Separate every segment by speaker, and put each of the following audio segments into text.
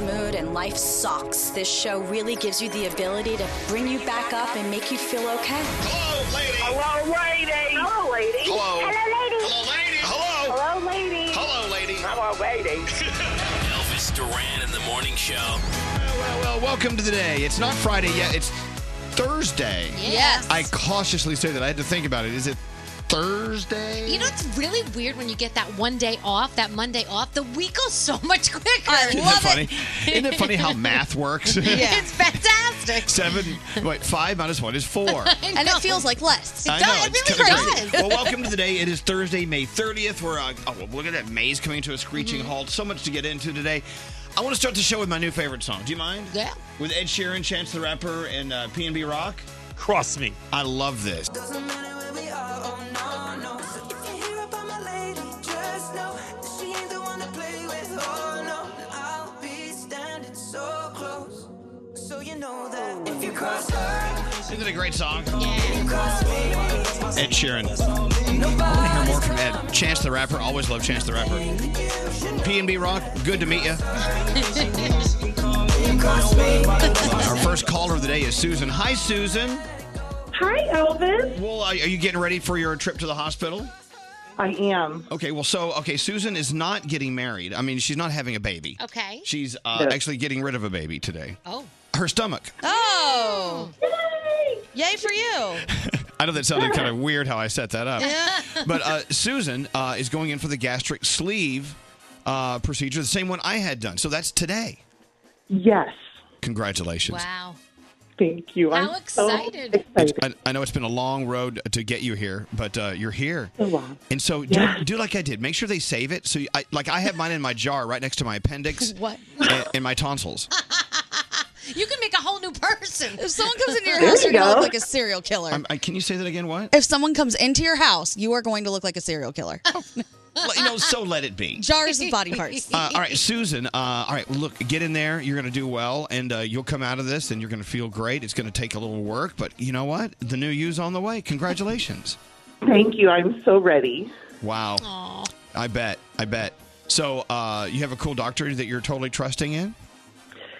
Speaker 1: mood and life sucks, this show really gives you the ability to bring you back up and make you feel okay.
Speaker 2: Hello, lady.
Speaker 3: Hello, lady.
Speaker 4: Hello, lady.
Speaker 2: Hello.
Speaker 4: Hello, lady.
Speaker 2: Hello, lady. Hello.
Speaker 4: Hello, lady.
Speaker 2: Hello, lady.
Speaker 3: Hello, lady.
Speaker 5: Elvis Duran in the morning show.
Speaker 2: Well, well, welcome to the day. It's not Friday yet. It's Thursday.
Speaker 6: Yes.
Speaker 2: I cautiously say that. I had to think about it. Is it Thursday?
Speaker 6: you know, it's really weird when you get that one day off, that Monday off. The week goes so much quicker.
Speaker 2: Isn't that funny? Isn't it funny how math works?
Speaker 6: It's fantastic.
Speaker 2: Seven, wait, five minus one is four.
Speaker 7: And it feels like less.
Speaker 2: I
Speaker 6: does.
Speaker 2: know,
Speaker 6: It
Speaker 2: it's
Speaker 6: really
Speaker 2: kinda crazy.
Speaker 6: does.
Speaker 2: Well, welcome to the day. It is Thursday, May 30th. We're, uh, oh, well, look at that. May's coming to a screeching
Speaker 6: Mm-hmm.
Speaker 2: halt. So much to get into today. I want to start the show with my new favorite song. Do you mind?
Speaker 6: Yeah.
Speaker 2: With Ed Sheeran, Chance the Rapper, and uh, B Rock.
Speaker 8: Cross me.
Speaker 2: I love this.
Speaker 9: Doesn't matter where we are, oh no, no. So if you hear about my lady, just know that she ain't the one to play with, oh no. I'll be standing so close, so you know that if you cross her,
Speaker 2: Isn't it a great song?
Speaker 9: you cross me.
Speaker 2: Ed Sheeran. I want to hear more from Ed. Chance the Rapper. Always love Chance the Rapper. B Rock, good to meet you. Our first caller of the day is Susan. Hi, Susan.
Speaker 4: Hi, Elvis.
Speaker 2: Well, are are you getting ready for your trip to the hospital?
Speaker 4: I am.
Speaker 2: Okay, well, so, okay, Susan is not getting married. I mean, she's not having a baby.
Speaker 6: Okay.
Speaker 2: She's uh, actually getting rid of a baby today.
Speaker 6: Oh.
Speaker 2: Her stomach.
Speaker 7: Oh. Yay for you.
Speaker 2: I know that sounded kind of weird how I set that up. Oh. But uh, Susan uh, is going in for the gastric sleeve uh, procedure, the same one I had done. So that's today.
Speaker 4: Yes.
Speaker 2: Congratulations.
Speaker 6: Wow.
Speaker 4: Thank you.
Speaker 6: How excited.
Speaker 2: I, I know it's been a long road to get you here, but uh, you're here.
Speaker 4: So long.
Speaker 2: And so do, do like I did. Make sure they save it. So, you- I, like, I have mine in my jar right next to my appendix
Speaker 7: What?
Speaker 2: and, and my tonsils.
Speaker 6: You can make a whole new person.
Speaker 7: If someone comes into your
Speaker 4: There
Speaker 7: house,
Speaker 4: you
Speaker 7: you're going to
Speaker 4: go.
Speaker 7: look like a serial killer.
Speaker 2: I'm, I, can you say that again? What?
Speaker 7: if someone comes into your house, you are going to look like a serial killer.
Speaker 6: Oh.
Speaker 2: Let- you know, so let it be.
Speaker 7: Jars of body parts.
Speaker 2: Uh, all right, Susan. Uh, all right, look, get in there. You're going to do well, and uh, you'll come out of this, and you're going to feel great. It's going to take a little work, but you know what? The new you's on the way. Congratulations.
Speaker 4: Thank you. I'm so ready.
Speaker 2: Wow. I bet. I bet. So uh, you have a cool doctor that you're totally trusting in?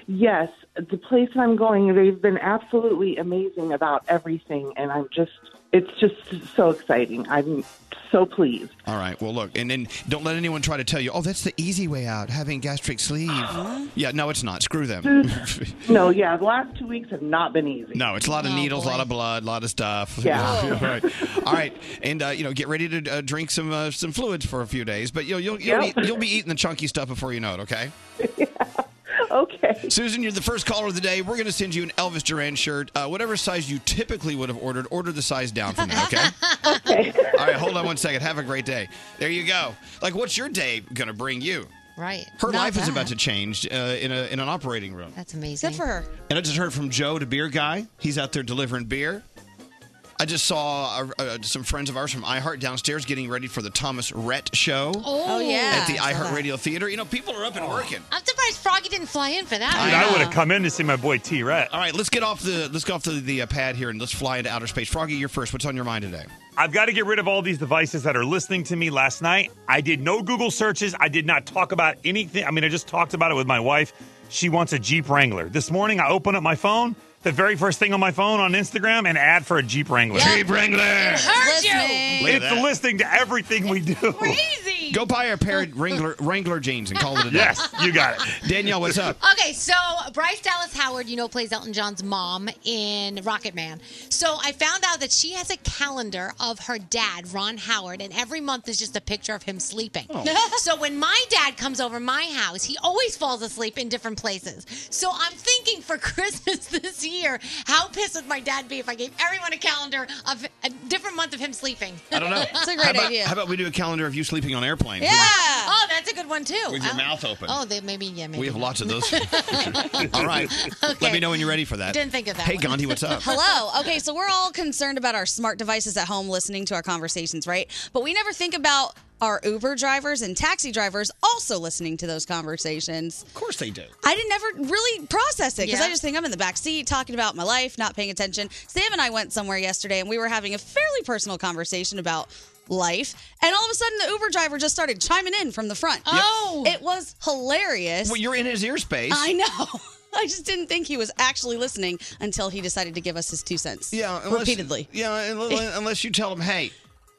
Speaker 4: Yes, the place I'm going, they've been absolutely amazing about everything, and I'm just, it's just so exciting. I'm so pleased.
Speaker 2: All right. Well, look, and then don't let anyone try to tell you, oh, that's the easy way out, having gastric sleeve.
Speaker 7: Uh-huh.
Speaker 2: Yeah, no, it's not. Screw them.
Speaker 4: No, yeah, the last two weeks have not been easy.
Speaker 2: No, it's a lot of
Speaker 6: Oh,
Speaker 2: needles, a
Speaker 6: boy.
Speaker 2: lot of blood, a lot of stuff.
Speaker 4: Yeah.
Speaker 2: Yeah, right. All right, and uh, you know, get ready to uh, drink some uh, some fluids for a few days, but you'll you'll you'll,
Speaker 4: Yep.
Speaker 2: be, you'll be eating the chunky stuff before you know it. Okay,
Speaker 4: Okay.
Speaker 2: Susan, you're the first caller of the day. We're going to send you an Elvis Duran shirt, uh, whatever size you typically would have ordered. Order the size down from that. Okay. All right, hold on one second. Have a great day. There you go. Like, what's your day going to bring you?
Speaker 6: Right.
Speaker 2: Her
Speaker 7: Not
Speaker 2: life is
Speaker 7: bad.
Speaker 2: about to change uh, in a in an operating room.
Speaker 6: That's amazing.
Speaker 7: Good for her.
Speaker 2: And I just heard from Joe, the beer guy. He's out there delivering beer. I just saw uh, uh, some friends of ours from iHeart downstairs getting ready for the Thomas Rhett show
Speaker 6: Oh,
Speaker 7: Oh, yeah.
Speaker 2: at the
Speaker 7: I saw
Speaker 2: iHeart
Speaker 7: that.
Speaker 2: Radio Theater. You know, people are up and working.
Speaker 6: I'm surprised Froggy didn't fly in for that.
Speaker 8: Oh. Dude, I would have come in to see my boy T Rat.
Speaker 2: All right, let's get off the let's get off the, the uh, pad here and let's fly into outer space. Froggy, you're first. What's on your mind today?
Speaker 8: I've got to get rid of all these devices that are listening to me last night. I did no Google searches. I did not talk about anything. I mean, I just talked about it with my wife. She wants a Jeep Wrangler. This morning, I open up my phone, the very first thing on my phone on Instagram, an ad for a Jeep Wrangler.
Speaker 2: Hey, Wrangler.
Speaker 6: Heard you.
Speaker 7: Listening.
Speaker 2: Look at
Speaker 8: It's
Speaker 2: that.
Speaker 8: listening to everything we do.
Speaker 6: Crazy.
Speaker 2: Go buy a pair of Wrangler Wrangler jeans and call it a day.
Speaker 8: Yes, you got it.
Speaker 2: Danielle, what's up?
Speaker 6: Okay, so Bryce Dallas Howard, you know, plays Elton John's mom in Rocket Man. So I found out that she has a calendar of her dad, Ron Howard, and every month is just a picture of him sleeping.
Speaker 2: Oh.
Speaker 6: so when my dad comes over my house, he always falls asleep in different places. So I'm thinking for Christmas this year, how pissed would my dad be if I gave everyone a calendar of a different month of him sleeping?
Speaker 2: I don't know.
Speaker 7: It's a
Speaker 2: how
Speaker 7: great
Speaker 2: about,
Speaker 7: idea.
Speaker 2: How about we do a calendar of you sleeping on airplanes?
Speaker 7: yeah.
Speaker 6: Oh, that's a good one too.
Speaker 2: With your
Speaker 6: Oh.
Speaker 2: mouth open.
Speaker 6: Oh, they, maybe yeah, maybe.
Speaker 2: We have
Speaker 6: not.
Speaker 2: lots of those. All right. Let me know when you're ready for that.
Speaker 6: Didn't think of that
Speaker 2: Hey,
Speaker 6: one.
Speaker 2: Gandhi, what's up?
Speaker 7: Hello. Okay, so we're all concerned about our smart devices at home listening to our conversations, right? But we never think about our Uber drivers and taxi drivers also listening to those conversations.
Speaker 2: Of course they do.
Speaker 7: I didn't ever really process it because
Speaker 6: Yeah.
Speaker 7: I just think I'm in the back seat talking about my life, not paying attention. Sam and I went somewhere yesterday and we were having a fairly personal conversation about life. And all of a sudden, the Uber driver just started chiming in from the front.
Speaker 2: Yep. Oh.
Speaker 7: It was hilarious.
Speaker 2: Well, you're in his ear space.
Speaker 7: I know. I just didn't think he was actually listening until he decided to give us his two cents.
Speaker 2: Yeah, unless-
Speaker 7: repeatedly.
Speaker 2: Yeah, unless, unless you tell him, hey,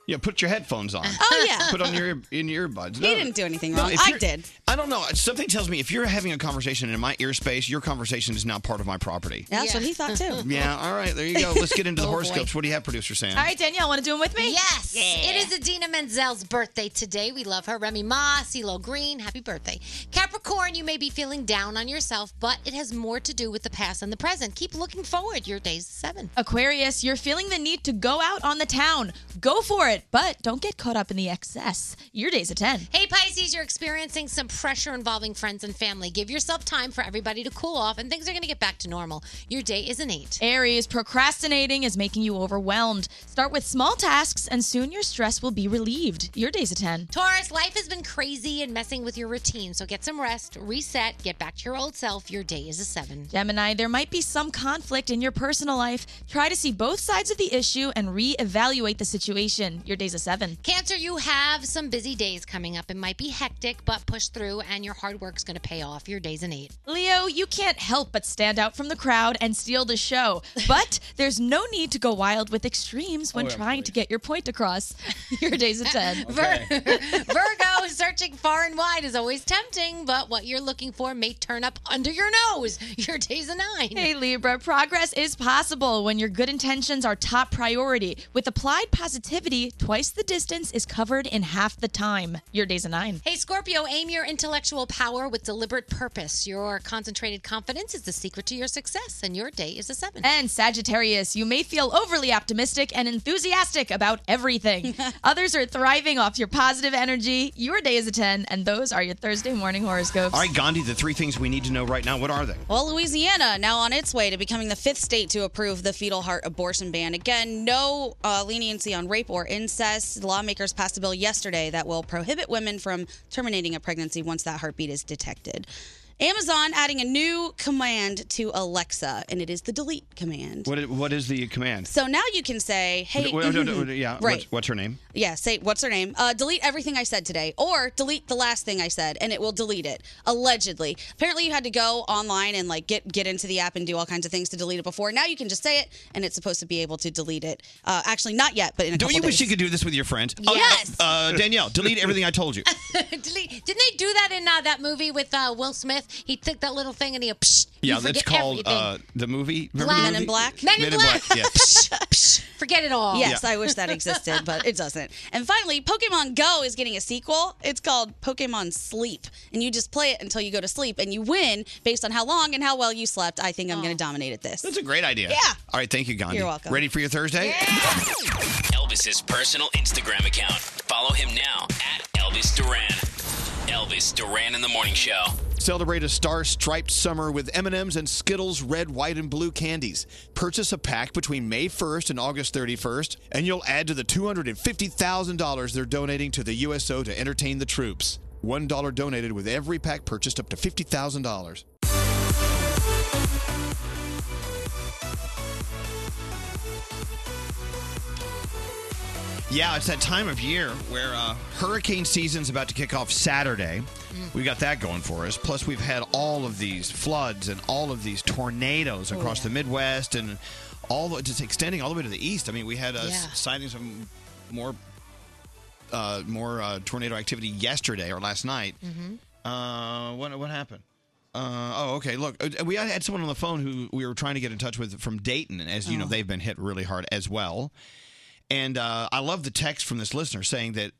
Speaker 2: yeah, put your headphones on.
Speaker 7: Oh, yeah.
Speaker 2: put on your ear- in your earbuds.
Speaker 7: He didn't do anything wrong.
Speaker 2: if
Speaker 7: I
Speaker 2: you're-
Speaker 7: did.
Speaker 2: I don't know. Something tells me if you're having a conversation in my ear space, your conversation is not part of my property.
Speaker 7: Yeah, that's what he thought too.
Speaker 2: Yeah, all right, there you go. Let's get into the
Speaker 6: Oh, boy.
Speaker 2: horoscopes. What do you have, producer Sam?
Speaker 10: All right, Danielle, want to do them with me?
Speaker 6: Yes.
Speaker 10: Yeah.
Speaker 6: It is Adina Menzel's birthday today. We love her. Remy Ma, CeeLo Green, happy birthday. Capricorn, you may be feeling down on yourself, but it has more to do with the past and the present. Keep looking forward. Your day's seven.
Speaker 10: Aquarius, you're feeling the need to go out on the town. Go for it, but don't get caught up in the excess. Your day's a 10.
Speaker 6: Hey, Pisces, you're experiencing some pressure involving friends and family. Give yourself time for everybody to cool off, and things are going to get back to normal. Your day is an eight.
Speaker 10: Aries, procrastinating is making you overwhelmed. Start with small tasks, and soon your stress will be relieved. Your day's a 10.
Speaker 6: Taurus, life has been crazy and messing with your routine, so get some rest, reset, get back to your old self. Your day is a seven.
Speaker 10: Gemini, there might be some conflict in your personal life. Try to see both sides of the issue and re-evaluate the situation. Your day's a 7.
Speaker 6: Cancer, you have some busy days coming up. It might be hectic, but push through, and your hard work's going to pay off. Your day's an eight.
Speaker 10: Leo, you can't help but stand out from the crowd and steal the show. But there's no need to go wild with extremes when
Speaker 6: Oh, yeah,
Speaker 10: trying to get your point across. Your day's a 10.
Speaker 6: Virgo, searching far and wide is always tempting, but what you're looking for may turn up under your nose. Your day's a nine.
Speaker 10: Hey Libra, progress is possible when your good intentions are top priority. With applied positivity, twice the distance is covered in half the time. Your day's a 9.
Speaker 6: Hey, Scorpio, aim your intellectual power with deliberate purpose. Your concentrated confidence is the secret to your success, and your day is a seven.
Speaker 10: And Sagittarius, you may feel overly optimistic and enthusiastic about everything. Others are thriving off your positive energy. Your day is a 10, and those are your Thursday morning horoscopes.
Speaker 2: All right, Gandhi, the three things we need to know right now, what are they?
Speaker 7: Well, Louisiana now on its way to becoming the fifth state to approve the fetal heart abortion ban. Again, no uh, leniency on rape or incest. Lawmakers passed a bill yesterday that will prohibit women from terminating a pregnancy once that heartbeat is detected. Amazon adding a new command to Alexa, and it is the delete command.
Speaker 2: What is, what is the command?
Speaker 7: So now you can say, "Hey,
Speaker 2: Wait, wait, wait,
Speaker 7: mhm."
Speaker 2: wait, yeah,
Speaker 7: right."
Speaker 2: what's, what's her name?
Speaker 7: Yeah, say what's her name? Uh, delete everything I said today, or delete the last thing I said, and it will delete it. Allegedly, apparently you had to go online and like get get into the app and do all kinds of things to delete it before. Now you can just say it, and it's supposed to be able to delete it. Uh, actually, not yet, but in a
Speaker 2: Don't
Speaker 7: couple
Speaker 2: you
Speaker 7: days.
Speaker 2: wish you could do this with your friends? Oh,
Speaker 6: Yes.
Speaker 2: uh, Danielle, delete everything I told you.
Speaker 6: Delete. Didn't they do that in uh, that movie with uh, Will Smith? He took that little thing and he. Psh,
Speaker 2: Yeah,
Speaker 6: you
Speaker 2: that's
Speaker 6: forget
Speaker 2: called
Speaker 6: everything.
Speaker 2: uh, the movie. Remember the
Speaker 6: Black. Men in
Speaker 2: movie?
Speaker 6: Black? Men in Black.
Speaker 2: yeah.
Speaker 6: Forget it all.
Speaker 7: Yes,
Speaker 2: Yeah.
Speaker 7: I wish that existed, but it doesn't. And finally, Pokemon Go is getting a sequel. It's called Pokemon Sleep, and you just play it until you go to sleep, and you win based on how long and how well you slept. I think I'm going to dominate at this.
Speaker 2: That's a great idea.
Speaker 7: Yeah.
Speaker 2: All right, thank you, Gandhi.
Speaker 7: You're welcome.
Speaker 2: Ready for your Thursday?
Speaker 5: Elvis's personal Instagram account. Follow him now at Elvis Duran. Elvis Duran in the morning show.
Speaker 2: Celebrate a star-striped summer with M&M's and Skittles red, white, and blue candies. Purchase a pack between May 1st and August 31st, and you'll add to the $250,000 they're donating to the USO to entertain the troops. One dollar donated with every pack purchased up to fifty thousand dollars. Yeah, it's that time of year where uh, hurricane season's about to kick off Saturday. We've got that going for us. Plus, we've had all of these floods and all of these tornadoes across the Midwest and all the, just extending all the way to the east. I mean, we had uh,
Speaker 11: Yeah.
Speaker 2: sightings of more uh, more uh, tornado activity yesterday or last night.
Speaker 6: Mm-hmm.
Speaker 12: Mm-hmm.
Speaker 2: Uh, what what happened? Uh, oh, okay. Look, uh, we had someone on the phone who we were trying to get in touch with from Dayton, and as you
Speaker 12: Oh.
Speaker 2: know, they've been hit really hard as well. And uh, I love the text from this listener saying that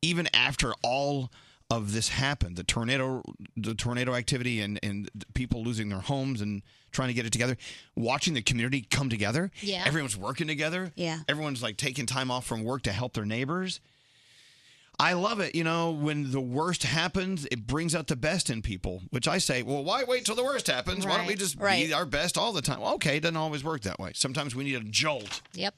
Speaker 2: even after all of this happened, the tornado, the tornado activity, and and people losing their homes and trying to get it together, watching the community come together,
Speaker 12: Yeah.
Speaker 2: everyone's working together,
Speaker 12: Yeah.
Speaker 2: everyone's like taking time off from work to help their neighbors. I love it. You know, when the worst happens, it brings out the best in people, which I say, well, why wait till the worst happens? Why don't we
Speaker 6: Right.
Speaker 2: just
Speaker 6: Right.
Speaker 2: be our best all the time? Well, okay, it doesn't always work that way. Sometimes we need a jolt,
Speaker 6: Yep.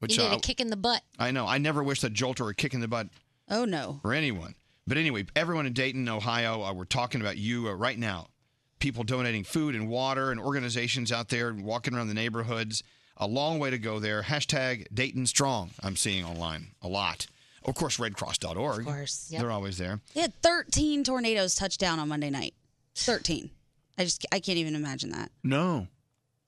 Speaker 2: which
Speaker 6: you need
Speaker 2: uh,
Speaker 6: a kick in the butt.
Speaker 2: I know. I never wish a jolt or a kick in the butt
Speaker 7: Oh no.
Speaker 2: for anyone. But anyway, everyone in Dayton, Ohio, uh, we're talking about you uh, right now. People donating food and water and organizations out there and walking around the neighborhoods. A long way to go there. Hashtag Dayton Strong, I'm seeing online a lot. Of course, redcross.org. Of
Speaker 7: course, yep.
Speaker 2: They're always there.
Speaker 7: They had 13 tornadoes touch down on Monday night. 13. I just I can't even imagine that.
Speaker 2: No,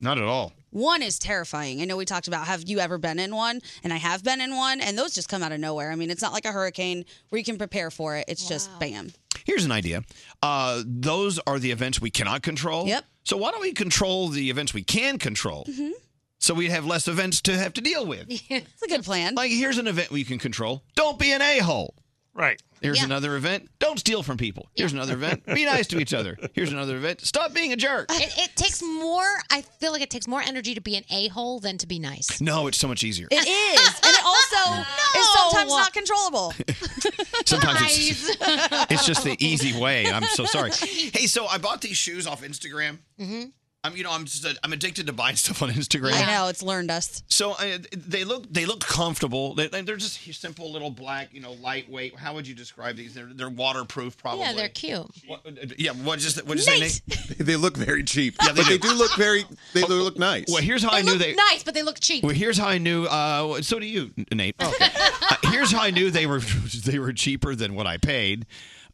Speaker 2: not at all.
Speaker 7: One is terrifying. I know we talked about have you ever been in one? And I have been in one, and those just come out of nowhere. I mean, it's not like a hurricane where you can prepare for it. It's just bam.
Speaker 2: Here's an idea. Uh, those are the events we cannot control. Yep. So why don't we control the events we can control? So we have less events to have to deal with.
Speaker 7: It's Mm-hmm. a good plan.
Speaker 2: Like here's an event we can control. Don't be an a hole.
Speaker 8: Right.
Speaker 2: Here's another event. Don't steal from people. Here's another event. Be nice to each other. Here's another event. Stop being a jerk.
Speaker 6: It, it takes more. I feel like it takes more energy to be an a hole than to be nice.
Speaker 2: No, it's so much easier.
Speaker 7: It is, and it also is sometimes not controllable.
Speaker 2: Sometimes it's, it's just the easy way. I'm so sorry. Hey, so I bought these shoes off Instagram.
Speaker 7: Mm-hmm.
Speaker 2: I'm, you know, I'm just, I'm addicted to buying stuff on Instagram.
Speaker 7: I know it's learned us.
Speaker 2: So I, they look they look comfortable. They, they're just simple little black, you know, lightweight. How would you describe these? They're they're waterproof, probably.
Speaker 6: Yeah, they're cute.
Speaker 2: What, uh, yeah, what just what just say, Nate?
Speaker 11: they look very cheap, but they do look very. They
Speaker 2: Oh.
Speaker 11: do look nice.
Speaker 2: Well, here's how I knew they.
Speaker 6: nice, but they look cheap.
Speaker 2: Well, here's how I knew. Uh, so do you, Nate? Okay. Uh, here's how I knew they were they were cheaper than what I paid.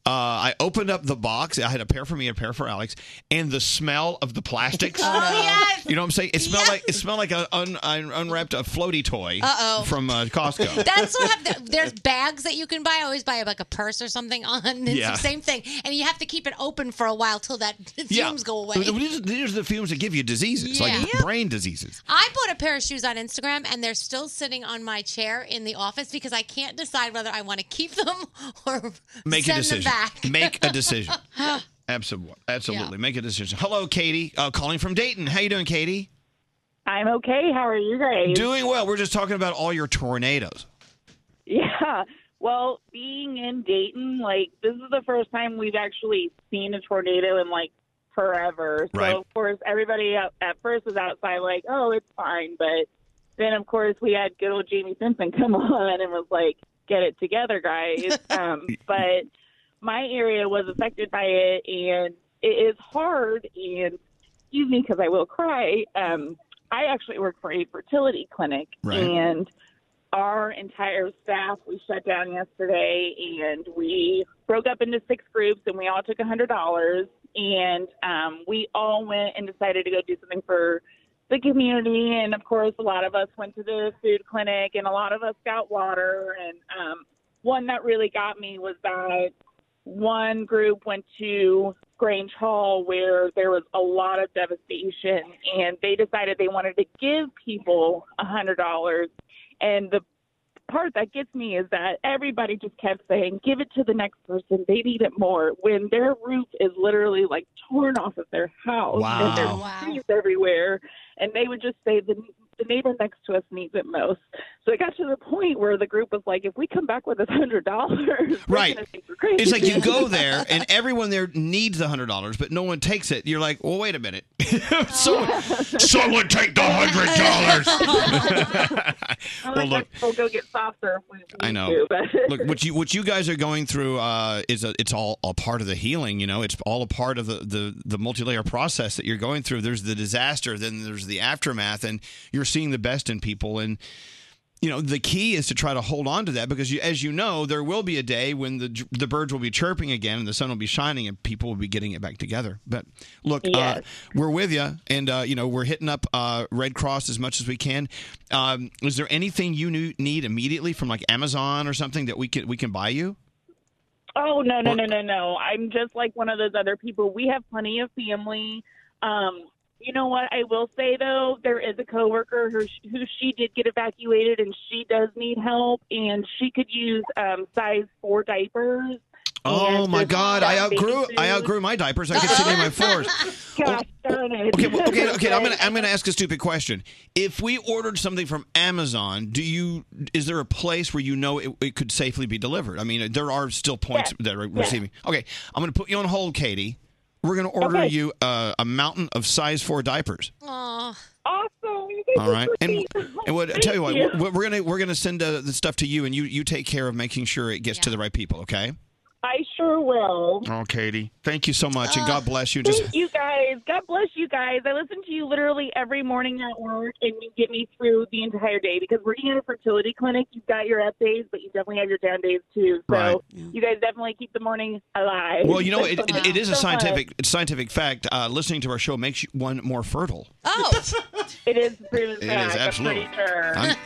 Speaker 2: Uh, I opened up the box. I had a pair for me, and a pair for Alex, and the smell of the plastics.
Speaker 6: Oh,
Speaker 2: You know what I'm saying? It smelled like it smelled like a un, I unwrapped a floaty toy
Speaker 6: Uh-oh.
Speaker 2: from uh, Costco.
Speaker 6: That's what have the, there's bags that you can buy. I always buy like a purse or something on. It's
Speaker 2: Yeah.
Speaker 6: the same thing, and you have to keep it open for a while till that fumes go away.
Speaker 2: These, these are the fumes that give you diseases,
Speaker 6: Yeah.
Speaker 2: like
Speaker 6: Yeah.
Speaker 2: brain diseases.
Speaker 6: I bought a pair of shoes on Instagram and they're still sitting on my chair in the office because I can't decide whether I want to keep them or
Speaker 2: Make
Speaker 6: send
Speaker 2: a decision.
Speaker 6: them back.
Speaker 2: Make a decision. Absolutely, absolutely. Make a decision. Hello, Katie, uh, calling from Dayton. How you doing, Katie?
Speaker 12: I'm okay. How are you guys?
Speaker 2: Doing well. We're just talking about all your tornadoes.
Speaker 12: Yeah. Well, being in Dayton, like this is the first time we've actually seen a tornado in like forever. So
Speaker 13: Right.
Speaker 12: of course everybody at, at first was outside like, "Oh, it's fine," but then of course we had good old Jamie Simpson come on and was like, "Get it together, guys." um, but my area was affected by it, and it is hard. And excuse me because I will cry. Um, I actually work for a fertility clinic,
Speaker 14: Right.
Speaker 12: and our entire staff we shut down yesterday and we broke up into six groups and we all took a hundred dollars and um, we all went and decided to go do something for the community and of course a lot of us went to the food clinic and a lot of us got water and um, one that really got me was that one group went to Grange Hall where there was a lot of devastation and they decided they wanted to give people a hundred dollars and the part that gets me is that everybody just kept saying, give it to the next person. They need it more. When their roof is literally like torn off of their house and
Speaker 15: Wow.
Speaker 12: there's trees everywhere. And they would just say, the, the neighbor next to us needs it most. So it got to the point where the group was like, if we come back with a $100, we're
Speaker 2: Right.
Speaker 12: gonna think we're crazy.
Speaker 2: It's like you go there and everyone there needs the hundred dollars, but no one takes it. You're like, well, wait a minute. someone, someone take the hundred Oh
Speaker 12: I'm
Speaker 2: dollars. well,
Speaker 12: like,
Speaker 2: look,
Speaker 12: we'll go get softer. if we
Speaker 2: I
Speaker 12: need
Speaker 2: know.
Speaker 12: to," but-
Speaker 2: Look, what you what you guys are going through uh, is a, it's all a part of the healing. You know, it's all a part of the the, the multi layer process that you're going through. There's the disaster, then there's the aftermath, and you're seeing the best in people. And you know, the key is to try to hold on to that because, you, as you know, there will be a day when the the birds will be chirping again, and the sun will be shining, and people will be getting it back together. But look, uh,
Speaker 16: Yes.
Speaker 2: we're with you, and uh, you know we're hitting up uh, Red Cross as much as we can. Um, is there anything you knew, need immediately from like Amazon or something that we can we can buy you?
Speaker 12: Oh no no no no no! I'm just like one of those other people. We have plenty of family. Um, you know what? I will say though, there is a coworker who who she did get evacuated, and she does need help, and she could use um, size four diapers.
Speaker 2: Oh my God! I
Speaker 12: baby
Speaker 2: outgrew I outgrew my diapers. I could sit in my floors.
Speaker 12: Gosh darn it!
Speaker 2: Okay, well, okay, okay. I'm gonna I'm gonna ask a stupid question. If we ordered something from Amazon, do you is there a place where you know it, it could safely be delivered? I mean, there are still points that are receiving. Okay, I'm gonna put you on hold, Katie. We're gonna order
Speaker 6: Okay.
Speaker 2: you uh, a mountain of size four diapers.
Speaker 6: Aw.
Speaker 12: Awesome.
Speaker 2: All right, and, and what,
Speaker 6: Thank
Speaker 2: tell you what,
Speaker 6: you.
Speaker 2: we're- we're gonna we're gonna send uh, the stuff to you, and you you take care of making sure it gets to the right people. Okay.
Speaker 12: I sure will.
Speaker 2: Oh, Katie, thank you so much, and
Speaker 6: Uh,
Speaker 2: God bless you. Just
Speaker 12: Thank you guys. God bless you guys. I listen to you literally every morning at work, and you get me through the entire day because working at a fertility clinic, you've got your up days, but you definitely have your down days too. So
Speaker 2: Right.
Speaker 12: you guys definitely keep the morning alive.
Speaker 2: well, you know, it, it, it is a
Speaker 12: So much.
Speaker 2: scientific it's scientific fact. Uh, listening to our show makes you one more fertile.
Speaker 7: Oh,
Speaker 12: it is proven
Speaker 2: It is,
Speaker 12: fact.
Speaker 2: absolutely.
Speaker 12: I'm pretty sure.
Speaker 2: I'm-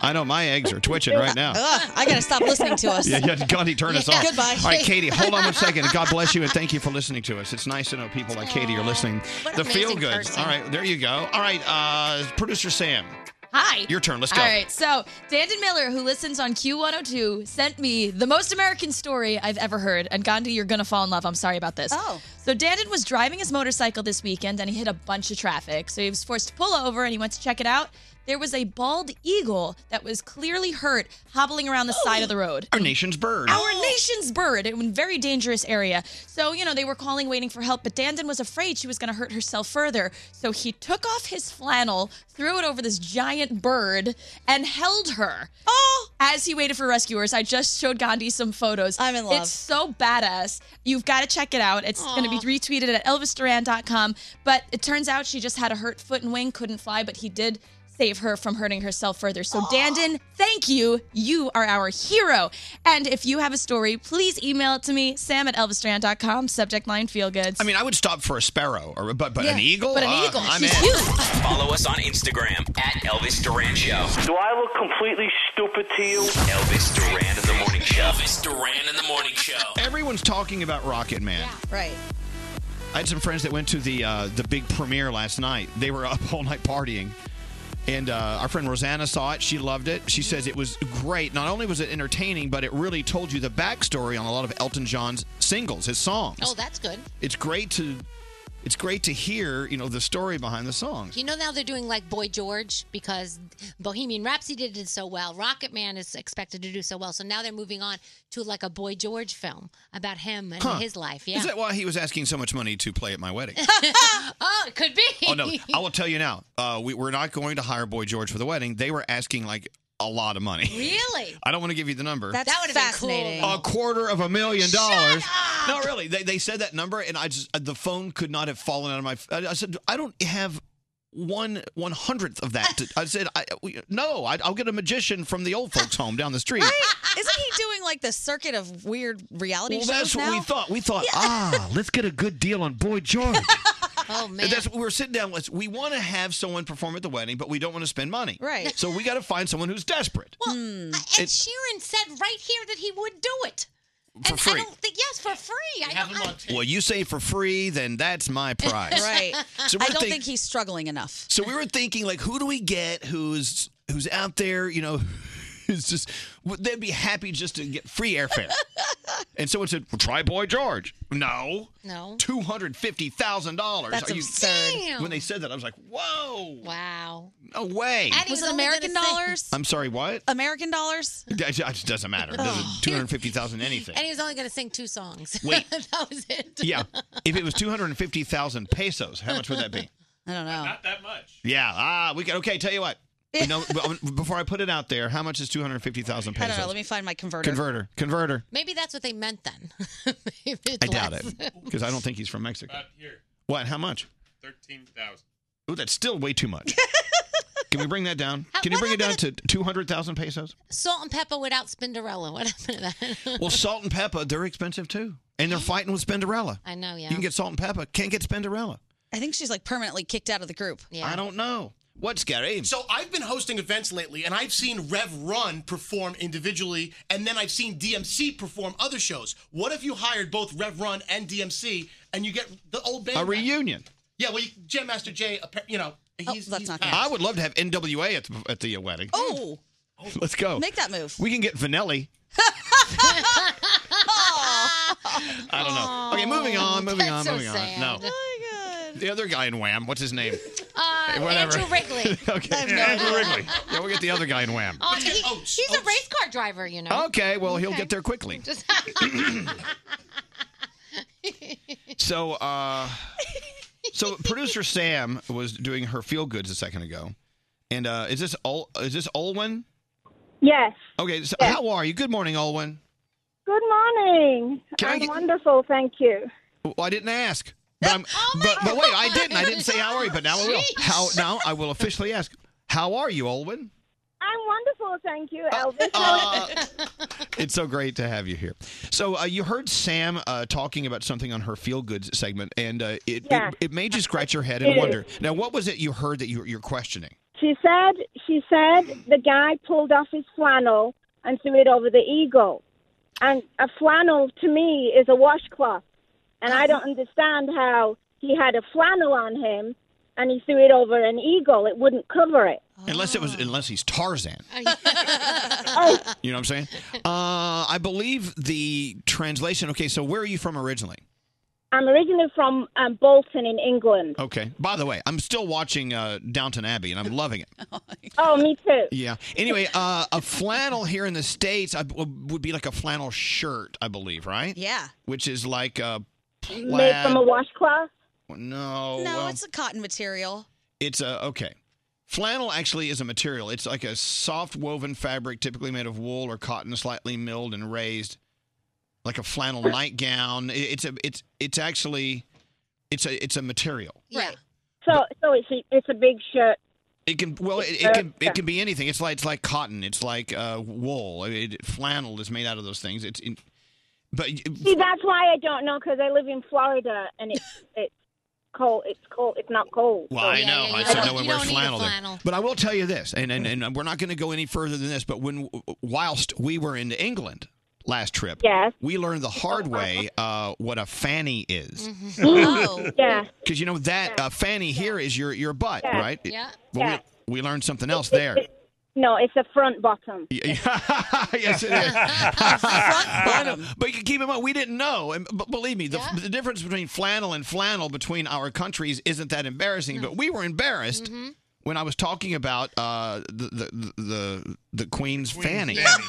Speaker 2: I know my eggs are twitching right now.
Speaker 7: Ugh, I gotta stop listening to us.
Speaker 2: Yeah, yeah, Gandhi, turn us
Speaker 7: Yeah,
Speaker 2: off.
Speaker 7: goodbye.
Speaker 2: All right, Katie, hold on one second. God bless you, and thank you for listening to us. It's nice to know people like Katie are listening. The
Speaker 10: amazing
Speaker 2: feel good.
Speaker 10: person.
Speaker 2: All right, there you go. All right, uh, producer Sam,
Speaker 10: Hi.
Speaker 2: your turn. Let's go.
Speaker 10: All right. So, Dandon Miller, who listens on Q102, sent me the most American story I've ever heard. And Gandhi, you're going to fall in love. I'm sorry about this.
Speaker 7: Oh.
Speaker 10: So, Dandon was driving his motorcycle this weekend and he hit a bunch of traffic. So, he was forced to pull over and he went to check it out. There was a bald eagle that was clearly hurt hobbling around the side of the road.
Speaker 2: Our nation's bird.
Speaker 10: Our nation's bird in a very dangerous area. So, you know, they were calling, waiting for help, but Dandon was afraid she was going to hurt herself further. So he took off his flannel, threw it over this giant bird, and held her. Oh! As he waited for rescuers. I just showed Gandhi some photos. I'm in
Speaker 7: love.
Speaker 10: It's so badass. You've got to check it out. It's going to be retweeted at elvisduran.com. But it turns out she just had a hurt foot and wing, couldn't fly, but he did save her from hurting herself further. So, Dandon, thank you. You are our hero. And if you have a story, please email it to me, sam at elvisduran.com, subject line feel goods.
Speaker 2: I mean, I would stop for a sparrow, or but but an
Speaker 10: Yeah,
Speaker 2: eagle.
Speaker 10: but an
Speaker 2: Uh,
Speaker 10: eagle.
Speaker 2: I'm
Speaker 10: She's
Speaker 2: in.
Speaker 5: Follow us on Instagram at Elvis Duran Show.
Speaker 3: Do I look completely stupid to you?
Speaker 5: Elvis Duran in the Morning Show. Elvis Duran in the Morning Show.
Speaker 2: Everyone's talking about Rocket Man.
Speaker 7: Right.
Speaker 2: I had some friends that went to the uh, the big premiere last night. They were up all night partying, and uh, our friend Rosanna saw it. She loved it. She says it was great. Not only was it entertaining, but it really told you the backstory on a lot of Elton John's singles, his songs.
Speaker 6: Oh, that's good.
Speaker 2: It's great to it's great to hear you know the story behind the songs.
Speaker 6: You know now they're doing like Boy George because Bohemian Rhapsody did so well. Rocket Man is expected to do so well. So now they're moving on to like a Boy George film about him and
Speaker 2: Huh.
Speaker 6: his life. Yeah.
Speaker 2: Is that why he was asking so much money to play at my wedding?
Speaker 6: oh, it could be.
Speaker 2: oh no! I will tell you now. Uh, we, we're not going to hire Boy George for the wedding. They were asking like a lot of money.
Speaker 6: Really?
Speaker 2: I don't want to give you the number.
Speaker 6: That's That would've been fascinating. cool.
Speaker 2: A quarter of a million dollars. No, really. They, they said that number, and I just uh, the phone could not have fallen out of my. I I said I don't have one one hundredth of that. to-" I said I, we- no. I, I'll get a magician from the old folks' home down the street.
Speaker 7: Isn't he doing like the circuit of weird reality
Speaker 2: Well,
Speaker 7: shows
Speaker 2: that's what
Speaker 7: now?
Speaker 2: we thought. We thought, ah, let's get a good deal on Boy George.
Speaker 6: oh
Speaker 2: man, that's we were sitting down. Let's, we want to have someone perform at the wedding, but we don't want to spend money.
Speaker 6: Right.
Speaker 2: So we got to find someone who's desperate.
Speaker 6: Well,
Speaker 7: Hmm.
Speaker 6: Ed
Speaker 2: It-
Speaker 6: Sheeran said right here that he would do it.
Speaker 2: For
Speaker 6: and
Speaker 2: free.
Speaker 6: I don't think yes for free. I don't. I,
Speaker 2: Well, you say for free, then that's my prize.
Speaker 7: right.
Speaker 2: So
Speaker 7: I
Speaker 2: we're
Speaker 7: don't
Speaker 2: think-
Speaker 7: think he's struggling enough.
Speaker 2: So we were thinking, like, who do we get who's who's out there? You know, who's just would- they'd be happy just to get free airfare. and someone said, well, "Try Boy George." No,
Speaker 6: no,
Speaker 2: two hundred fifty thousand dollars.
Speaker 6: That's absurd. Damn.
Speaker 2: When they said that, I was like, "Whoa,
Speaker 6: wow,
Speaker 2: no way."
Speaker 7: And was it American dollars?
Speaker 2: I'm sorry, what?
Speaker 7: American dollars?
Speaker 2: That just doesn't matter.
Speaker 6: Ugh.
Speaker 2: Two hundred fifty thousand anything.
Speaker 6: and he was only going to sing two songs.
Speaker 2: Wait.
Speaker 6: that was it.
Speaker 2: Yeah, if it was two hundred fifty thousand pesos, how much would that be?
Speaker 7: I don't know.
Speaker 13: Not that much.
Speaker 2: Yeah. Ah, we can. Okay, tell you what. You know, b- um, before I put it out there, how much is two hundred fifty thousand
Speaker 7: I
Speaker 2: pesos?
Speaker 7: don't know. Let me find my converter.
Speaker 2: Converter, converter.
Speaker 6: Maybe that's what they meant then. If it's
Speaker 2: I doubt
Speaker 6: less.
Speaker 2: it because I don't think he's from Mexico.
Speaker 13: About here,
Speaker 2: What? How much?
Speaker 13: thirteen thousand.
Speaker 2: Ooh, that's still way too much. Can we bring that down? Can you bring it down to two hundred thousand pesos?
Speaker 6: Salt and pepper without Spinderella. What happened to that?
Speaker 2: Well, salt and pepper, they're expensive too, and they're fighting with Spinderella.
Speaker 6: I know, yeah.
Speaker 2: You can get salt and pepper, can't get Spinderella.
Speaker 7: I think she's like permanently kicked out of the group.
Speaker 2: I don't know. What's Gary?
Speaker 14: So I've been hosting events lately, and I've seen Rev Run perform individually, and then I've seen DMC perform other shows. What if you hired both Rev Run and DMC, and you get the old band?
Speaker 2: A
Speaker 14: back?
Speaker 2: reunion.
Speaker 14: Yeah, well, you, Jam Master Jay, appa- you know, he's, that's not
Speaker 2: I would love to have NWA at the, at the uh, wedding.
Speaker 7: Oh,
Speaker 2: Let's go.
Speaker 7: Make that move.
Speaker 2: We can get Vanelli. I don't know. Okay, moving on, moving
Speaker 6: That's
Speaker 2: on,
Speaker 6: so
Speaker 2: moving
Speaker 6: sad. Oh
Speaker 2: on. No. The other guy in Wham, what's his name?
Speaker 6: Uh,
Speaker 2: Whatever.
Speaker 6: Andrew Wrigley.
Speaker 2: okay.
Speaker 6: I have no Andrew idea.
Speaker 2: Wrigley. Yeah, we'll get the other guy in Wham.
Speaker 6: Oh, he- he's a race car driver, you know.
Speaker 2: Okay, well, he'll get there quickly.
Speaker 6: Just-
Speaker 2: So, uh, so producer Sam was doing her feel goods a second ago, and uh, is this Ol- is this Olwen?
Speaker 15: Yes.
Speaker 2: Okay, so how are you? Good morning, Olwen.
Speaker 13: Good morning.
Speaker 2: Can I
Speaker 13: I'm
Speaker 2: get-
Speaker 13: wonderful, thank you.
Speaker 2: Well, I didn't ask. But, I'm,
Speaker 13: Oh,
Speaker 2: but, but wait, I didn't. I didn't say how are you, but now I will.
Speaker 13: Jeez.
Speaker 2: How now I will officially ask. How are you, Olwen?
Speaker 13: I'm wonderful, thank you,
Speaker 2: Oh,
Speaker 13: Elvis.
Speaker 2: It's so great to have you here. So uh, you heard Sam uh, talking about something on her feel goods segment, and uh, it,
Speaker 13: Yeah.
Speaker 2: it it made you scratch your head
Speaker 13: It
Speaker 2: and
Speaker 13: is.
Speaker 2: wonder. Now, what was it you heard that you, you're questioning?
Speaker 13: she said she said the guy pulled off his flannel and threw it over the eagle. And a flannel to me is a washcloth. And I don't understand how he had a flannel on him and he threw it over an eagle. It wouldn't cover it.
Speaker 2: Unless it was unless he's Tarzan.
Speaker 13: Oh,
Speaker 2: You know what I'm saying? Uh, I believe the translation. Okay, so where are you from originally?
Speaker 13: I'm originally from um, Bolton in England.
Speaker 2: Okay. By the way, I'm still watching uh, Downton Abbey, and I'm loving it.
Speaker 13: Oh, me too.
Speaker 2: Yeah. Anyway, uh, a flannel here in the states I, would be like a flannel shirt, I believe, right?
Speaker 7: Yeah.
Speaker 2: Which is like a plaid.
Speaker 7: Made from a
Speaker 13: washcloth.
Speaker 2: No.
Speaker 7: no,
Speaker 2: Oh, well,
Speaker 7: it's a cotton material.
Speaker 2: it's a okay. Flannel actually is a material. It's like a soft woven fabric, typically made of wool or cotton, slightly milled and raised, like a flannel nightgown. It- It's a it's it's actually it's a it's a material.
Speaker 13: Right. So, so it's a, it's a big shirt.
Speaker 2: It can well it, it can it can be anything. It's like it's like cotton. It's like uh, wool. I mean, it- flannel is made out of those things. It's in, but
Speaker 13: See, that's why I don't know because I live in Florida and it's it's cold. It's cold. It's not cold.
Speaker 2: well,
Speaker 13: So-
Speaker 2: I know I
Speaker 13: don't-
Speaker 2: said no one
Speaker 13: you
Speaker 2: wears
Speaker 13: don't need a
Speaker 2: flannel, there.
Speaker 13: flannel.
Speaker 2: But I will tell you this, and and, and we're not going to go any further than this. But when whilst we were in England last trip,
Speaker 13: yes.
Speaker 2: we learned the hard way uh, what a fanny is.
Speaker 13: Oh. Yeah.
Speaker 2: Because you know that uh, fanny here is your your butt,
Speaker 13: Yeah.
Speaker 2: right?
Speaker 13: Yeah.
Speaker 2: Well,
Speaker 13: Yeah.
Speaker 2: We, we learned something else there.
Speaker 13: No, it's a front bottom.
Speaker 2: yes, it is. I know, but you keep in mind, we didn't know. And b- believe me, the, the difference between flannel and flannel between our countries isn't that embarrassing. But we were embarrassed when I was talking about uh, the, the the the Queen's, fanny.
Speaker 6: fanny.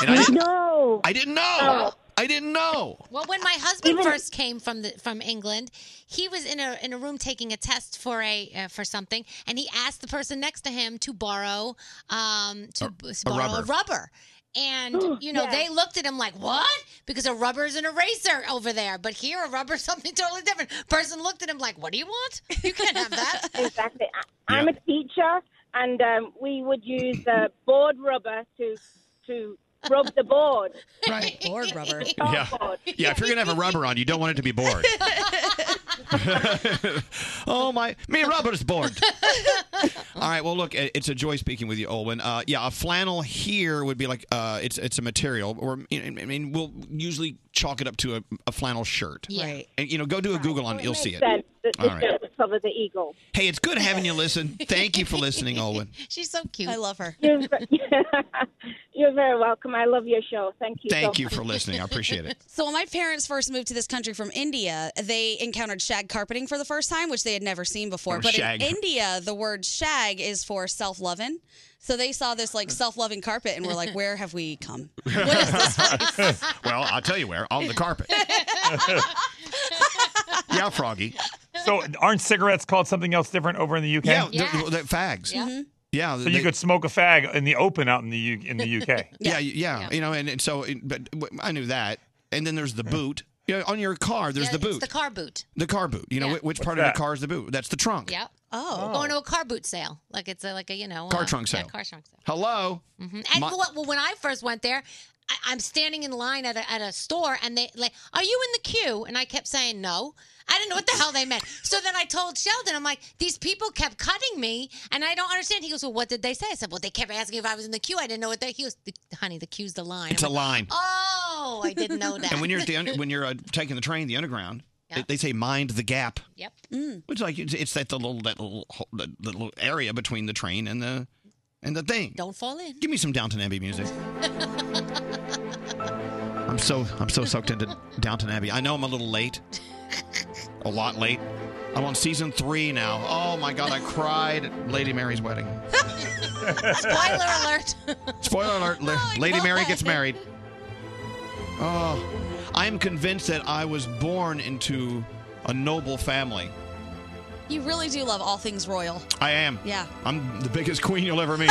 Speaker 2: And I didn't,
Speaker 13: no.
Speaker 2: I didn't know. I didn't know.
Speaker 6: Well, when my husband first came from the from England, he was in a in a room taking a test for a uh, for something, and he asked the person next to him to borrow um to b-
Speaker 15: a rubber.
Speaker 6: borrow a rubber. And you know
Speaker 15: Yeah.
Speaker 6: they looked at him like what? Because a rubber is an eraser over there, but here a rubber is something totally different. Person looked at him like, "What do you want? You can't have that."
Speaker 13: exactly. I, I'm a teacher, and um, we would use uh, board rubber to to rub the board.
Speaker 2: Right.
Speaker 13: Board rubber.
Speaker 2: Yeah. yeah, if you're gonna have a rubber on, you don't want it to be bored. oh my, me rubber's bored. All right, well look, it- it's a joy speaking with you, Olwen. Uh, yeah, a flannel here would be like uh, it's it's a material, or you know, I mean, we'll usually chalk it up to a, a flannel shirt.
Speaker 13: Yeah. Right.
Speaker 2: And you know, go do a Google on, it, you'll see it.
Speaker 13: Said that
Speaker 2: All
Speaker 13: the
Speaker 2: right.
Speaker 13: shirt would cover the eagle.
Speaker 2: Hey, it's good having you listen. Thank you for listening, Olwen.
Speaker 6: She's so cute.
Speaker 7: I love her.
Speaker 13: You're, you're very welcome. I love your show. Thank you.
Speaker 2: Thank
Speaker 13: so
Speaker 2: you for listening. I appreciate it.
Speaker 7: So when my parents first moved to this country from India, they encountered shag carpeting for the first time, which they had never seen before.
Speaker 15: Oh,
Speaker 7: but
Speaker 15: shag.
Speaker 7: in India, the word shag is for self-loving. So they saw this like self-loving carpet and were like, "Where have we come?"
Speaker 2: well, I'll tell you where on the carpet. yeah, Froggy.
Speaker 8: So aren't cigarettes called something else different over in the UK?
Speaker 2: Yeah, they're- Yeah. they're fags.
Speaker 8: Yeah.
Speaker 2: Yeah,
Speaker 8: so
Speaker 2: they-
Speaker 8: you could smoke a fag in the open out in the U- in the UK.
Speaker 2: yeah, y- Uh, yeah, You know, and, and so, it, but w- I knew that. And then there's the boot. You know, on your car, there's
Speaker 6: Yeah,
Speaker 2: the boot.
Speaker 6: It's the car boot.
Speaker 2: The car boot. You know,
Speaker 6: Yeah.
Speaker 2: wh- which part
Speaker 6: What's
Speaker 2: of
Speaker 6: that?
Speaker 2: the car is the boot? That's the trunk.
Speaker 6: Yep. Oh,
Speaker 2: Oh.
Speaker 6: going to a car boot sale. Like it's a, like a you know
Speaker 2: Car
Speaker 6: uh,
Speaker 2: trunk
Speaker 6: yeah,
Speaker 2: sale.
Speaker 6: car trunk sale.
Speaker 2: Hello.
Speaker 6: Mhm. And
Speaker 2: My-
Speaker 6: well, well, when I first went there, I, I'm standing in line at a, at a store, and they like, "Are you in the queue?" And I kept saying no. I didn't know what the hell they meant. So then I told Sheldon, I'm like, "These people kept cutting me, and I don't understand." He goes, "Well, what did they say?" I said, "Well, they kept asking if I was in the queue. I didn't know what they." He goes, "The- "Honey, the queue's the line."
Speaker 2: It's
Speaker 6: I'm
Speaker 2: a
Speaker 6: like,
Speaker 2: line.
Speaker 6: Oh, I didn't know that.
Speaker 2: And when you're at the under, when you're uh, taking the train, the underground,
Speaker 6: Yeah.
Speaker 2: they, they say mind the gap,
Speaker 6: yep.
Speaker 7: Mm.
Speaker 2: which like it's, it's that the little that little ho- that little area between the train and the and the thing.
Speaker 6: Don't fall in.
Speaker 2: Give me some Downton Abbey music. I'm so I'm so sucked into Downton Abbey. I know I'm a little late, a lot late. I'm on season three now. Oh my god, I cried at Lady Mary's wedding.
Speaker 6: Spoiler alert.
Speaker 2: Spoiler alert: La- Lady Mary gets married. Oh, I am convinced that I was born into a noble family.
Speaker 7: You really do love all things royal.
Speaker 2: I am.
Speaker 7: Yeah.
Speaker 2: I'm the biggest queen you'll ever meet.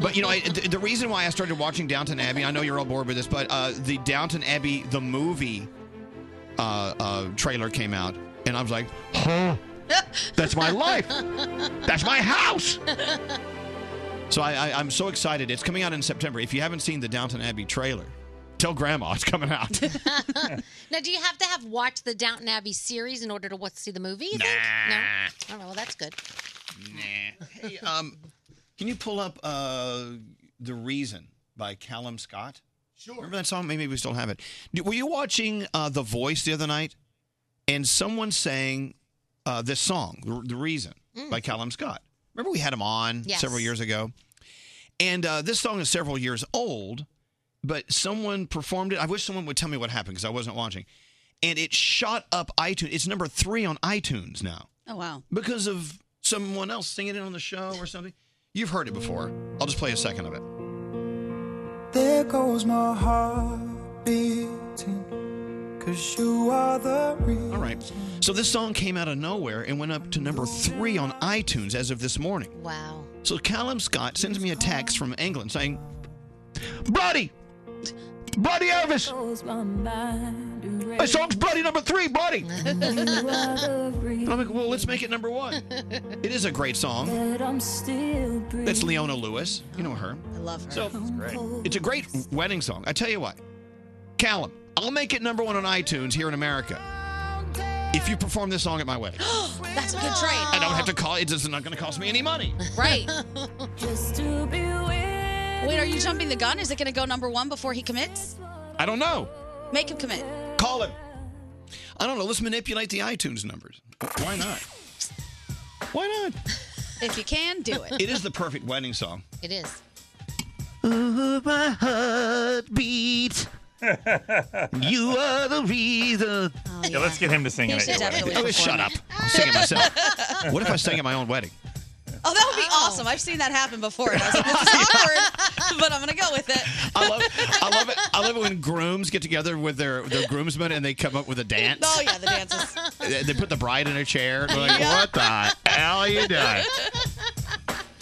Speaker 2: But you know, I, th- the reason why I started watching Downton Abbey, I know you're all bored with this, but uh, the Downton Abbey the movie uh, uh, trailer came out, and I was like, huh, that's my life, that's my house. So I, I, I'm so excited. It's coming out in September. If you haven't seen the Downton Abbey trailer, tell Grandma it's coming out.
Speaker 6: Now, do you have to have watched the Downton Abbey series in order to what see the movie? You think? No. All right. Well, that's good.
Speaker 2: Nah. Hey, um, can you pull up uh, The Reason by Callum Scott? Sure. Remember that song? Maybe we still have it. D- Were you watching uh, The Voice the other night? And someone sang uh, this song, The- The Reason
Speaker 15: Mm.
Speaker 2: by Callum Scott. Remember we had him on
Speaker 15: Yes.
Speaker 2: several years ago? And uh, this song is several years old, but someone performed it. I wish someone would tell me what happened because I wasn't watching. And it shot up iTunes. It's number three on iTunes now
Speaker 7: Oh wow.
Speaker 2: because of someone else singing it on the show or something. You've heard it before. I'll just play a second of it.
Speaker 15: There goes my heart beating, cause you are the reason.
Speaker 2: All right. So this song came out of nowhere and went up to number three on iTunes as of this morning.
Speaker 6: Wow.
Speaker 2: So Callum Scott sends me a text from England saying, Bloody! Bloody Elvis! My song's Bloody number three, Bloody! And I'm like, well, let's make it number one. It is a great song. That's
Speaker 15: That's
Speaker 2: Leona Lewis. You know her.
Speaker 7: I love her.
Speaker 2: So It's a great wedding song. I tell you what, Callum, I'll make it number one on iTunes here in America if you perform this song at my wedding.
Speaker 7: That's a good trade.
Speaker 2: I don't have to call. It's not going to cost me any money.
Speaker 7: Right. Wait, are you jumping the gun? Is it going to go number one before he commits?
Speaker 2: I don't know.
Speaker 7: Make him commit.
Speaker 2: Call him. I don't know. Let's manipulate the iTunes numbers. Why not? Why not?
Speaker 7: If you can, do it.
Speaker 2: It is the perfect wedding song.
Speaker 6: It is.
Speaker 2: Ooh, my heartbeat. you are the reason.
Speaker 8: yeah, let's get him to sing
Speaker 2: He
Speaker 8: it.
Speaker 2: should
Speaker 8: at your
Speaker 2: definitely
Speaker 8: wedding.
Speaker 2: Oh, shut perform up. I'll sing it myself. What if I sang at my own wedding?
Speaker 7: Oh, that would be awesome. I've seen that happen before. And I was like, this is awkward, but I'm going to go with it.
Speaker 2: I love, I love it. I love it when grooms get together with their, their groomsmen and they come up with a dance.
Speaker 7: Oh, yeah, the dance is.
Speaker 2: They they put the bride in a chair. They're like,
Speaker 7: Yeah.
Speaker 2: "What the hell are you doing?"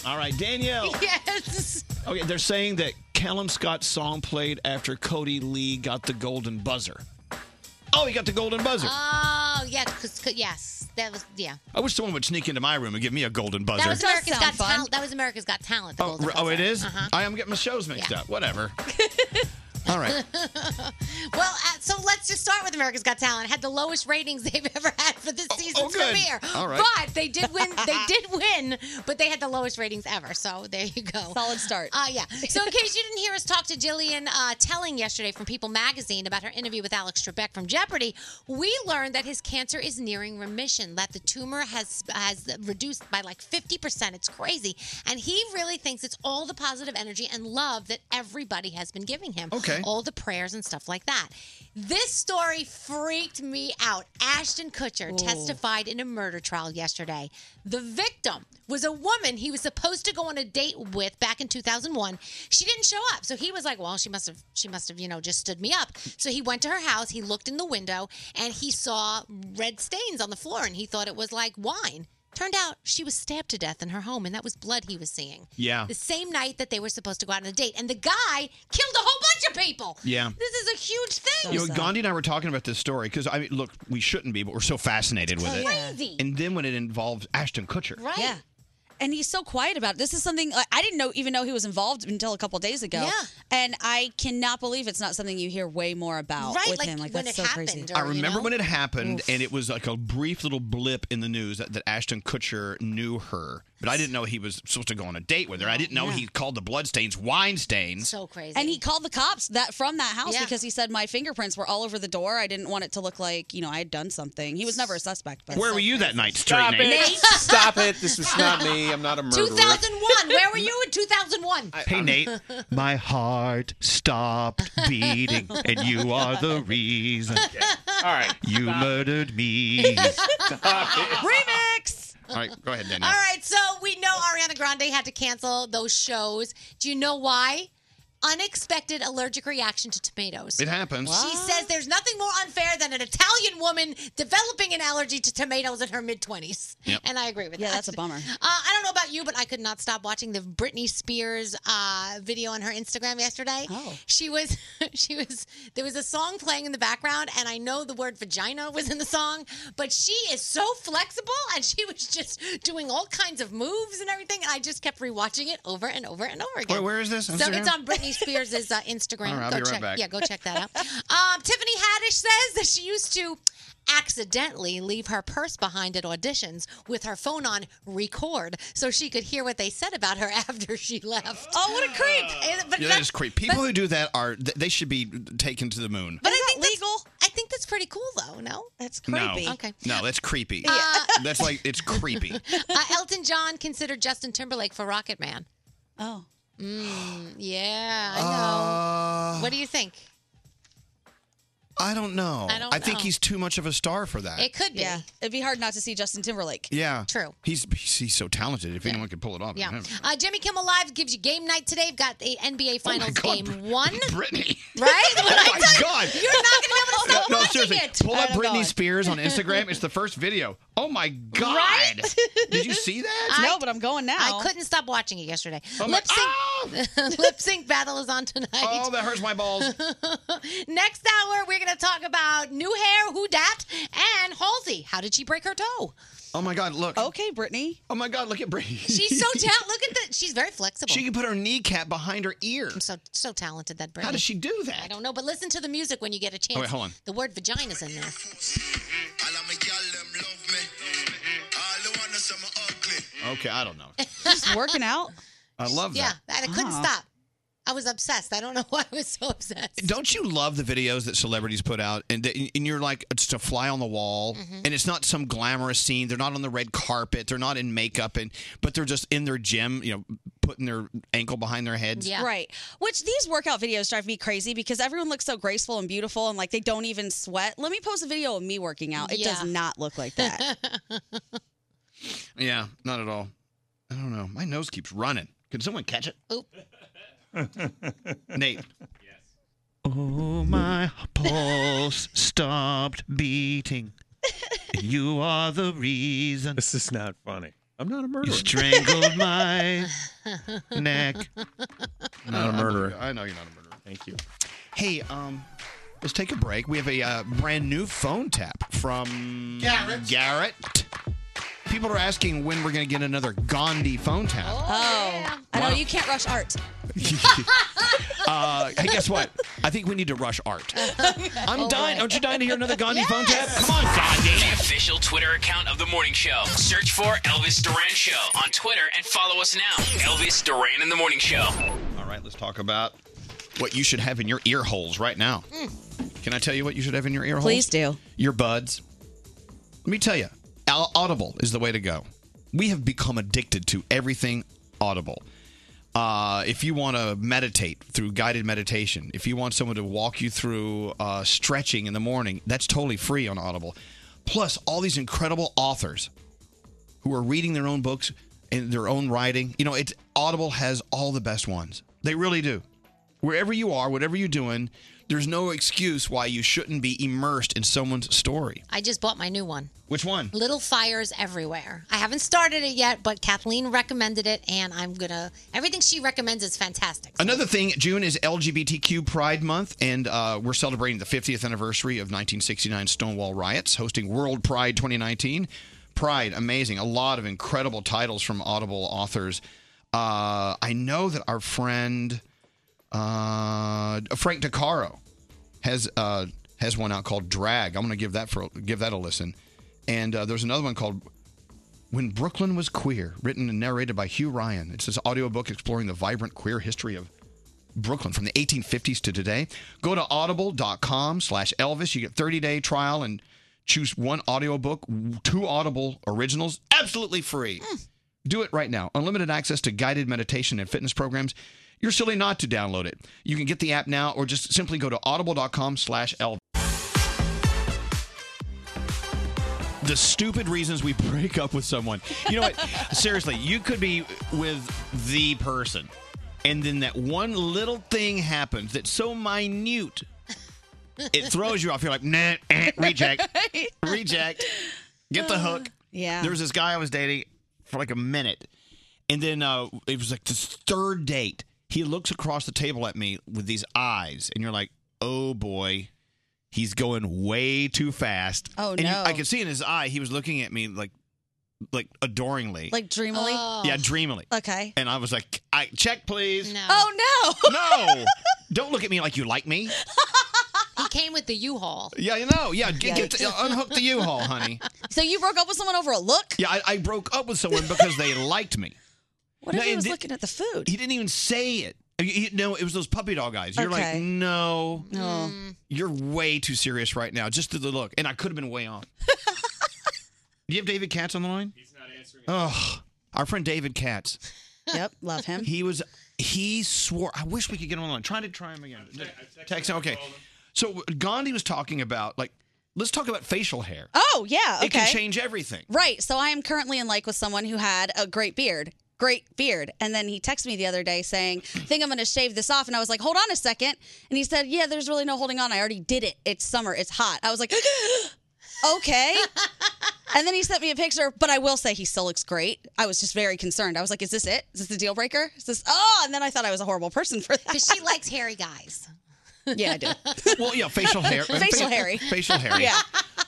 Speaker 2: All right, Danielle.
Speaker 6: Yes.
Speaker 2: Okay, they're saying that Callum Scott's song played after Cody Lee got the golden buzzer. Oh, he got the golden buzzer.
Speaker 6: Oh, yeah. 'cause- 'cause- yes. That was yeah.
Speaker 2: I wish someone would sneak into my room and give me a golden buzzer.
Speaker 6: That was America's Got Talent. That was America's Got Talent. the
Speaker 2: Oh,
Speaker 6: Golden
Speaker 2: r- oh, it
Speaker 6: Buzzer.
Speaker 2: is?
Speaker 6: Uh-huh.
Speaker 2: I am getting my shows mixed up. Whatever. All right.
Speaker 6: well, uh, so let's just start with America's Got Talent. Had the lowest ratings they've ever had for this season's
Speaker 2: Oh, good.
Speaker 6: premiere.
Speaker 2: All right.
Speaker 6: But they did win. They did win, but they had the lowest ratings ever. So there you go. Solid start. Uh, yeah. So in case you didn't hear us talk to Jillian uh, Telling yesterday from People Magazine about her interview with Alex Trebek from Jeopardy, we learned that his cancer is nearing remission. That the tumor has has reduced by like fifty percent. It's crazy, and he really thinks it's all the positive energy and love that everybody has been giving him.
Speaker 16: Okay.
Speaker 6: All the prayers and stuff like that. This story freaked me out. Ashton Kutcher testified in a murder trial yesterday. The victim was a woman he was supposed to go on a date with back in 2001. She didn't show up. So he was like, "Well, she must have she must have, you know, just stood me up." So he went to her house, he looked in the window, and he saw red stains on the floor and he thought it was like wine. Turned out she was stabbed to death in her home and that was blood he was seeing.
Speaker 2: Yeah.
Speaker 6: The same night that they were supposed to go out on a date. And the guy killed a whole bunch of people.
Speaker 2: Yeah.
Speaker 6: This is a huge thing.
Speaker 2: you know, Gandhi and I were talking about this story because I mean, look, we shouldn't be, but we're so fascinated with
Speaker 6: Crazy.
Speaker 2: it. And then when it involves Ashton Kutcher,
Speaker 6: Right.
Speaker 7: Yeah. And he's so quiet about it. This is something like, I didn't know even know he was involved until a couple days ago.
Speaker 6: Yeah.
Speaker 7: And I cannot believe it's not something you hear way more about
Speaker 6: Right,
Speaker 7: with
Speaker 6: like
Speaker 7: him. Like
Speaker 6: when
Speaker 7: that's
Speaker 6: it
Speaker 7: so
Speaker 6: happened
Speaker 7: crazy.
Speaker 2: I remember when it happened, and it was like a brief little blip in the news that, that Ashton Kutcher knew her, but I didn't know he was supposed to go on a date with her. I didn't know
Speaker 7: Yeah.
Speaker 2: he called the bloodstains wine stains.
Speaker 6: So crazy.
Speaker 7: And he called the cops that from that house
Speaker 6: Yeah.
Speaker 7: because he said my fingerprints were all over the door. I didn't want it to look like you know I had done something. He was never a suspect. But
Speaker 2: Where were you that night, straight
Speaker 11: Stop
Speaker 2: Nate?
Speaker 11: it. Stop it. This was not me. I'm not a murderer.
Speaker 6: 2001. Where were you in 2001?
Speaker 2: Hey Nate, my heart stopped beating, and you are the reason.
Speaker 11: All right.
Speaker 2: You murdered me.
Speaker 6: Remix.
Speaker 2: All right, go ahead, Daniel.
Speaker 6: All right, so we know Ariana Grande had to cancel those shows. Do you know why? unexpected allergic reaction to tomatoes.
Speaker 2: It happens.
Speaker 6: She says there's nothing more unfair than an Italian woman developing an allergy to tomatoes in her mid 20s.
Speaker 7: Yep.
Speaker 6: And I agree with
Speaker 7: Yeah,
Speaker 6: that.
Speaker 7: that's a bummer.
Speaker 6: Uh, I don't know about you, but I could not stop watching the Britney Spears uh, video on her Instagram yesterday.
Speaker 7: Oh.
Speaker 6: She was, she was, there was a song playing in the background, and I know the word vagina was in the song, but she is so flexible, and she was just doing all kinds of moves and everything. And I just kept rewatching it over and over and over again.
Speaker 2: Wait, where is this?
Speaker 6: So it's
Speaker 2: Instagram?
Speaker 6: on Britney Spears' uh, Instagram.
Speaker 2: All right, I'll
Speaker 6: go
Speaker 2: be right
Speaker 6: check.
Speaker 2: back.
Speaker 6: Yeah, go check that out. Um, Tiffany Haddish says that she used to accidentally leave her purse behind at auditions with her phone on record so she could hear what they said about her after she left.
Speaker 7: Oh, what a creep!
Speaker 6: But
Speaker 2: yeah, that is creepy. People who do that are th- they should be taken to the moon.
Speaker 6: But I think legal. I think that's pretty cool, though. No, that's
Speaker 2: No,
Speaker 6: Okay.
Speaker 2: no, that's creepy.
Speaker 6: Uh,
Speaker 2: that's like it's creepy.
Speaker 6: Uh, Elton John considered Justin Timberlake for Rocket Man.
Speaker 7: Oh.
Speaker 6: Mm, yeah, I know.
Speaker 2: Uh,
Speaker 6: what do you think?
Speaker 2: I don't know.
Speaker 7: I don't
Speaker 2: think
Speaker 7: know.
Speaker 2: he's too much of a star for that.
Speaker 6: could
Speaker 7: be. Yeah. It'd be hard not to see Justin Timberlake.
Speaker 2: yeah,
Speaker 6: True.
Speaker 2: He's he's, he's so talented. If anyone could pull it off, it's
Speaker 6: Yeah.
Speaker 2: him.
Speaker 6: Uh, Jimmy Kimmel Live gives you game night today. We've got the NBA Finals
Speaker 2: Oh God,
Speaker 6: game one.
Speaker 2: Brittany.
Speaker 6: Right? When I
Speaker 2: Oh my
Speaker 6: tell you,
Speaker 2: God.
Speaker 6: You're not going to be able to
Speaker 2: No,
Speaker 6: stop
Speaker 2: no,
Speaker 6: watching
Speaker 2: seriously.
Speaker 6: Oh, it.
Speaker 2: Pull up Britney Spears on Instagram. It's the first video. Oh my God! Did you see that?
Speaker 6: no,
Speaker 7: but I'm going now.
Speaker 6: I couldn't stop watching it yesterday.
Speaker 2: Oh my-
Speaker 6: Lip sync Lip sync battle is on tonight.
Speaker 2: Oh, that hurts my balls.
Speaker 6: Next hour, we're going to talk about new hair, who dat, and Halsey. How did she break her toe?
Speaker 2: Oh my God! Look.
Speaker 7: Okay, Brittany.
Speaker 2: Oh my God! Look at Brittany.
Speaker 6: She's so talented. Look at that. She's very flexible.
Speaker 2: She can put her kneecap behind her ear.
Speaker 6: so so talented that Britney.
Speaker 2: How does she do that?
Speaker 6: I don't know, but listen to the music when you get a chance.
Speaker 2: Oh, wait, hold on.
Speaker 6: The word vagina's in there.
Speaker 2: Okay, I don't know.
Speaker 7: Just working out.
Speaker 2: I love
Speaker 6: yeah,
Speaker 2: that.
Speaker 6: and I couldn't
Speaker 2: Oh.
Speaker 6: stop. I was obsessed. I don't know why I was so obsessed.
Speaker 2: Don't you love the videos that celebrities put out, and they, and you're like it's a fly on the wall,
Speaker 6: Mhm.
Speaker 2: and it's not some glamorous scene. They're not on the red carpet. They're not in makeup, and but they're just in their gym, you know, putting their ankle behind their heads.
Speaker 7: Right. Which these workout videos drive me crazy because everyone looks so graceful and beautiful and like they don't even sweat. Let me post a video of me working out. It
Speaker 6: Yeah.
Speaker 7: does not look like that.
Speaker 2: Yeah, not at all. I don't know. My nose keeps running. Can someone catch it?
Speaker 6: Oop.
Speaker 2: Nate. Oh, my pulse stopped beating. You are the reason.
Speaker 16: This is not funny. I'm not a murderer.
Speaker 2: strangled my neck.
Speaker 16: I'm not a murderer.
Speaker 2: I know you're not a murderer.
Speaker 16: Thank you.
Speaker 2: Hey, um, let's take a break. We have a uh, brand new phone tap from Garrett. Garrett. People are asking when we're going to get another Gandhi phone tap.
Speaker 7: Oh. I know
Speaker 2: Wow.
Speaker 7: you can't rush art.
Speaker 2: Uh, hey, guess what? I think we need to rush art. I'm
Speaker 7: Oh,
Speaker 5: All
Speaker 2: dying.
Speaker 5: right.
Speaker 2: Aren't you dying to hear another Gandhi phone tap? Come on, Gandhi.
Speaker 5: The official Twitter account of the morning show. Search for Elvis Duran Show on Twitter and follow us now. Elvis Duran in the morning show.
Speaker 2: All right, let's talk about what you should have in your ear holes right now. Can I tell you what you should have in your ear holes?
Speaker 7: Hmm. Please do.
Speaker 2: Your buds. Let me tell you, Al- Audible is the way to go. We have become addicted to everything Audible. Uh, if you want to meditate through guided meditation, if you want someone to walk you through uh, stretching in the morning, that's totally free on Audible. Plus, all these incredible authors who are reading their own books and their own writing. You know, it's Audible has all the best ones. They really do. Wherever you are, whatever you're doing, there's no excuse why you shouldn't be immersed in someone's story.
Speaker 6: I just bought my new one.
Speaker 2: Which one?
Speaker 6: Little fires everywhere. I haven't started it yet, but Kathleen recommended it, and I'm gonna. Everything she recommends is fantastic.
Speaker 2: Another thing, June is LGBTQ Pride Month, and uh, we're celebrating the 50th anniversary of 1969 Stonewall riots, hosting World Pride 2019. Pride, amazing. A lot of incredible titles from Audible authors. Uh, I know that our friend uh, Frank DeCaro has uh, has one out called Drag. I'm going to give that for give that a listen. And uh, there's another one called when Brooklyn Was Queer, written and narrated by Hugh Ryan. It's this audiobook exploring the vibrant queer history of Brooklyn from the 1850s to today. Go to audible.com slash Elvis. You get 30-day trial and choose one audiobook, two Audible originals, absolutely free. Do it right now. Unlimited access to guided meditation and fitness programs. You're silly not to download it. You can get the app now or just simply go to audible.com slash Elvis. the stupid reasons we break up with someone. You know what? Seriously, you could be with the person and then that one little thing happens that's so minute, it throws you off. You're like, nah, eh, reject, reject, get the hook.
Speaker 7: Yeah.
Speaker 2: There was this guy I was dating for like a minute, and then uh, it was like this third date. He looks across the table at me with these eyes, and you're like, oh boy. He's going way too fast.
Speaker 7: Oh,
Speaker 2: And you-
Speaker 7: no.
Speaker 2: I could see in his eye he was looking at me like, like adoringly,
Speaker 7: Like dreamily?
Speaker 6: Oh.
Speaker 2: yeah, dreamily.
Speaker 7: Okay.
Speaker 2: And I was like, I check, please.
Speaker 7: Oh, no.
Speaker 2: No. Don't look at me like you like me.
Speaker 6: He came with the U-Haul.
Speaker 2: Yeah, you know. Yeah, get, get the, unhook the U-Haul, honey.
Speaker 7: So you broke up with someone over a look?
Speaker 2: Yeah, I, I broke up with someone because they liked me.
Speaker 7: What if
Speaker 2: No,
Speaker 7: he
Speaker 2: it
Speaker 7: was
Speaker 2: did-
Speaker 7: looking at the food?
Speaker 2: He didn't even say it. He- he- no, it was those puppy dog eyes. You're
Speaker 7: Okay.
Speaker 2: like, no,
Speaker 7: No.
Speaker 2: you're way too serious right now. Just to the look, and I could have been way off. Do you have David Katz on the line? He's not answering. Oh, our friend David Katz.
Speaker 7: Yep, love him.
Speaker 2: He was. He swore. I wish we could get him on. Try to try him again. Text him. Okay. So Gandhi was talking about like, let's talk about facial hair.
Speaker 7: Oh, yeah. Okay.
Speaker 2: It can change everything.
Speaker 7: Right. So I am currently in like with someone who had a great beard. Great beard. And then he texted me the other day saying, think I'm going to shave this off. And I was like, hold on a second. And he said, yeah, there's really no holding on. I already did it. It's summer. It's hot. I was like, okay. and then he sent me a picture, but I will say he still looks great. I was just very concerned. I was like, is this it? Is this the deal breaker? Is this, oh, and then I thought I was a horrible person for that. Because
Speaker 6: she likes hairy guys.
Speaker 7: Yeah, I do.
Speaker 2: Well, yeah, facial hair.
Speaker 7: Facial hairy.
Speaker 2: Facial hair.
Speaker 7: Yeah.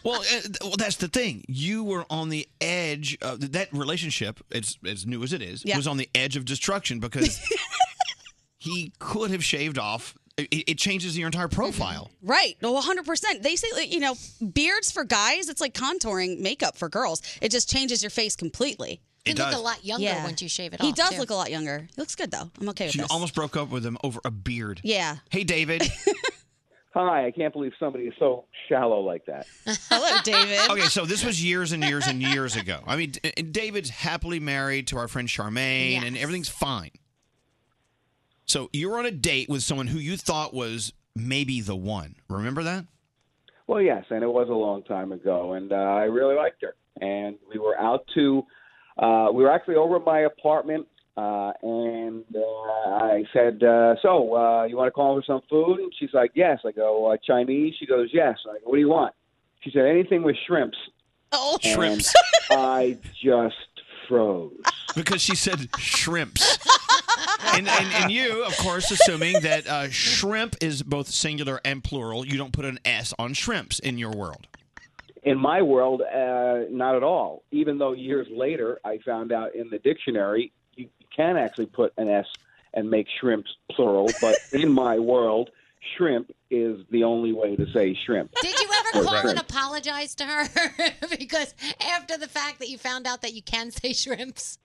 Speaker 2: Well, uh, well, that's the thing. You were on the edge of that relationship. It's as new as it is.
Speaker 7: Yeah.
Speaker 2: Was on the edge of destruction because he could have shaved off. It, it changes your entire profile.
Speaker 7: Right. No, 100%. They say, like, you know, beards for guys, it's like contouring makeup for girls. It just changes your face completely.
Speaker 2: It You look does. a lot
Speaker 6: younger once you shave it
Speaker 7: He
Speaker 6: off,
Speaker 7: does
Speaker 6: too.
Speaker 7: look a lot younger. He looks good, though. I'm okay with
Speaker 2: She
Speaker 7: this.
Speaker 2: almost broke up with him over a beard.
Speaker 7: yeah.
Speaker 2: Hey, David.
Speaker 17: Hi, I can't believe somebody is so shallow like that.
Speaker 7: Hello, David.
Speaker 2: Okay, so this was years and years and years ago. I mean, D- David's happily married to our friend Charmaine, and everything's fine. So you're on a date with someone who you thought was maybe the one. Remember that?
Speaker 17: Well, yes, and it was a long time ago, and uh, I really liked her. And we were out to, uh, we were actually over at my apartment, uh, and uh, I said, uh, "So, uh, you want to call for some food?" And she's like, "Yes." I go, uh, "Chinese?" She goes, "Yes." I go, "What do you want?" She said, "Anything with shrimps."
Speaker 7: Oh,
Speaker 2: shrimps!
Speaker 17: I just froze.
Speaker 2: Because she said shrimps. And, and, and you, of course, assuming that uh, shrimp is both singular and plural, you don't put an S on shrimps in your world.
Speaker 17: In my world, uh, not at all. Even though years later, I found out in the dictionary you can actually put an S and make shrimps plural, but in my world, shrimp is the only way to say shrimp.
Speaker 6: Did you ever
Speaker 17: Or
Speaker 6: call
Speaker 17: shrimp.
Speaker 6: and apologize to her because after the fact that you found out that you can say shrimps?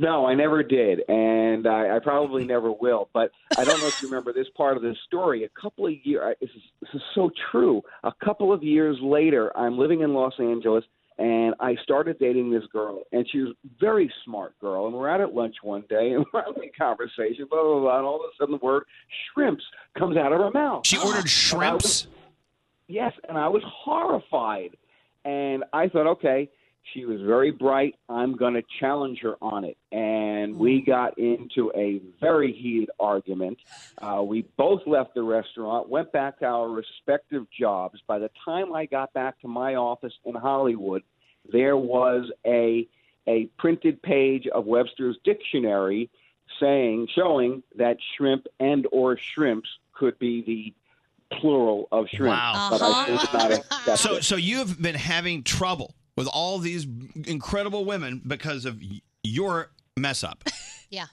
Speaker 17: No, I never did, and I, I probably never will. But I don't know if you remember this part of this story. A couple of years, this is, this is so true. A couple of years later, I'm living in Los Angeles, and I started dating this girl, and she was a very smart girl. And we're out at lunch one day, and we're having a conversation, blah blah blah, and all of a sudden the word shrimps comes out of her mouth.
Speaker 2: She ordered shrimps.
Speaker 17: Yes, and I was horrified. And I thought, okay, she was very bright. I'm going to challenge her on it. And we got into a very heated argument. Uh, we both left the restaurant, went back to our respective jobs. By the time I got back to my office in Hollywood, there was a a printed page of Webster's dictionary saying showing that shrimp and or shrimps could be the plural of shrimp.
Speaker 2: Wow.
Speaker 17: But I did not accept
Speaker 2: So,
Speaker 17: it.
Speaker 2: so you have been having trouble with all these incredible women because of y- your mess up.
Speaker 6: Yeah.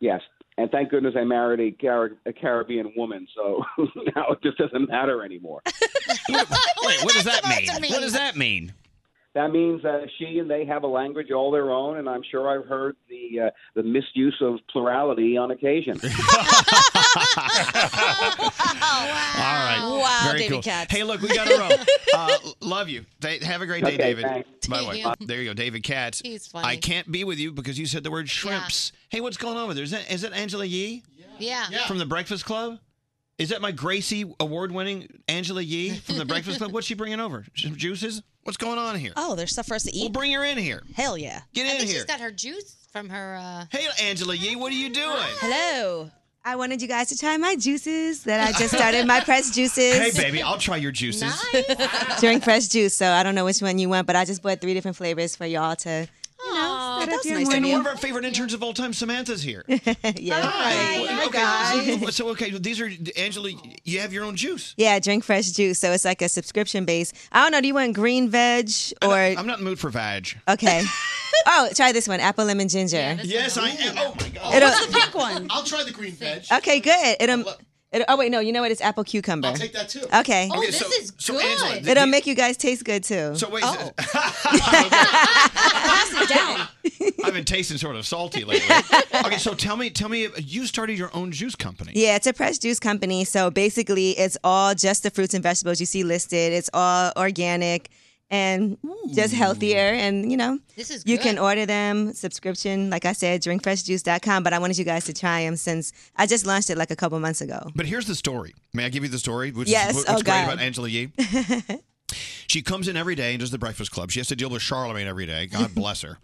Speaker 17: Yes. And thank goodness I married a, Car- a Caribbean woman, so now it just doesn't matter anymore.
Speaker 2: Wait, what does that
Speaker 17: supposed to
Speaker 2: mean? What
Speaker 17: mean?
Speaker 2: does that mean?
Speaker 17: That means uh, she and they have a language all their own, and I'm sure I've heard the uh, the misuse of plurality on occasion.
Speaker 2: All right.
Speaker 17: Wow,
Speaker 2: Very
Speaker 17: David
Speaker 2: cool.
Speaker 17: Katz.
Speaker 2: Hey, look, we got to roll. Uh, love you. Th- have a great day,
Speaker 17: Okay,
Speaker 2: David.
Speaker 17: thanks.
Speaker 2: By the way,
Speaker 17: Damn.
Speaker 2: there you go, David Katz.
Speaker 6: He's funny.
Speaker 2: I can't be with you because you said the word shrimps. Hey, what's going on with her? Is that, is that Angela Yee
Speaker 6: Yeah.
Speaker 2: from the Breakfast Club? Is that my Gracie award-winning Angela Yee from The Breakfast Club? What's she bringing over? Some juices? What's going on here?
Speaker 7: Oh, there's stuff for us to eat.
Speaker 2: We'll bring her in here.
Speaker 7: Hell yeah.
Speaker 2: Get
Speaker 6: I
Speaker 2: in
Speaker 6: think
Speaker 2: here.
Speaker 6: she's got her juice from her. Uh...
Speaker 2: Hey, Angela Yee, what are you doing?
Speaker 7: Hello.
Speaker 18: I wanted you guys to try my juices that I just started my pressed juices.
Speaker 2: Hey, baby, I'll try your juices.
Speaker 18: Drink fresh juice, so I don't know which one you want, but I just bought three different flavors for y'all to.
Speaker 7: You know,
Speaker 18: set up
Speaker 2: that's
Speaker 18: your
Speaker 2: nice. And
Speaker 18: morning.
Speaker 2: one of our favorite interns of all time, Samantha's here.
Speaker 18: yeah.
Speaker 2: okay, so, so, okay, these are Angela. You have your own juice.
Speaker 18: Yeah, drink fresh juice. So it's like a subscription base. I don't know. Do you want green veg or?
Speaker 2: I'm not in the mood for vag.
Speaker 18: Okay. oh, try this one: apple lemon ginger.
Speaker 2: Yes, I am. Oh my god.
Speaker 18: It'll- What's the
Speaker 14: pink one? I'll try the green veg.
Speaker 18: Okay, good. It'll, it'll. Oh wait, no. You know what? It's apple cucumber.
Speaker 14: I'll take that too.
Speaker 18: Okay. Oh,
Speaker 2: Oh,
Speaker 14: Okay, so- so Angela, th-
Speaker 18: It'll
Speaker 14: th-
Speaker 18: make you guys taste good too.
Speaker 2: So wait.
Speaker 18: Oh.
Speaker 2: I've been tasting sort of salty lately. okay, so tell me, tell me, you started your own juice company.
Speaker 18: Yeah, it's a pressed juice company. So basically, it's all just the fruits and vegetables you see listed. It's all organic and just healthier. And you know,
Speaker 6: This is
Speaker 18: you
Speaker 6: good.
Speaker 18: can order them subscription. Like I said, drinkfreshjuice.com. But I wanted you guys to try them since I just launched it like a couple months ago.
Speaker 2: But here's the story. May I give you the story? Which
Speaker 18: Yes.
Speaker 2: Is, what's
Speaker 18: Oh,
Speaker 2: great
Speaker 18: God.
Speaker 2: about Angela Yee? she comes in every day and does the Breakfast Club. She has to deal with Charlemagne every day. God bless her.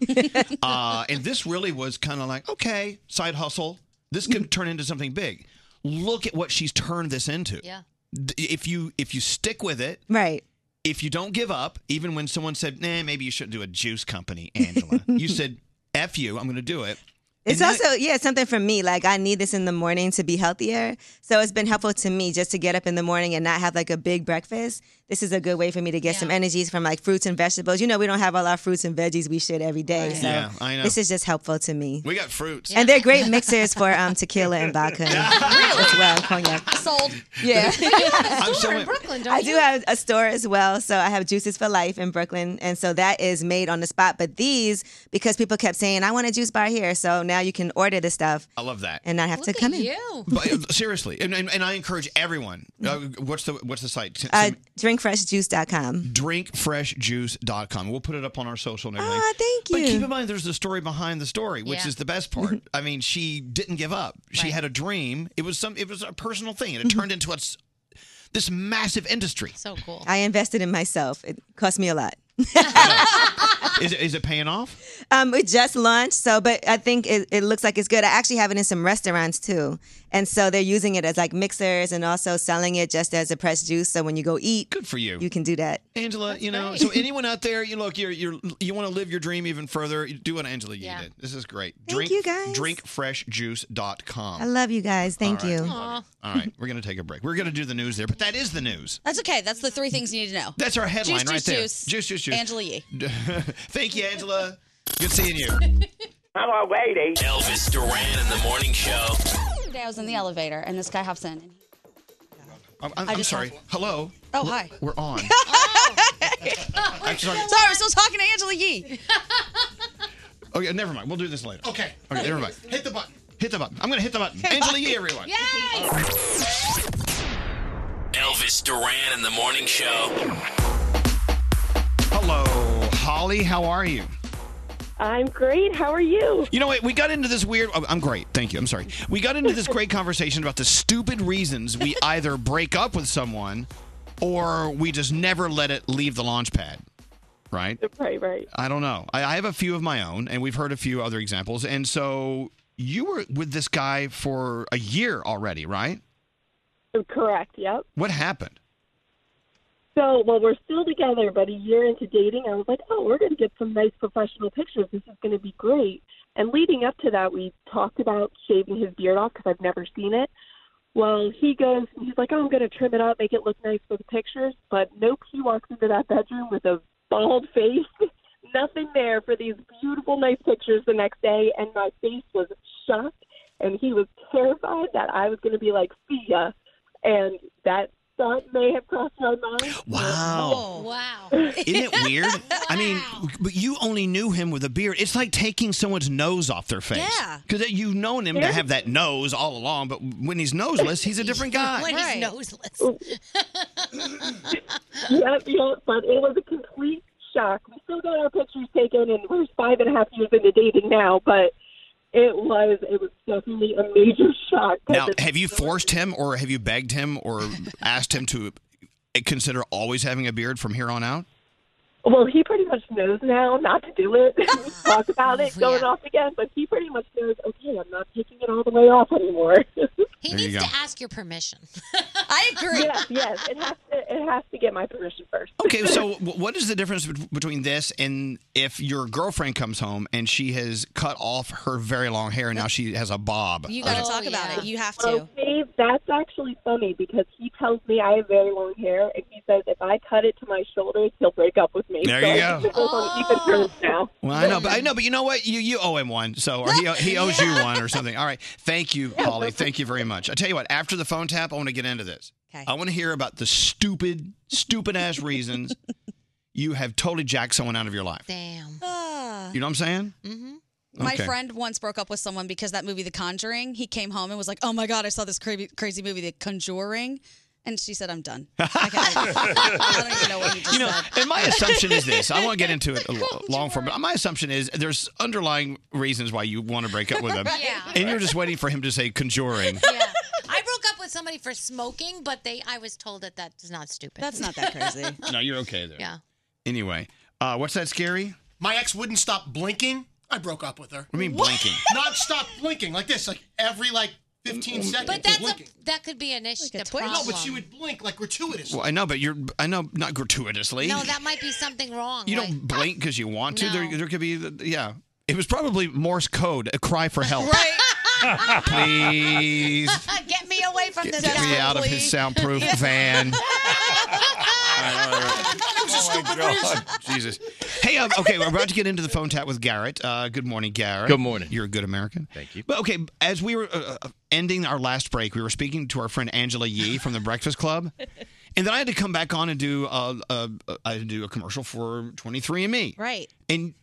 Speaker 2: uh, and this really was kind of like, okay, side hustle. This could turn into something big. Look at what she's turned this into.
Speaker 6: Yeah.
Speaker 2: D- If you if you stick with it,
Speaker 18: right.
Speaker 2: If you don't give up, even when someone said, "Nah, maybe you shouldn't do a juice company," Angela, you said, "F you, I'm going to do it."
Speaker 18: It's also yeah, it's something for me. Like I need this in the morning to be healthier. So it's been helpful to me just to get up in the morning and not have like a big breakfast. This is a good way for me to get some energies from like fruits and vegetables. You know, we don't have all our fruits and veggies we should every day.
Speaker 2: Right.
Speaker 18: So
Speaker 2: Yeah, I know.
Speaker 18: this is just helpful to me.
Speaker 2: We got fruits.
Speaker 18: And they're great mixers for um, tequila and vodka as well, cognac.
Speaker 6: Sold.
Speaker 18: Yeah.
Speaker 6: You have a store in Brooklyn, don't
Speaker 18: I
Speaker 6: you?
Speaker 18: do have a store as well. So I have Juices for Life in Brooklyn. And so that is made on the spot. But these, because people kept saying, I want a juice bar here. So now you can order the stuff
Speaker 2: I love that.
Speaker 18: and not have to come in.
Speaker 2: But, uh, seriously, and, and, and I encourage everyone. Uh, what's the what's the site? S-
Speaker 18: Uh, drinkfreshjuice.com.
Speaker 2: drinkfreshjuice.com. We'll put it up on our social and everything.
Speaker 18: Ah, thank
Speaker 2: But
Speaker 18: you. Mm-hmm.
Speaker 2: keep in mind, there's the story behind the story, which
Speaker 18: Yeah.
Speaker 2: is the best part. I mean, she didn't give up. She had a dream. It was some. It was a personal thing,
Speaker 18: Mm-hmm.
Speaker 2: and it turned into a, s- this massive industry.
Speaker 6: So cool.
Speaker 18: I invested in myself. It cost me a lot.
Speaker 2: Is it, is it paying off?
Speaker 18: Um, it just launched, so but I think it, it looks like it's good. I actually have it in some restaurants too, and so they're using it as like mixers and also selling it just as a pressed juice. So when you go eat,
Speaker 2: good for you.
Speaker 18: You can do that.
Speaker 2: Angela, you know, so anyone out there, you look, you're, you're, you want to live your dream even further, you do what Angela Yee
Speaker 18: Yeah.
Speaker 2: did. This is great.
Speaker 18: Thank
Speaker 2: Drink,
Speaker 18: you, guys.
Speaker 2: Drinkfreshjuice.com.
Speaker 18: I love you guys. Thank
Speaker 2: All right.
Speaker 18: you.
Speaker 2: Love you. All right, we're going to take a break. We're going to do the news there, but that is the news.
Speaker 7: That's okay. That's the three things you need to know.
Speaker 2: That's our headline
Speaker 7: juice,
Speaker 2: right
Speaker 7: juice,
Speaker 2: there.
Speaker 7: Juice,
Speaker 2: Juice, juice, juice.
Speaker 7: Angela Yee.
Speaker 2: Thank you, Angela. Good seeing you.
Speaker 5: Hello, lady. Elvis Duran in the morning show.
Speaker 7: Today I was in the elevator and this guy hops in.
Speaker 2: I'm, I'm,
Speaker 7: I
Speaker 2: I'm
Speaker 7: just
Speaker 2: sorry. Hello.
Speaker 7: Oh, hi. Oh.
Speaker 2: We're on. I'm sorry.
Speaker 7: Sorry, we're still talking to Angela Yee.
Speaker 2: Okay, never mind. We'll do this
Speaker 7: Oh.
Speaker 2: later.
Speaker 14: Okay.
Speaker 2: Okay, never mind.
Speaker 14: Hit the button.
Speaker 2: Hit the button. I'm going to hit the button. Angela Yee, everyone.
Speaker 5: Elvis Duran in the morning show.
Speaker 2: Hello, Holly. How are you?
Speaker 19: I'm great. How are you?
Speaker 2: You know what? We got into this weird. oh, I'm great. Thank you. I'm sorry. We got into this great conversation about the stupid reasons we either break up with someone or we just never let it leave the launch pad. Right?
Speaker 19: Right, right.
Speaker 2: I don't know. I, I have a few of my own, and we've heard a few other examples. And so you were with this guy for a year already, right?
Speaker 19: Correct. Yep.
Speaker 2: What happened?
Speaker 19: So, well, we're still together, but a year into dating, I was like, oh, we're going to get some nice professional pictures. This is going to be great. And leading up to that, we talked about shaving his beard off because I've never seen it. Well, he goes, he's like, oh, I'm going to trim it up, make it look nice for the pictures. But nope, he walks into that bedroom with a bald face, nothing there for these beautiful, nice pictures the next day. And my face was shocked, and he was terrified that I was going to be like, see ya. And that thought may have crossed my mind.
Speaker 2: Wow.
Speaker 6: Wow.
Speaker 2: Isn't it weird? I mean, but you only knew him with a beard. It's like taking someone's nose off their face. Yeah. Because you've known him to have that nose all along, but when he's noseless, he's a different guy.
Speaker 6: When he's noseless.
Speaker 19: Oh. yep, yep, but it was a complete shock. We still got our pictures taken, and we're five and a half years into dating now, but It was it was definitely a major shock. 'cause
Speaker 2: Now,
Speaker 19: it's-
Speaker 2: have you forced him, or have you begged him, or asked him to consider always having a beard from here on out?
Speaker 19: well, he pretty much knows now not to do it. we talk about it going off again, but he pretty much knows. Okay, I'm not taking it all the way off anymore.
Speaker 6: He
Speaker 2: There you
Speaker 6: needs
Speaker 2: go.
Speaker 6: to ask your permission.
Speaker 7: I agree.
Speaker 19: Yes, yes, it has to it has to get my permission first.
Speaker 2: Okay, so wh- what is the difference bet- between this and if your girlfriend comes home and she has cut off her very long hair and now she has a bob?
Speaker 7: You gotta talk
Speaker 12: Oh,
Speaker 7: about it. You have to.
Speaker 19: Okay, that's actually funny because he tells me I have very long hair, and he says if I cut it to my shoulders, he'll break up with me.
Speaker 2: There
Speaker 19: so
Speaker 2: you
Speaker 19: I
Speaker 2: go.
Speaker 19: think we're on
Speaker 12: Oh.
Speaker 19: even terms now.
Speaker 2: Well, I know, but I know, but you know what? You you owe him one, so or he he owes you one or something. All right, thank you, Polly. Thank you very much. I tell you what, after the phone tap, I want to get into this.
Speaker 7: Okay.
Speaker 2: I want to hear about the stupid, stupid ass reasons you have totally jacked someone out of your life.
Speaker 6: Damn.
Speaker 7: Ah.
Speaker 2: You know what I'm saying?
Speaker 7: My
Speaker 2: Okay.
Speaker 7: friend once broke up with someone because that movie, The Conjuring, he came home and was like, oh my God, I saw this crazy, crazy movie, The Conjuring. And she said, I'm done. I, can't- I don't even know what you just
Speaker 2: You know,
Speaker 7: said.
Speaker 2: and my assumption is this. I won't get into it l- long form, but my assumption is there's underlying reasons why you want to break up with him.
Speaker 6: Yeah.
Speaker 2: And you're just waiting for him to say conjuring.
Speaker 6: I broke up with somebody for smoking, but they I was told that that's not stupid.
Speaker 7: That's not that crazy.
Speaker 2: No, you're okay there.
Speaker 6: yeah.
Speaker 2: Anyway, uh, what's that scary?
Speaker 14: My ex wouldn't stop blinking. I broke up with her.
Speaker 2: What do you mean What? blinking?
Speaker 14: Not stop blinking like this, like every like 15 seconds.
Speaker 6: But that's
Speaker 14: blinking.
Speaker 6: a, that could be an issue. the problem.
Speaker 14: No, but she would blink like gratuitous.
Speaker 2: Well, I know, but you're I know not gratuitously.
Speaker 6: No, that might be something wrong.
Speaker 2: you
Speaker 6: like-
Speaker 2: don't blink because you want to.
Speaker 6: No.
Speaker 2: There, there could be, yeah. It was probably Morse code, a cry for help. Please
Speaker 6: Get me away from
Speaker 2: get,
Speaker 6: this
Speaker 2: get
Speaker 6: guy.
Speaker 2: me out of his soundproof van. Jesus. Hey, um, okay, we're about to get into the phone chat with Garrett. Uh, good morning, Garrett. Good morning. You're a good American. Thank you. But okay, as we were uh, uh, ending our last break, we were speaking to our friend Angela Yee from the Breakfast Club, and then I had to come back on and do uh, uh, uh, I had to do a commercial for 23andMe.
Speaker 7: Right.
Speaker 2: And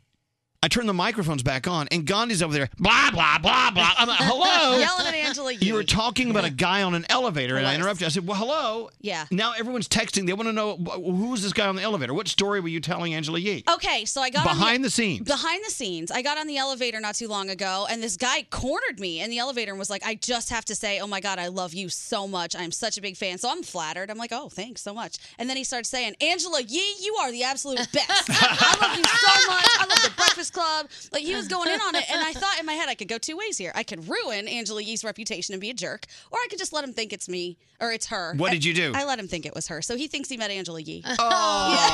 Speaker 2: I turned the microphones back on, and Gandhi's over there, blah blah blah blah.
Speaker 6: uh,
Speaker 2: I'm like, hello,
Speaker 7: Yelling at Angela Yee.
Speaker 2: You were talking about a guy on an elevator, and I
Speaker 7: Was.
Speaker 2: interrupted. I said, "Well, hello."
Speaker 7: Yeah.
Speaker 2: Now everyone's texting. They want to know wh- who was this guy on the elevator? What story were you telling Angela Yee?
Speaker 7: Okay, so I got on
Speaker 2: Behind the scenes.
Speaker 7: Behind the scenes, I got on the elevator not too long ago, and this guy cornered me in the elevator and was like, "I just have to say, oh my god, I love you so much. I'm such a big fan." So I'm flattered. I'm like, "Oh, thanks so much." And then he starts saying, "Angela Yee, you are the absolute best. I love you so much. I love the Breakfast Club." Like he was going in on it, and I thought in my head I could go two ways here. I could ruin Angela Yee's reputation and be a jerk, or I could just let him think it's me or it's her.
Speaker 2: What did you do?
Speaker 7: I let him think it was her, so he thinks he met Angela Yee.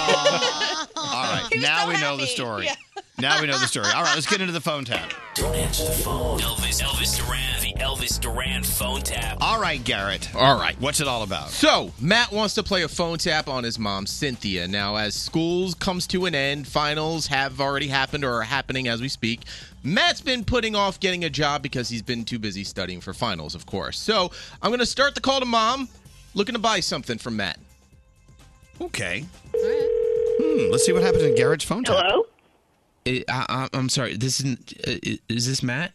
Speaker 2: All right. Now we know the story.
Speaker 7: Yeah.
Speaker 2: Now we know the story. All right. Let's get into the phone tap.
Speaker 5: Don't answer the phone. Elvis, Elvis Duran, the Elvis Duran phone tap.
Speaker 2: All right, Garrett.
Speaker 20: All right.
Speaker 2: What's it all about?
Speaker 20: So, Matt wants to play a phone tap on his mom, Cynthia. Now, as schools comes to an end, finals have already happened or are happening as we speak. Matt's been putting off getting a job because he's been too busy studying for finals, of course. So, I'm going to start the call to mom, looking to buy something from Matt.
Speaker 2: Okay. Hmm, let's see what happens in Garrett's phone tap. Hello?
Speaker 21: I, I, I'm sorry. This isn't. Uh, is this Matt?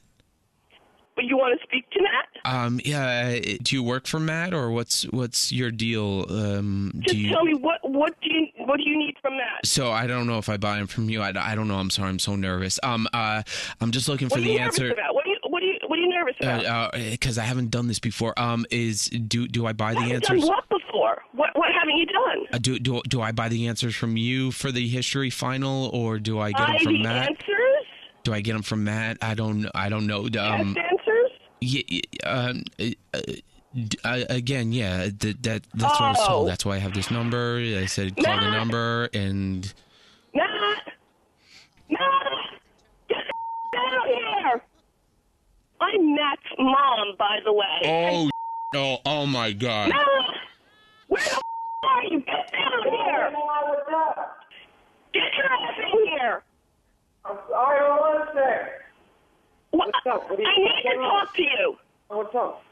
Speaker 15: But you want to speak to Matt?
Speaker 21: Um. Yeah. uh, Do you work for Matt, or what's what's your deal? Um.
Speaker 15: Just
Speaker 21: do you,
Speaker 15: tell me what what do you what do you need from Matt?
Speaker 21: So I don't know if I buy him from you. I, I don't know. I'm sorry. I'm so nervous. Um. Uh. I'm just looking for
Speaker 15: What are
Speaker 21: the
Speaker 15: you
Speaker 21: answer. Uh,
Speaker 15: nervous about? What are you what are you what are you nervous about?
Speaker 21: Because I haven't done this before. Um. Is do do I buy the
Speaker 15: You've
Speaker 21: answers?
Speaker 15: done what before? What what haven't you done?
Speaker 21: Uh, do do do I buy the answers from you for the history final, or do I get
Speaker 15: Buy
Speaker 21: them
Speaker 15: the
Speaker 21: from Matt?
Speaker 15: answers?
Speaker 21: Do I get them from Matt? I don't. I don't know. Um,
Speaker 15: Test answers?
Speaker 21: Yeah, um, uh, uh, d- I- again, yeah. Th- that that's what I was
Speaker 15: Oh.
Speaker 21: told. That's why I have this number. I said call the
Speaker 15: Matt.
Speaker 21: number, and
Speaker 15: Matt Matt Get the out here. I'm Matt's mom, by the way.
Speaker 21: oh, oh, oh my god.
Speaker 15: Matt Where the are you? Get down here! Get your ass in here!
Speaker 22: I'm sorry, I was there.
Speaker 15: What's
Speaker 22: up? What
Speaker 15: I need to talk to you.
Speaker 22: What's up?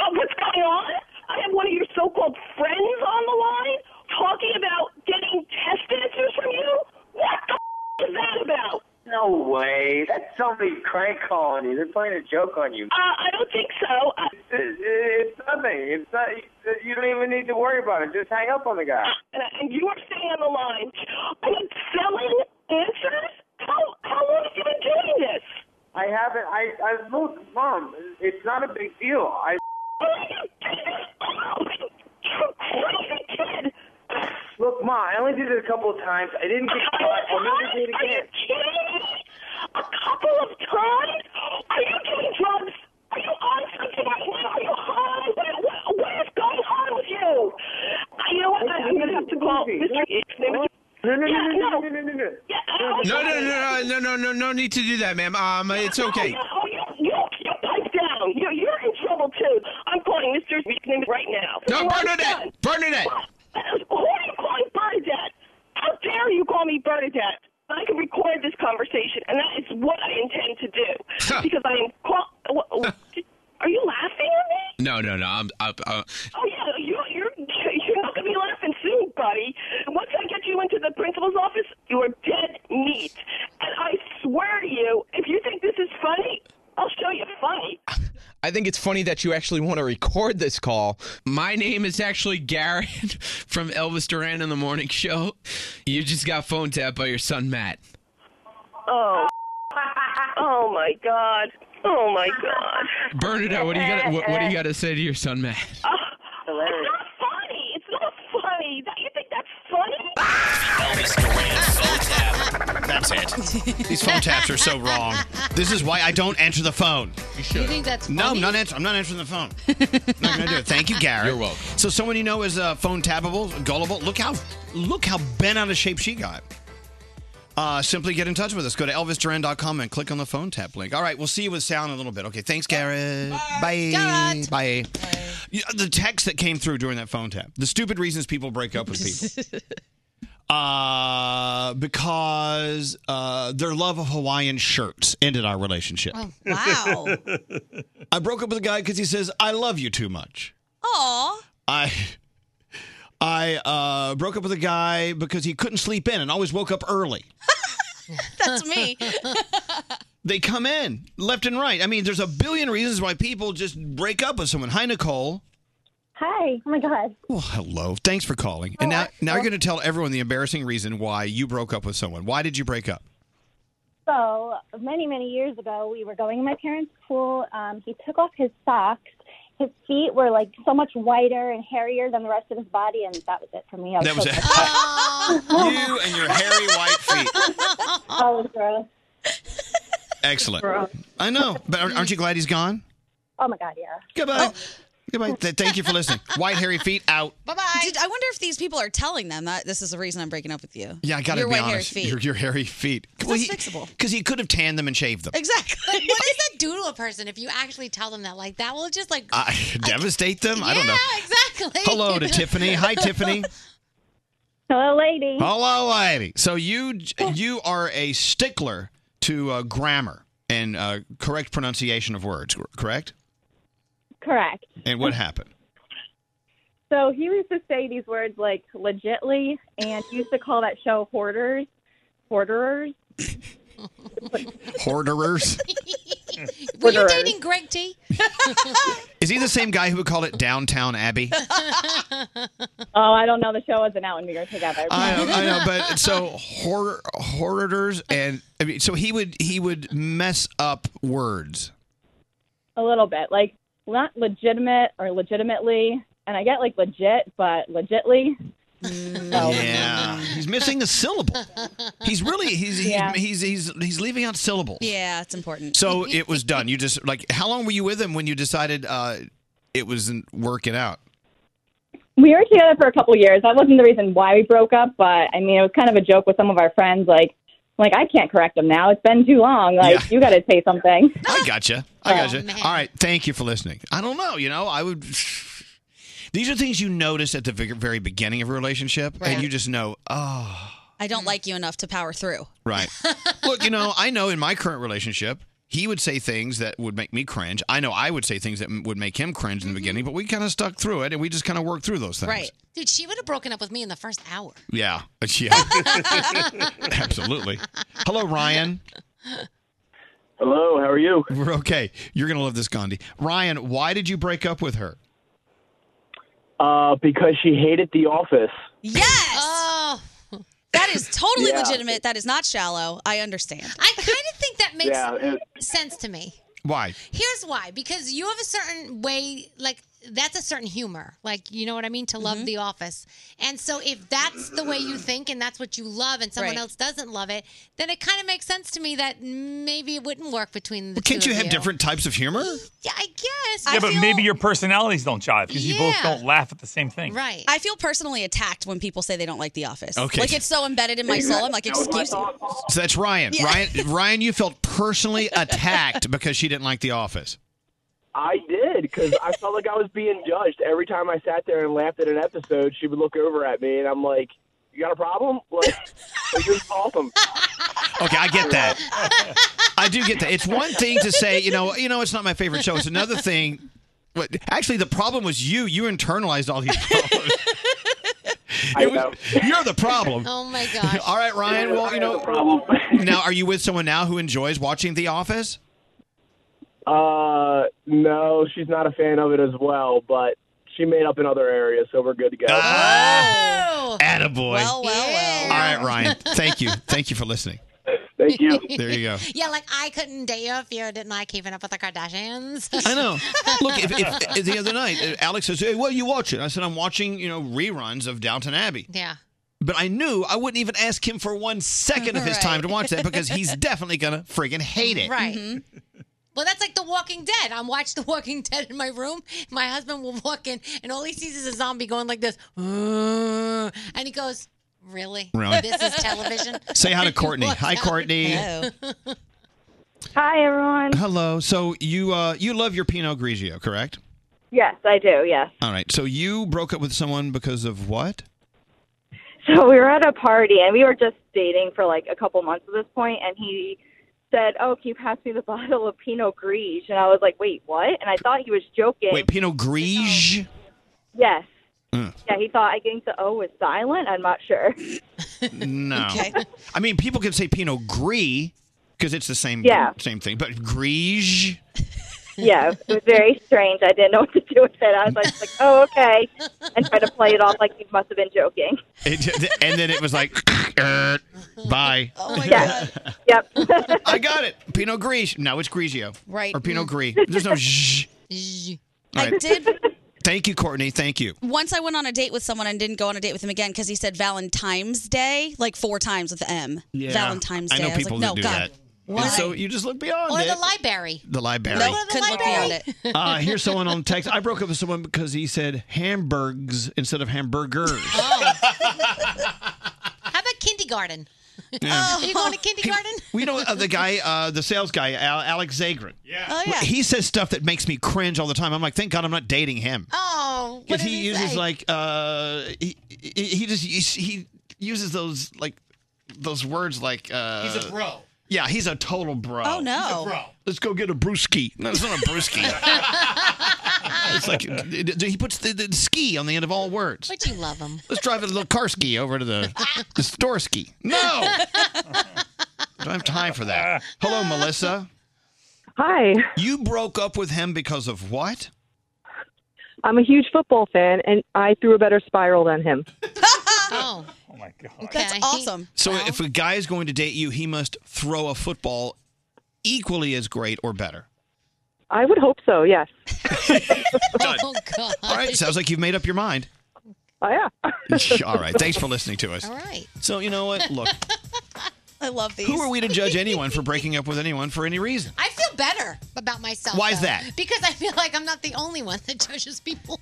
Speaker 15: Oh, what's going on? I have one of your so-called friends on the line talking about getting test answers from you. What the f- is that about?
Speaker 22: No way. That's somebody crank calling you. They're playing a joke on you.
Speaker 15: Uh, I don't think so. Uh,
Speaker 22: It- it- it's nothing. It's not. You don't even need to worry about it. Just hang up on the guy.
Speaker 15: and, and you are staying on the line. I am selling answers. How how long have you been doing this?
Speaker 22: I haven't. I, I look, mom. It's not a big deal. I. Look, Ma, I only did it a couple of times. I didn't get caught. I'll never do it again.
Speaker 15: A couple of times? Are you doing drugs? Are you on something right now? Are you high? What, what, what is going on with you? Uh, You know what? I- I'm going to have to call. Mr. His name is-
Speaker 22: No, no, no,
Speaker 15: Yeah,
Speaker 22: no, no, no, no, no, no.
Speaker 21: No, no, no, no, no, no, no, no need to do that, ma'am. Um, it's okay.
Speaker 15: Oh, you, you, you pipe down. You're, you're in trouble, too. I'm calling Mr. His name right now.
Speaker 21: No,
Speaker 15: Bernadette!
Speaker 21: Bernadette!
Speaker 15: Who are you calling Bernadette? How dare you call me Bernadette? I can record this conversation, and that is what I intend to do. because I am call- wha- wha- Are you laughing at me?
Speaker 21: No, no, no. I'm, I'm, i
Speaker 15: Oh yeah, you, you're you're not gonna be laughing soon, buddy. Once I get you into the principal's office, you are dead meat. And I swear to you, if you think this is funny, I'll show you funny.
Speaker 23: I think it's funny that you actually want to record this call.
Speaker 21: My name is actually Garrett from Elvis Duran in the Morning Show. You just got phone tapped by your son Matt.
Speaker 15: Oh, oh my god, oh my god.
Speaker 21: Bernadette, what do you got? What, what do you got to say to your son Matt?
Speaker 15: Hilarious. Oh, It's not funny. It's not funny. That you think that's funny?
Speaker 2: That's it. These phone taps are so wrong. This is why I don't answer the phone. You
Speaker 6: You think that's
Speaker 2: No, I'm
Speaker 6: funny?
Speaker 2: not, answer- I'm not answering the phone. I'm not going to do it. Thank you, Garrett. You're welcome. So someone you know is uh, phone tappable, gullible. Look how look how bent out of shape she got. Uh, simply get in touch with us. Go to elvisduran.com and click on the phone tap link. All right, we'll see you with sound in a little bit. Okay, thanks, Garrett. Bye. Bye. Bye. You- the text that came through during that phone tap. The stupid reasons people break up with people. uh, because uh, their love of Hawaiian shirts ended our relationship.
Speaker 7: Oh, wow.
Speaker 2: I broke up with a guy because he says I love you too much.
Speaker 7: Aw.
Speaker 2: I I uh, broke up with a guy because he couldn't sleep in and always woke up early.
Speaker 7: That's me.
Speaker 2: They come in left and right. I mean, there's a billion reasons why people just break up with someone. Hi, Nicole.
Speaker 13: Hi. Oh my God.
Speaker 2: Well, hello. Thanks for calling. And
Speaker 7: Oh,
Speaker 2: now, now you're going to tell everyone the embarrassing reason why you broke up with someone. Why did you break up?
Speaker 13: So many, many years ago, we were going to my parents' pool. Um, he took off his socks. His feet were like so much whiter and hairier than the rest of his body, and that was it for me. I was
Speaker 2: That
Speaker 13: so
Speaker 2: was it.
Speaker 7: Oh.
Speaker 13: gross.
Speaker 2: you and your hairy white feet.
Speaker 13: that was gross.
Speaker 2: Excellent. I know, but aren't aren't you glad he's gone?
Speaker 13: Oh my God, yeah.
Speaker 2: Goodbye.
Speaker 7: Oh.
Speaker 2: Goodbye. Th- Thank you for listening. White hairy feet out.
Speaker 7: Bye bye. I wonder if these people are telling them that this is the reason I'm breaking up with you.
Speaker 2: Yeah, I gotta
Speaker 7: Your
Speaker 2: be
Speaker 7: white hairy
Speaker 2: honest.
Speaker 7: feet.
Speaker 2: Your, your hairy feet. Well, he, fixable. Because he could have tanned them and shaved them.
Speaker 7: Exactly.
Speaker 6: Like, what does that do to a person if you actually tell them that? Like that will just like
Speaker 2: I, devastate them. I don't know.
Speaker 6: exactly.
Speaker 2: Hello to Tiffany. Hi, Tiffany.
Speaker 13: Hello, lady.
Speaker 2: Hello, lady. So you you are a stickler to uh, grammar and uh, correct pronunciation of words, correct?
Speaker 13: Correct.
Speaker 2: And what happened?
Speaker 9: So he used to say these words like legitly, and he used to call that show hoarders, hoarderers.
Speaker 2: Hoarderers.
Speaker 6: Were you
Speaker 2: Wonderer.
Speaker 6: dating Greg T?
Speaker 2: Is he the same guy who would call it Downtown Abbey?
Speaker 9: Oh, I don't know. The show wasn't out when we were together.
Speaker 2: I know, I know, but so horror horrors and I mean, so he would he would mess up words.
Speaker 9: a little bit, like not legitimate or legitimately, and I get like legit, but legitly.
Speaker 2: Yeah, he's missing a syllable. He's really he's he's,
Speaker 7: Yeah.
Speaker 2: he's he's he's leaving out syllables.
Speaker 7: Yeah, it's important.
Speaker 2: So it was done. You just like how long were you with him when you decided uh it wasn't working out?
Speaker 9: We were together for a couple years. That wasn't the reason why we broke up, but I mean, it was kind of a joke with some of our friends. Like, like I can't correct him now. It's been too long. Like, you got to say something.
Speaker 2: I gotcha. I gotcha. All right. Thank you for listening. I don't know. You know, I would. These are things you notice at the ve- very beginning of a relationship,
Speaker 7: Right.
Speaker 2: and you just know, oh,
Speaker 7: I don't like you enough to power through.
Speaker 2: Right. Look, you know, I know in my current relationship, he would say things that would make me cringe. I know I would say things that m- would make him cringe in the beginning, but we kind of stuck through it and we just kind of worked through those things.
Speaker 6: Right, dude. She would have broken up with me in the first hour.
Speaker 2: Yeah. Yeah. Absolutely. Hello, Ryan.
Speaker 24: Hello, how are you?
Speaker 2: We're okay. You're going to love this, Gandhi. Ryan, why did you break up with her?
Speaker 24: Uh, because she hated The Office.
Speaker 7: Yes. Oh. That is totally
Speaker 24: Yeah.
Speaker 7: legitimate. That is not shallow. I understand.
Speaker 6: I kind of think that that makes
Speaker 2: Yeah, it-
Speaker 6: sense to me.
Speaker 2: Why?
Speaker 6: Here's why because you have a certain way, like, that's a certain humor. Like, you know what I mean? To love The Office. And so, if that's the way you think and that's what you love and someone
Speaker 2: Right.
Speaker 6: else doesn't love it, then it kind of makes sense to me that maybe it wouldn't work between the two.
Speaker 2: Can't you
Speaker 6: of
Speaker 2: have different types of humor?
Speaker 6: Yeah, I guess.
Speaker 8: Yeah,
Speaker 6: I
Speaker 8: but
Speaker 6: feel-
Speaker 8: maybe your personalities don't jive because you both
Speaker 7: Yeah.
Speaker 8: don't laugh at the same thing.
Speaker 6: Right.
Speaker 7: I feel personally attacked when people say they don't like The Office.
Speaker 2: Okay.
Speaker 7: Like it's so embedded in my soul. I'm like, excuse me.
Speaker 2: So that's Ryan.
Speaker 7: Yeah.
Speaker 2: Ryan, Ryan, you felt personally attacked because she didn't like The Office.
Speaker 4: I did because I felt like I was being judged every time I sat there and laughed at an episode. She would look over at me, and I'm like, "You got a problem? Like, like this is awesome."
Speaker 2: Okay, I get that. I do get that. It's one thing to say, you know, you know, it's not my favorite show. It's another thing. What, actually, the problem was you. You internalized all these problems. It was- you're the problem.
Speaker 6: Oh my gosh.
Speaker 2: All right, Ryan. Well, you know,
Speaker 4: Oh.
Speaker 2: now are you with someone now who enjoys watching The Office?
Speaker 4: Uh, no, she's not a fan of it as well, but she made up in other areas, so we're good to go.
Speaker 2: Ah.
Speaker 6: Oh.
Speaker 2: Attaboy.
Speaker 4: Well,
Speaker 2: All right, Ryan. Thank you. Thank you for listening.
Speaker 4: Thank
Speaker 2: you. There you go.
Speaker 6: Yeah, like I couldn't date you if you didn't like keeping up with the Kardashians.
Speaker 2: I know. Look, if, if, if the other night, uh, Alex says, "Hey, what are you watching?" I said, "I'm watching, you know, reruns of Downton Abbey."
Speaker 6: Yeah.
Speaker 2: But I knew I wouldn't even ask him for one second of his
Speaker 6: Right.
Speaker 2: time to watch that because he's definitely gonna friggin' hate it.
Speaker 6: Right. Well, that's like The Walking Dead. I'm watching The Walking Dead in my room. My husband will walk in, and all he sees is a zombie going like this, "Uh," and he goes, "Really?
Speaker 2: Really?
Speaker 6: This is television."
Speaker 2: Say hi to Courtney. Hi, Courtney. Hello.
Speaker 9: Hi, everyone.
Speaker 2: Hello. So you uh, you love your Pinot Grigio, correct?
Speaker 9: Yes, I do. Yes.
Speaker 2: All right. So you broke up with someone because of what?
Speaker 9: So we were at a party and we were just dating for like a couple months at this point, and he said, "Oh, can you pass me the bottle of Pinot Grigio?" And I was like, "Wait, what?" And I thought he was joking.
Speaker 2: Wait, Pinot Grigio.
Speaker 9: Yes.
Speaker 2: Mm.
Speaker 9: Yeah, he thought I think the O was silent. I'm not sure.
Speaker 2: No.
Speaker 9: Okay.
Speaker 2: I mean, people can say Pinot Gris because it's the same
Speaker 9: Yeah.
Speaker 2: same thing, but Grigio.
Speaker 9: yeah, it was very strange. I didn't know what to do with it. I was like, like "Oh, okay," and tried to play it off like he must have been joking.
Speaker 2: It- and then it was like, er, bye.
Speaker 9: Oh my Yeah. Yep.
Speaker 2: I got it. Pinot Grigio. No, it's Grigio.
Speaker 7: Right.
Speaker 2: Or Pinot
Speaker 7: Mm.
Speaker 2: Gris. There's no zh. All
Speaker 7: I
Speaker 2: right.
Speaker 7: did
Speaker 2: Thank you, Courtney. Thank you.
Speaker 7: once I went on a date with someone and didn't go on a date with him again because he said Valentine's Day like four times with the M. Valentine's Day.
Speaker 2: I know
Speaker 7: was
Speaker 2: people that
Speaker 7: like, no,
Speaker 2: do
Speaker 7: God.
Speaker 2: that. And so you just look beyond
Speaker 6: or
Speaker 2: it.
Speaker 6: the library.
Speaker 2: the library.
Speaker 7: No, couldn't look beyond it.
Speaker 2: Uh, here's someone on text. I broke up with someone because he said hamburgs instead of hamburgers.
Speaker 6: How about kindergarten?
Speaker 2: Yeah.
Speaker 6: Are you going to kindergarten?
Speaker 2: We know uh, the guy, uh, the sales guy, Al- Alex Zagrin. Yeah.
Speaker 6: Oh, yeah.
Speaker 2: He says stuff that makes me cringe all the time. I'm like, thank God I'm not dating him.
Speaker 6: Oh, what
Speaker 2: Because he, uses like uh, he, he he just he uses those like those words like uh,
Speaker 14: He's a bro.
Speaker 2: Yeah, he's a total bro.
Speaker 14: Oh, no. He's a bro.
Speaker 2: Let's go get a brewski. No, it's not a brewski. it's like it- it- he puts the, the ski on the end of all words.
Speaker 6: But you love him.
Speaker 2: Let's drive a little car ski over to the, the store ski. No, I don't have time for that. Hello, Melissa.
Speaker 12: Hi.
Speaker 2: You broke up with him because of what?
Speaker 12: I'm a huge football fan, and I threw a better spiral than him.
Speaker 6: oh.
Speaker 2: Oh my god.
Speaker 7: That's awesome.
Speaker 2: So if a guy is going to date you, he must throw a football equally as great or better.
Speaker 12: I would hope so, yes.
Speaker 6: Oh God.
Speaker 2: All right, sounds like you've made up your mind.
Speaker 12: Oh, yeah.
Speaker 2: All right, thanks for listening to us.
Speaker 6: All right.
Speaker 2: So you know what? Look,
Speaker 7: I love these.
Speaker 2: who are we to judge anyone for breaking up with anyone for any reason?
Speaker 6: I feel better about myself.
Speaker 2: Why is
Speaker 6: though,
Speaker 2: that?
Speaker 6: Because I feel like I'm not the only one that judges people.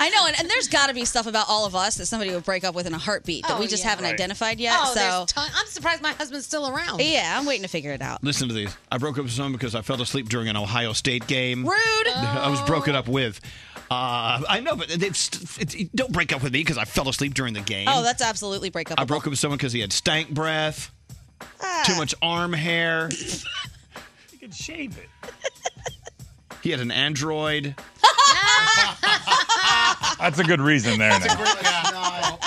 Speaker 7: I know, and, and there's got to be stuff about all of us that somebody would break up with in a heartbeat that
Speaker 6: Oh,
Speaker 7: we just
Speaker 6: yeah.
Speaker 7: haven't
Speaker 2: Right.
Speaker 7: identified yet.
Speaker 6: Oh,
Speaker 7: so
Speaker 6: there's ton- I'm surprised my husband's still around.
Speaker 7: yeah, I'm waiting to figure it out.
Speaker 2: Listen to these. I broke up with someone because I fell asleep during an Ohio State game.
Speaker 7: Rude.
Speaker 2: I was broken up with. Uh, I know, but it's, it's, don't break up with me because I fell asleep during the game.
Speaker 7: Oh, that's absolutely break up.
Speaker 2: I broke up with someone because he had stank breath,
Speaker 7: Ah.
Speaker 2: too much arm hair.
Speaker 8: You can shave it.
Speaker 2: He had an android.
Speaker 8: That's a good reason there. now.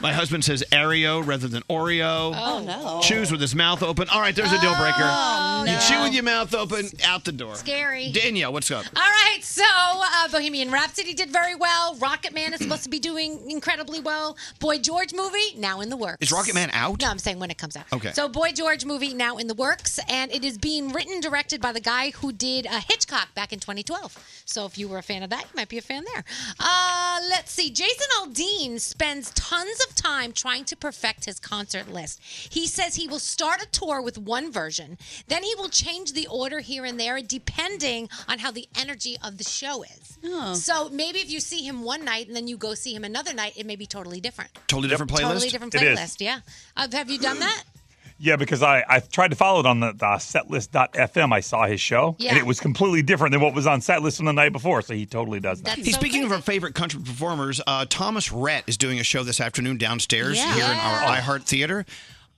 Speaker 2: My husband says Oreo rather than Oreo.
Speaker 7: Oh, no.
Speaker 2: Chews with his mouth open. All right, there's a deal breaker.
Speaker 6: Oh,
Speaker 2: You
Speaker 6: no.
Speaker 2: chew with your mouth open, out the door.
Speaker 6: Scary.
Speaker 2: Danielle, what's up?
Speaker 7: Oh,
Speaker 6: All right, so uh, Bohemian Rhapsody did very well. Rocket Man is supposed to be doing incredibly well. Boy George movie now in the works.
Speaker 2: Is Rocket Man out?
Speaker 6: No, I'm saying when it comes out.
Speaker 2: Okay.
Speaker 6: So Boy George movie now in the works, and it is being written directed by the guy who did uh, Hitchcock back in 2012. So if you were a fan of that, you might be a fan there. Uh, let's see. Jason Aldean spends tons of time trying to perfect his concert list. He says he will start a tour with one version, then he will change the order here and there depending on how the energy of the show is. So maybe if you see him one night and then you go see him another night, it may be totally different.
Speaker 2: Totally different playlist.
Speaker 6: Totally different
Speaker 8: It is.
Speaker 6: playlist. Yeah. Uh, have you done that?
Speaker 8: Yeah, because I, I tried to follow it on the, the setlist.fm. I saw his show,
Speaker 6: Yeah.
Speaker 8: and it was completely different than what was on setlist from the night before. So he totally does that.
Speaker 2: Hey, speaking of our favorite country performers, uh, Thomas Rhett is doing a show this afternoon downstairs
Speaker 7: Yeah.
Speaker 2: here in our
Speaker 7: Yeah.
Speaker 2: iHeart Theater.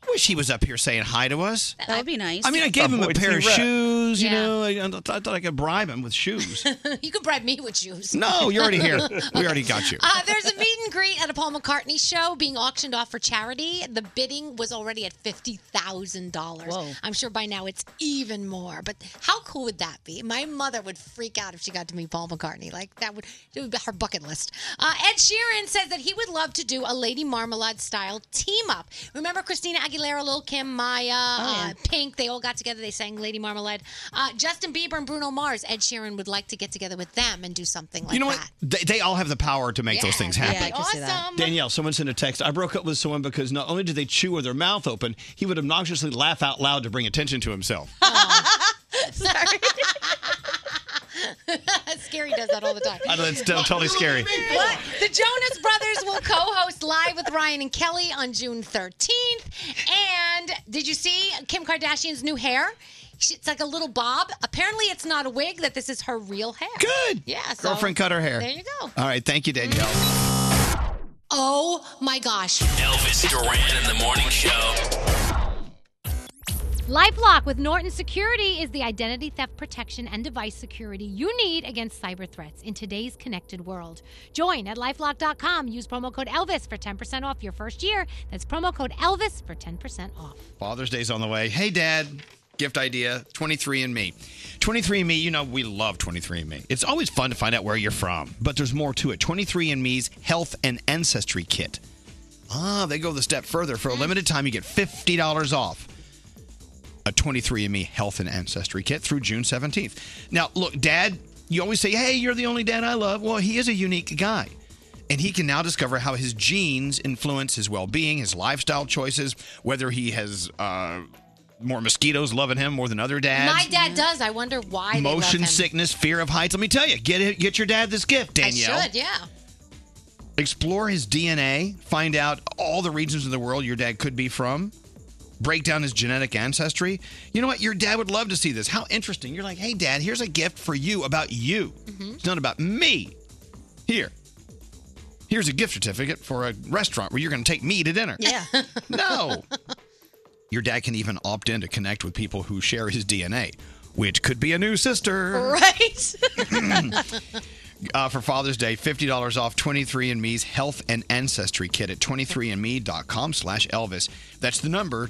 Speaker 2: I wish he was up here saying hi to us.
Speaker 7: That would be nice.
Speaker 2: I mean, I gave him a
Speaker 7: Avoid
Speaker 2: pair of
Speaker 7: T-Rex.
Speaker 2: shoes, you
Speaker 7: Yeah.
Speaker 2: know. I, I thought I could bribe him with shoes.
Speaker 6: you could bribe me with shoes.
Speaker 2: No, you're already here. We already got you.
Speaker 6: Uh, there's a meet and greet at a Paul McCartney show being auctioned off for charity. The bidding was already at fifty thousand dollars. I'm sure by now it's even more. But how cool would that be? My mother would freak out if she got to meet Paul McCartney. Like that would it would be her bucket list. Uh, Ed Sheeran says that he would love to do a Lady Marmalade style team up. Remember Christina Aguilera, Lil Kim, Maya, uh, Pink? They all got together. They sang Lady Marmalade. Uh, Justin Bieber and Bruno Mars. Ed Sheeran would like to get together with them and do something like
Speaker 2: you know
Speaker 6: that.
Speaker 2: what? They, they all have the power to make those things
Speaker 6: Yeah, um,
Speaker 2: happen.
Speaker 6: I can see that. Awesome.
Speaker 2: Danielle, someone sent a text. I broke up with someone because not only did they chew with their mouth open, he would obnoxiously laugh out loud to bring attention to himself.
Speaker 6: Oh, Sorry. Scary does that all the time.
Speaker 2: I know, it's totally scary.
Speaker 6: But the Jonas Brothers will co-host live with Ryan and Kelly on June 13th. And did you see Kim Kardashian's new hair? She- It's like a little bob. Apparently, it's not a wig. That this is her real hair.
Speaker 2: Good.
Speaker 6: Yeah. so-
Speaker 2: Girlfriend cut her hair.
Speaker 6: There you go. Mm-hmm.
Speaker 2: All right. Thank you, Danielle.
Speaker 6: Oh my gosh.
Speaker 5: Elvis Duran in the morning show.
Speaker 3: LifeLock with Norton Security is the identity theft protection and device security you need against cyber threats in today's connected world. Join at lifelock.com. Use promo code Elvis for 10% off your first year. That's promo code Elvis for 10% off.
Speaker 2: Father's Day's on the way. Hey, Dad. Gift idea 23andMe. 23andMe, you know, we love 23andMe. It's always fun to find out where you're from, but there's more to it. 23andMe's Health and Ancestry Kit. Ah, they go the step further.
Speaker 6: Mm-hmm.
Speaker 2: For a limited time, you get $50 off a 23andMe Health and Ancestry Kit through June 17th. Now, look, Dad, you always say, hey, you're the only dad I love. Well, he is a unique guy. And he can now discover how his genes influence his well being, his lifestyle choices, whether he has uh, more mosquitoes loving him more than other dads.
Speaker 6: My dad does. I wonder why. they love
Speaker 2: Motion
Speaker 6: him.
Speaker 2: sickness, fear of heights. Let me tell you, get it, get your dad this gift, Danielle.
Speaker 6: I should. Yeah.
Speaker 2: Explore his DNA, find out all the regions of the world your dad could be from, break down his genetic ancestry. You know what? Your dad would love to see this. How interesting. You're like, hey, dad, here's a gift for you about you.
Speaker 6: Mm-hmm.
Speaker 2: It's not about me. Here. Here's a gift certificate for a restaurant where you're going to take me to dinner.
Speaker 6: Yeah.
Speaker 2: No. Your dad can even opt in to connect with people who share his DNA, which could be a new sister.
Speaker 6: Right.
Speaker 2: Uh, for Father's Day, $50 off 23andMe's Health and Ancestry Kit at 23andMe.com slash Elvis. That's the number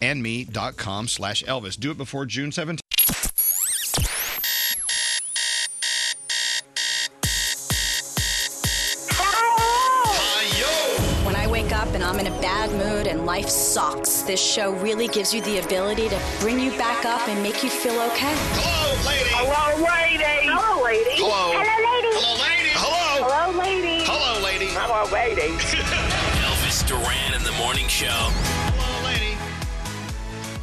Speaker 2: 23andMe.com slash Elvis. Do it before June 17th.
Speaker 10: When I wake up and I'm in a bad mood and life sucks, this show really gives you the ability to bring you back up and make you feel okay.
Speaker 2: Hello, lady.
Speaker 10: Hello, lady.
Speaker 25: Hello, lady.
Speaker 10: Hello.
Speaker 25: Hello, lady. Hello, lady.
Speaker 2: Hello, lady.
Speaker 25: Hello, lady.
Speaker 5: Elvis Duran in the morning show.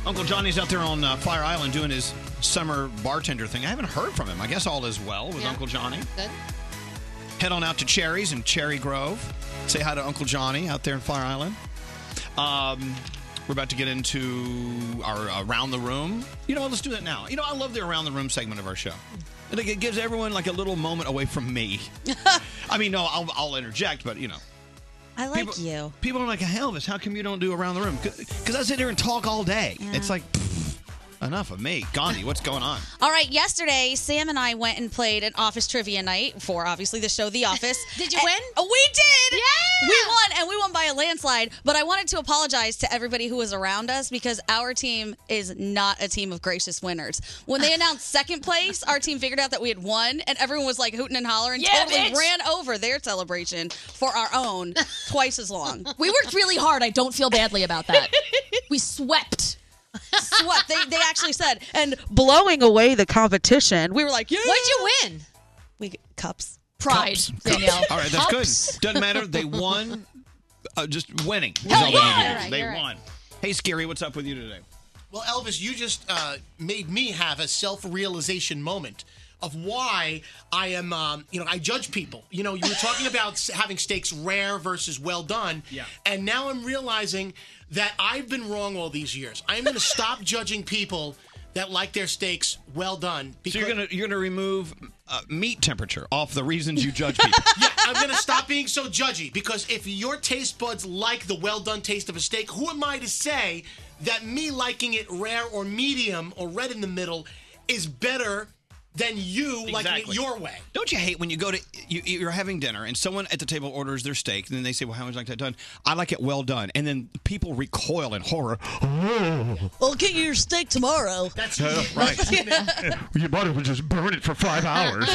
Speaker 2: Uncle Johnny's out there on uh, Fire Island doing his summer bartender thing. I haven't heard from him. I guess all is well with Uncle Johnny.
Speaker 6: Good.
Speaker 2: Head on out to Cherry's in Cherry Grove. Say hi to Uncle Johnny out there in Fire Island. Um, we're about to get into our Around the Room. You know, what? let's do that now. You know, I love the Around the Room segment of our show. It, like, it gives everyone like a little moment away from me. I mean, no, I'll, I'll interject, but you know.
Speaker 7: I like you.
Speaker 2: People are like, Elvis, how come you don't do Around the Room? Because I sit here and talk all day. It's like, pfft, Enough of me. Gandhi, what's going on?
Speaker 7: All right, yesterday, Sam and I went and played an office trivia night for obviously the show The Office. did you win? We did! Yeah! We won, and we won by a landslide. But I wanted to apologize to everybody who was around us because our team is not a team of gracious winners. When they announced second place, our team figured out that we had won, and everyone was like hooting and hollering,
Speaker 11: Yeah,
Speaker 7: totally
Speaker 11: bitch!
Speaker 7: ran over their celebration for our own twice as long.
Speaker 11: We worked really hard. I don't feel badly about that. we swept.
Speaker 7: Swept. They, they actually said, and
Speaker 15: blowing away the competition. We were like, yeah.
Speaker 7: What'd you win? We cups.
Speaker 11: Pride,
Speaker 2: Cups.
Speaker 11: Danielle.
Speaker 2: All right, that's
Speaker 11: Cups.
Speaker 2: good. Doesn't matter. They won. Uh, just winning is
Speaker 14: Hell
Speaker 2: all
Speaker 14: Oh, yeah!
Speaker 2: they need to do.
Speaker 14: You're right,
Speaker 2: they
Speaker 14: you're right.
Speaker 2: won. Hey, Scary, what's up with you today?
Speaker 14: Well, Elvis, you just uh, made me have a self-realization moment of why I am. Um, you know, I judge people. You know, you were talking about s- having steaks rare versus well done.
Speaker 16: Yeah.
Speaker 14: And now I'm realizing that I've been wrong all these years. I'm going to stop judging people that like their steaks well done.
Speaker 2: So you're gonna you're gonna remove uh, meat temperature off the reasons you judge people.
Speaker 14: yeah, I'm gonna stop being so judgy because if your taste buds like the well done taste of a steak, who am I to say that me liking it rare or medium or red in the middle is better than you liking it
Speaker 2: Exactly.
Speaker 14: your way?
Speaker 2: Don't you hate when you go to you, you're having dinner and someone at the table orders their steak and then they say, "Well, how would you like that done?" I like it well done, and then people recoil in horror.
Speaker 7: Well, get your steak tomorrow.
Speaker 14: That's
Speaker 2: Yeah, Oh, right.
Speaker 26: Your body would just burn it for five hours.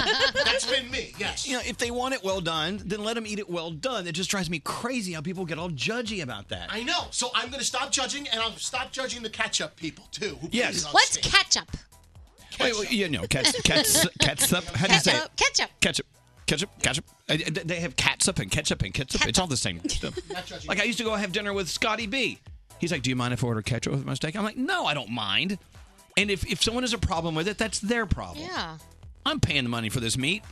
Speaker 14: That's been me. Yes.
Speaker 2: You know, if they want it well done, then let them eat it well done. It just drives me crazy how people get all judgy about that.
Speaker 14: I know. So I'm gonna stop judging and I'll stop judging the ketchup people too. Who
Speaker 2: Yes.
Speaker 14: put it on
Speaker 6: What's
Speaker 14: steak.
Speaker 6: ketchup?
Speaker 2: Wait, wait, you know, cats, cats, catsup. How do you say it?
Speaker 6: Ketchup.
Speaker 2: Ketchup, ketchup, ketchup. Uh, th- They have catsup and ketchup and ketchup. It's all the same stuff. Like I used to go have dinner with Scotty B. He's like, "Do you mind if I order ketchup with my steak?" I'm like, "No, I don't mind." And if if someone has a problem with it, that's their problem.
Speaker 6: Yeah.
Speaker 2: I'm paying the money for this meat.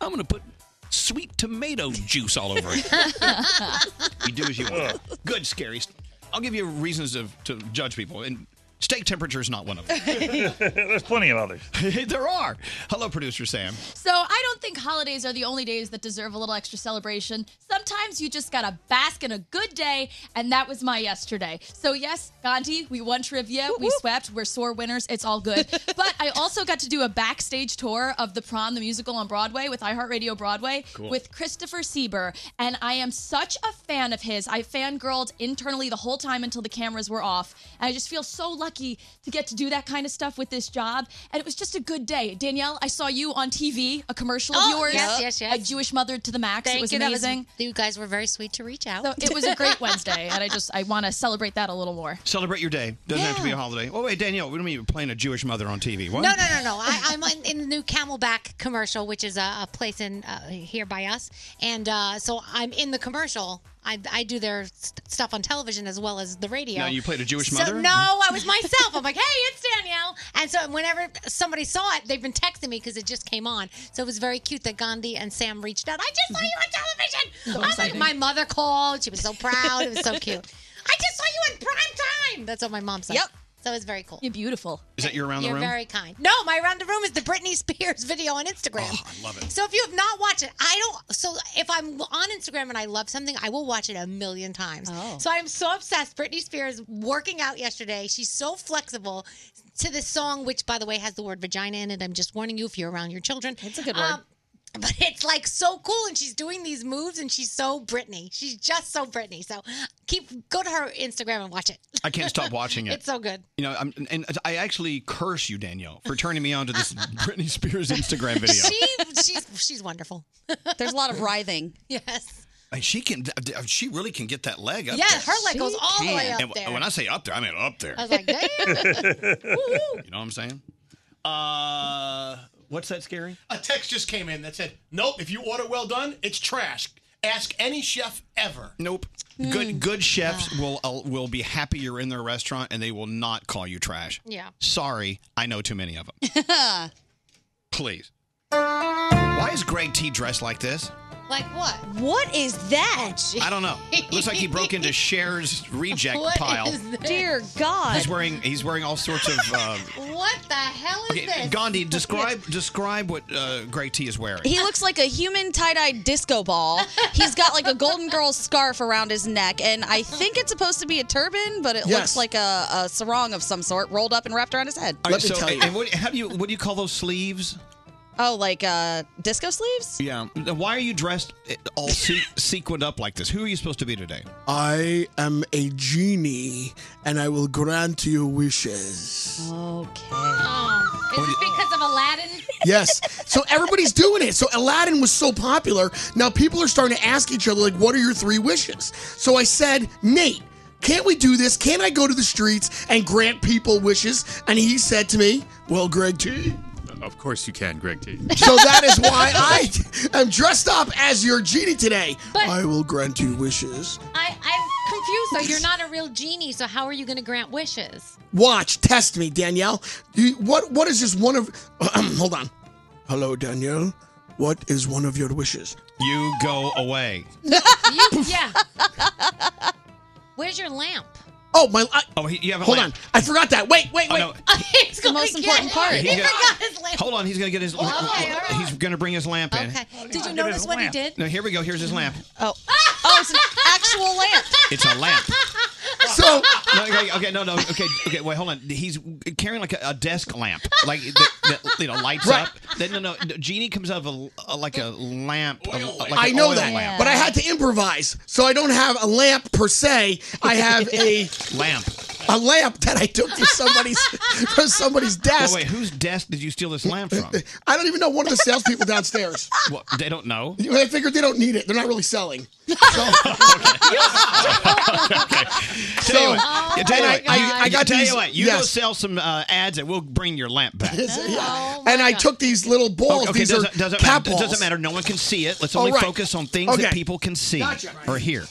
Speaker 2: I'm gonna put sweet tomato juice all over it. you do as you want. Good, scary. I'll give you reasons to to judge people, and steak temperature is not one of them.
Speaker 8: There's plenty of others.
Speaker 2: there are. Hello, producer Sam.
Speaker 11: So I don't think holidays are the only days that deserve a little extra celebration. Sometimes you just gotta bask in a good day, and that was my yesterday. So yes, Gandhi, we won trivia, we swept, we're sore winners, it's all good. but I also got to do a backstage tour of the prom, the musical on Broadway with iHeartRadio Broadway
Speaker 27: Cool.
Speaker 11: with Christopher Sieber, and I am such a fan of his. I fangirled internally the whole time until the cameras were off. And I just feel so lucky to get to do that kind of stuff with this job. And it was just a good day. Danielle, I saw you on TV, a commercial of
Speaker 6: Oh,
Speaker 11: yours.
Speaker 6: yes, yes, yes.
Speaker 11: A Jewish mother to the max.
Speaker 6: Thank
Speaker 11: it was
Speaker 6: you. That was-
Speaker 11: amazing.
Speaker 6: you guys were very sweet to reach out.
Speaker 11: So it was a great Wednesday, and I just I want to celebrate that a little more.
Speaker 2: Celebrate your day. Doesn't have to be a holiday. Oh wait, Danielle, we don't mean you're playing a Jewish mother on TV. What?
Speaker 6: No, no, no, no. I, I'm on, in the new Camelback commercial, which is a, a place in uh, here by us, and uh, so I'm in the commercial. I, I do their st- stuff on television as well as the radio.
Speaker 2: Now, you played a Jewish
Speaker 6: So,
Speaker 2: mother?
Speaker 6: No, I was myself. I'm like, hey, it's Danielle. And so whenever somebody saw it, they've been texting me because it just came on. So it was very cute that Gandhi and Sam reached out. I just saw you on television. I'm like,
Speaker 11: exciting.
Speaker 6: my mother called. She was so proud. It was so cute. I just saw you in prime time. That's what my mom said. Yep. So it was very cool.
Speaker 11: You're beautiful.
Speaker 2: Is that your around
Speaker 6: You're
Speaker 2: the room?
Speaker 6: very kind. No, my around the room is the Britney Spears video on Instagram.
Speaker 2: Oh, I love it.
Speaker 6: So if you have not watched it, I don't. So if I'm on Instagram and I love something, I will watch it a million times. So I'm so obsessed. Britney Spears working out yesterday. She's so flexible to this song, which by the way has the word vagina in it. I'm just warning you if you're around your children. It's a
Speaker 11: good word.
Speaker 6: but it's like so cool, and she's doing these moves, and she's so Britney. She's just so Britney. So keep go to her Instagram and watch it.
Speaker 2: I can't stop watching it.
Speaker 6: It's so good.
Speaker 2: you know, I'm, and I actually curse you, Danielle, for turning me on to this Britney Spears Instagram video.
Speaker 6: She she's she's wonderful.
Speaker 7: There's a lot of writhing.
Speaker 6: Yes.
Speaker 2: And she can, she really can get that leg up.
Speaker 6: Yeah,
Speaker 2: there.
Speaker 6: her leg goes all the way up
Speaker 2: And w-
Speaker 6: there.
Speaker 2: When I say up there, I mean up there.
Speaker 6: I was like, damn.
Speaker 2: you know what I'm saying? Uh, what's that scary?
Speaker 14: A text just came in that said, "Nope, if you order well done, it's trash. Ask any chef ever."
Speaker 2: Nope.
Speaker 6: Mm.
Speaker 2: Good good chefs will uh, will be happy you're in their restaurant and they will not call you trash.
Speaker 6: Yeah.
Speaker 2: Sorry, I know too many of them. Please. Why is Greg T dressed like this?
Speaker 28: Like what?
Speaker 7: What is that?
Speaker 2: I don't know. Looks like he broke into Cher's reject pile.
Speaker 7: Dear God.
Speaker 2: He's wearing he's wearing all sorts of. Uh,
Speaker 28: What the hell is
Speaker 2: okay,
Speaker 28: this?
Speaker 2: Gandhi, describe describe what uh, Greg T is wearing.
Speaker 7: He looks like a human tie-dyed disco ball. He's got like a Golden Girls scarf around his neck, and I think it's supposed to be a turban, but it
Speaker 2: Yes.
Speaker 7: looks like a, a sarong of some sort rolled up and wrapped around his head.
Speaker 2: All right, so, And what, how do you what do you call those sleeves?
Speaker 7: Oh, like uh, disco sleeves?
Speaker 2: Yeah. Why are you dressed eh, all se- sequined up like this? Who are you supposed to be today?
Speaker 16: I am a genie, and I will grant you wishes.
Speaker 6: Oh, is this because of Aladdin?
Speaker 16: Yes. So everybody's doing it. So Aladdin was so popular. Now people are starting to ask each other, like, what are your three wishes? So I said, Nate, can't we do this? Can't I go to the streets and grant people wishes? And he said to me, Well, Greg T.
Speaker 8: Of course you can, Greg T.
Speaker 16: So that is why I am dressed up as your genie today. I will grant you wishes.
Speaker 28: I, I'm confused. So you're not a real genie. So how are you going to grant wishes?
Speaker 16: Watch, test me, Danielle. You- what what is just one of? hold on. Hello, Danielle. What is one of your wishes?
Speaker 2: You go away.
Speaker 28: you, yeah. Where's your lamp?
Speaker 16: Oh my! I,
Speaker 2: oh, he, you have a
Speaker 16: hold
Speaker 2: lamp. Oh,
Speaker 16: on. I forgot that. Wait, wait, wait.
Speaker 28: it's the most important
Speaker 16: part.
Speaker 2: He
Speaker 16: He
Speaker 2: got-
Speaker 16: forgot
Speaker 2: Hold on, he's gonna get his. He's gonna bring his lamp in.
Speaker 28: Okay. Did you notice what he did?
Speaker 2: No, here we go. Here's his lamp.
Speaker 7: Oh, oh, it's an actual lamp.
Speaker 2: It's a lamp.
Speaker 16: So
Speaker 2: no, okay, okay, no, no, okay, okay. Wait, hold on. He's carrying like a, a desk lamp, like that, that you know lights
Speaker 16: Right.
Speaker 2: up. Then no, no, genie comes out of a, a- like a lamp. a- like
Speaker 16: I
Speaker 2: an
Speaker 16: know
Speaker 2: oil
Speaker 16: that,
Speaker 2: lamp.
Speaker 16: but I had to improvise, so I don't have a lamp per se. I have a
Speaker 2: lamp.
Speaker 16: a lamp that I took from somebody's from somebody's desk.
Speaker 2: Well, wait, whose desk did you steal this lamp from?
Speaker 16: I don't even know one of the salespeople downstairs.
Speaker 2: Well, they don't know.
Speaker 16: I figured they don't need it; they're not really selling.
Speaker 2: Tell you
Speaker 16: So-
Speaker 2: what,
Speaker 16: Oh
Speaker 2: yeah, tell you
Speaker 16: my
Speaker 2: what, you-
Speaker 16: God. I got
Speaker 2: tell
Speaker 16: these-
Speaker 2: you what, you go
Speaker 16: yes.
Speaker 2: sell some uh, ads and we'll bring your lamp back.
Speaker 6: Oh
Speaker 16: and I took these little balls.
Speaker 2: Okay, okay,
Speaker 16: these
Speaker 2: doesn't,
Speaker 16: are
Speaker 2: doesn't
Speaker 16: cat
Speaker 2: matter,
Speaker 16: balls.
Speaker 2: doesn't matter. No one can see it. Let's
Speaker 16: All
Speaker 2: only
Speaker 16: right.
Speaker 2: focus on things that
Speaker 16: Okay.
Speaker 2: people can see
Speaker 16: Gotcha.
Speaker 2: or hear.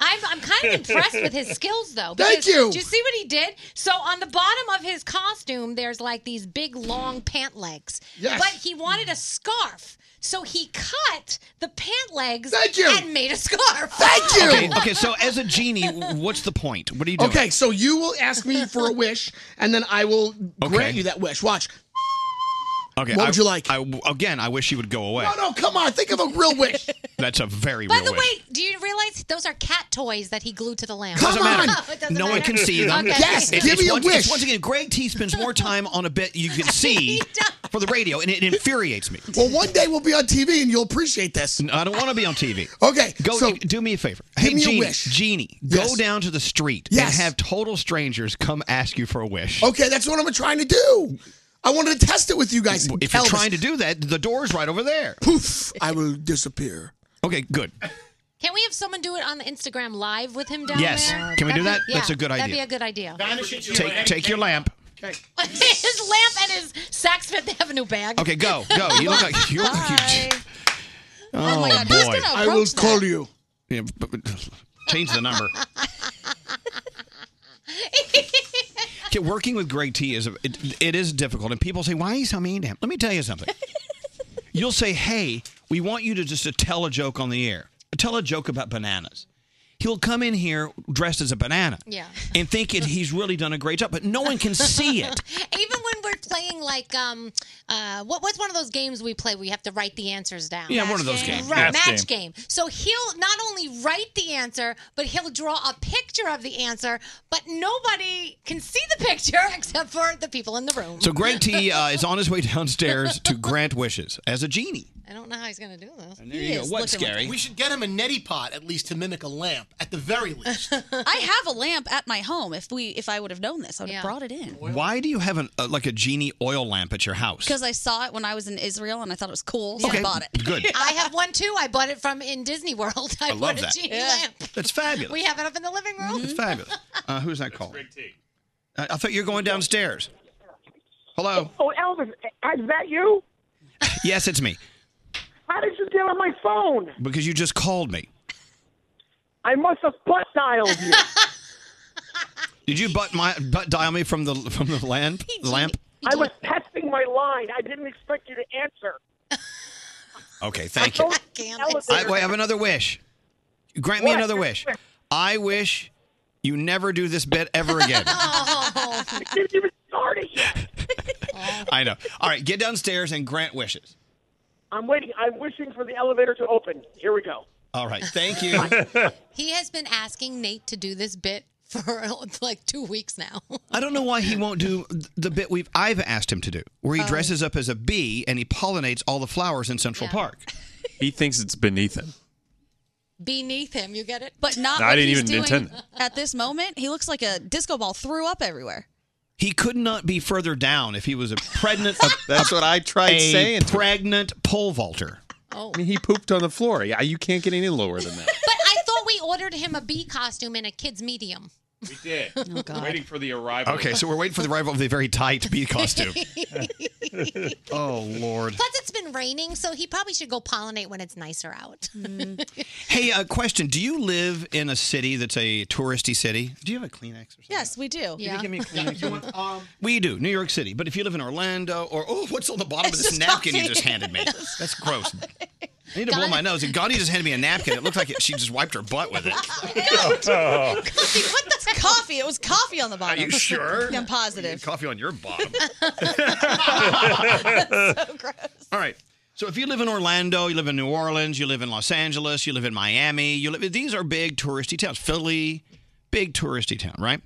Speaker 6: I'm, I'm kind of impressed with his skills, though.
Speaker 2: Thank
Speaker 6: because-
Speaker 2: you.
Speaker 6: Do you see what he did? So on the bottom of his costume, there's like these big, long pant legs.
Speaker 28: Yes.
Speaker 6: But he wanted a scarf, so he cut the pant legs
Speaker 16: Thank you.
Speaker 6: and made a scarf.
Speaker 2: Okay, okay, so as a genie, what's the point? What are you doing?
Speaker 16: Okay, so you will ask me for a wish, and then I will
Speaker 2: Okay.
Speaker 16: grant you that wish. Watch.
Speaker 2: Okay,
Speaker 16: What
Speaker 2: I-
Speaker 16: would you like?
Speaker 2: I, again, I wish you would go away.
Speaker 16: No, no, come on. Think of a real wish.
Speaker 2: That's a very
Speaker 6: By
Speaker 2: real
Speaker 6: the
Speaker 2: wish.
Speaker 6: way, do you realize those are cat toys that he glued to the lamp?
Speaker 2: Doesn't matter.
Speaker 6: Oh, it doesn't
Speaker 2: no one
Speaker 6: matter?
Speaker 2: can see them.
Speaker 6: Okay.
Speaker 2: It's- it's once, It's once again, Greg T spends more time on a bit you can see for the radio, and it infuriates me.
Speaker 16: Well, one day we'll be on TV, and you'll appreciate this.
Speaker 2: I don't want to be on TV.
Speaker 16: Okay,
Speaker 2: go
Speaker 16: so-
Speaker 2: do me a favor.
Speaker 16: Give
Speaker 2: hey,
Speaker 16: me a
Speaker 2: Genie,
Speaker 16: wish.
Speaker 2: Genie,
Speaker 16: Yes.
Speaker 2: go down to the street
Speaker 16: Yes.
Speaker 2: and have total strangers come ask you for a wish.
Speaker 16: Okay, that's what I'm trying to do. I wanted to test it with you guys.
Speaker 2: If you're
Speaker 16: Elvis.
Speaker 2: trying to do that, the door's right over there.
Speaker 16: Poof! I will disappear.
Speaker 2: Okay, good.
Speaker 6: Can we have someone do it on the Instagram live with him down
Speaker 2: Yes.
Speaker 6: there?
Speaker 2: Can we do
Speaker 6: That'd be-
Speaker 2: that? That's a good
Speaker 6: that'd
Speaker 2: idea.
Speaker 6: be a good idea.
Speaker 2: Take take your lamp.
Speaker 6: his lamp and his Saks Fifth Avenue bag.
Speaker 2: Okay, go go. You look like you look like you. Oh,
Speaker 6: Oh my God, who's
Speaker 2: boy!
Speaker 6: gonna I will approach call that?
Speaker 16: you.
Speaker 2: Yeah, but, but, change the number. Okay, working with Greg T is a, it, it is difficult, and people say, "Why are you so mean to him?" Let me tell you something. You'll say, "Hey, we want you to just to tell a joke on the air. Tell a joke about bananas." He'll come in here dressed as a banana
Speaker 6: Yeah.
Speaker 2: and think it, he's really done a great job, but no one can see it.
Speaker 6: Even when we're playing like um uh what what's one of those games we play where you have to write the answers down?
Speaker 2: Yeah, one of those games.
Speaker 6: Right,
Speaker 2: Match
Speaker 6: match game. So he'll not only write the answer, but he'll draw a picture of the answer, but nobody can see the picture except for the people in the room.
Speaker 2: So Greg T uh, is on his way downstairs to grant wishes as a genie.
Speaker 6: I don't know how he's gonna do this.
Speaker 2: there you go. What's scary?
Speaker 14: We should get him a neti pot at least to mimic a lamp, at the very least.
Speaker 7: I have a lamp at my home. If we, if I would have known this, I would have brought it in.
Speaker 2: Why do you have an, uh, like a genie oil lamp at your house?
Speaker 7: Because I saw it when I was in Israel and I thought it was cool, so I bought it.
Speaker 2: Good.
Speaker 6: I have one too. I bought it from in Disney World.
Speaker 2: I
Speaker 6: I,
Speaker 2: love
Speaker 6: bought a
Speaker 2: that.
Speaker 6: genie
Speaker 2: Yeah.
Speaker 6: lamp.
Speaker 2: That's fabulous.
Speaker 6: We have it up in the living room.
Speaker 2: It's fabulous. Uh, who's that call? I I thought you were going downstairs. Hello.
Speaker 22: Oh, Elvis, is that you?
Speaker 2: Yes, it's me.
Speaker 22: How did you get on my phone?
Speaker 2: Because you just called me.
Speaker 22: I must have butt dialed you.
Speaker 2: Did you butt my butt dial me from the from the lamp lamp?
Speaker 22: I was testing my line. I didn't expect you to answer.
Speaker 2: Okay, thank you. I, wait, I have another wish. Grant me
Speaker 6: What?
Speaker 2: another wish. I wish you never do this bit ever again.
Speaker 6: Oh.
Speaker 2: I know. All right, get downstairs and grant wishes.
Speaker 22: I'm waiting. I'm wishing for the elevator to open. Here we go.
Speaker 2: All right, thank you.
Speaker 6: He has been asking Nate to do this bit for like two weeks now.
Speaker 2: I don't know why he won't do the bit we've I've asked him to do, where he
Speaker 6: Oh.
Speaker 2: dresses up as a bee and he pollinates all the flowers in Central Park.
Speaker 17: He thinks it's beneath him.
Speaker 7: Beneath him, you get it? But not
Speaker 17: I
Speaker 7: what
Speaker 17: didn't
Speaker 7: he's
Speaker 17: even
Speaker 7: doing
Speaker 17: intend
Speaker 7: at this moment. He looks like a disco ball threw up everywhere.
Speaker 2: He could not be further down if he was a pregnant. a,
Speaker 17: That's what I tried
Speaker 2: a
Speaker 17: saying to him.
Speaker 2: Pregnant pole vaulter.
Speaker 6: Oh.
Speaker 17: I mean, he pooped on the floor. Yeah, you can't get any lower than that.
Speaker 6: But I thought we ordered him a bee costume in a kid's medium.
Speaker 17: We did.
Speaker 6: Oh, God.
Speaker 17: Waiting for the arrival.
Speaker 2: Okay, so we're waiting for the arrival of the very tight bee costume.
Speaker 6: Plus,
Speaker 2: oh Lord.
Speaker 6: it's been raining, so he probably should go pollinate when it's nicer out. Mm.
Speaker 2: Hey, a question. Do you live in a city that's a touristy city? Do you have a Kleenex?
Speaker 7: Yes, we do.
Speaker 2: Yeah. give me a Kleenex? We do, New York City. But if you live in Orlando or, oh, what's on the bottom
Speaker 7: It's
Speaker 2: of this
Speaker 7: just
Speaker 2: napkin you
Speaker 7: coffee.
Speaker 2: just handed me? That's gross. I need to blow my nose. And Gandhi just handed me a napkin. It looked like it, she just wiped her butt with it. Oh,
Speaker 7: Coffee, what? That's coffee. It was coffee on the bottom.
Speaker 2: Are you sure?
Speaker 7: I'm positive.
Speaker 2: Coffee on your bottom. All right. So if you live in Orlando, you live in New Orleans, you live in Los Angeles, you live in Miami, you live these are big touristy towns. Philly, big touristy town, right?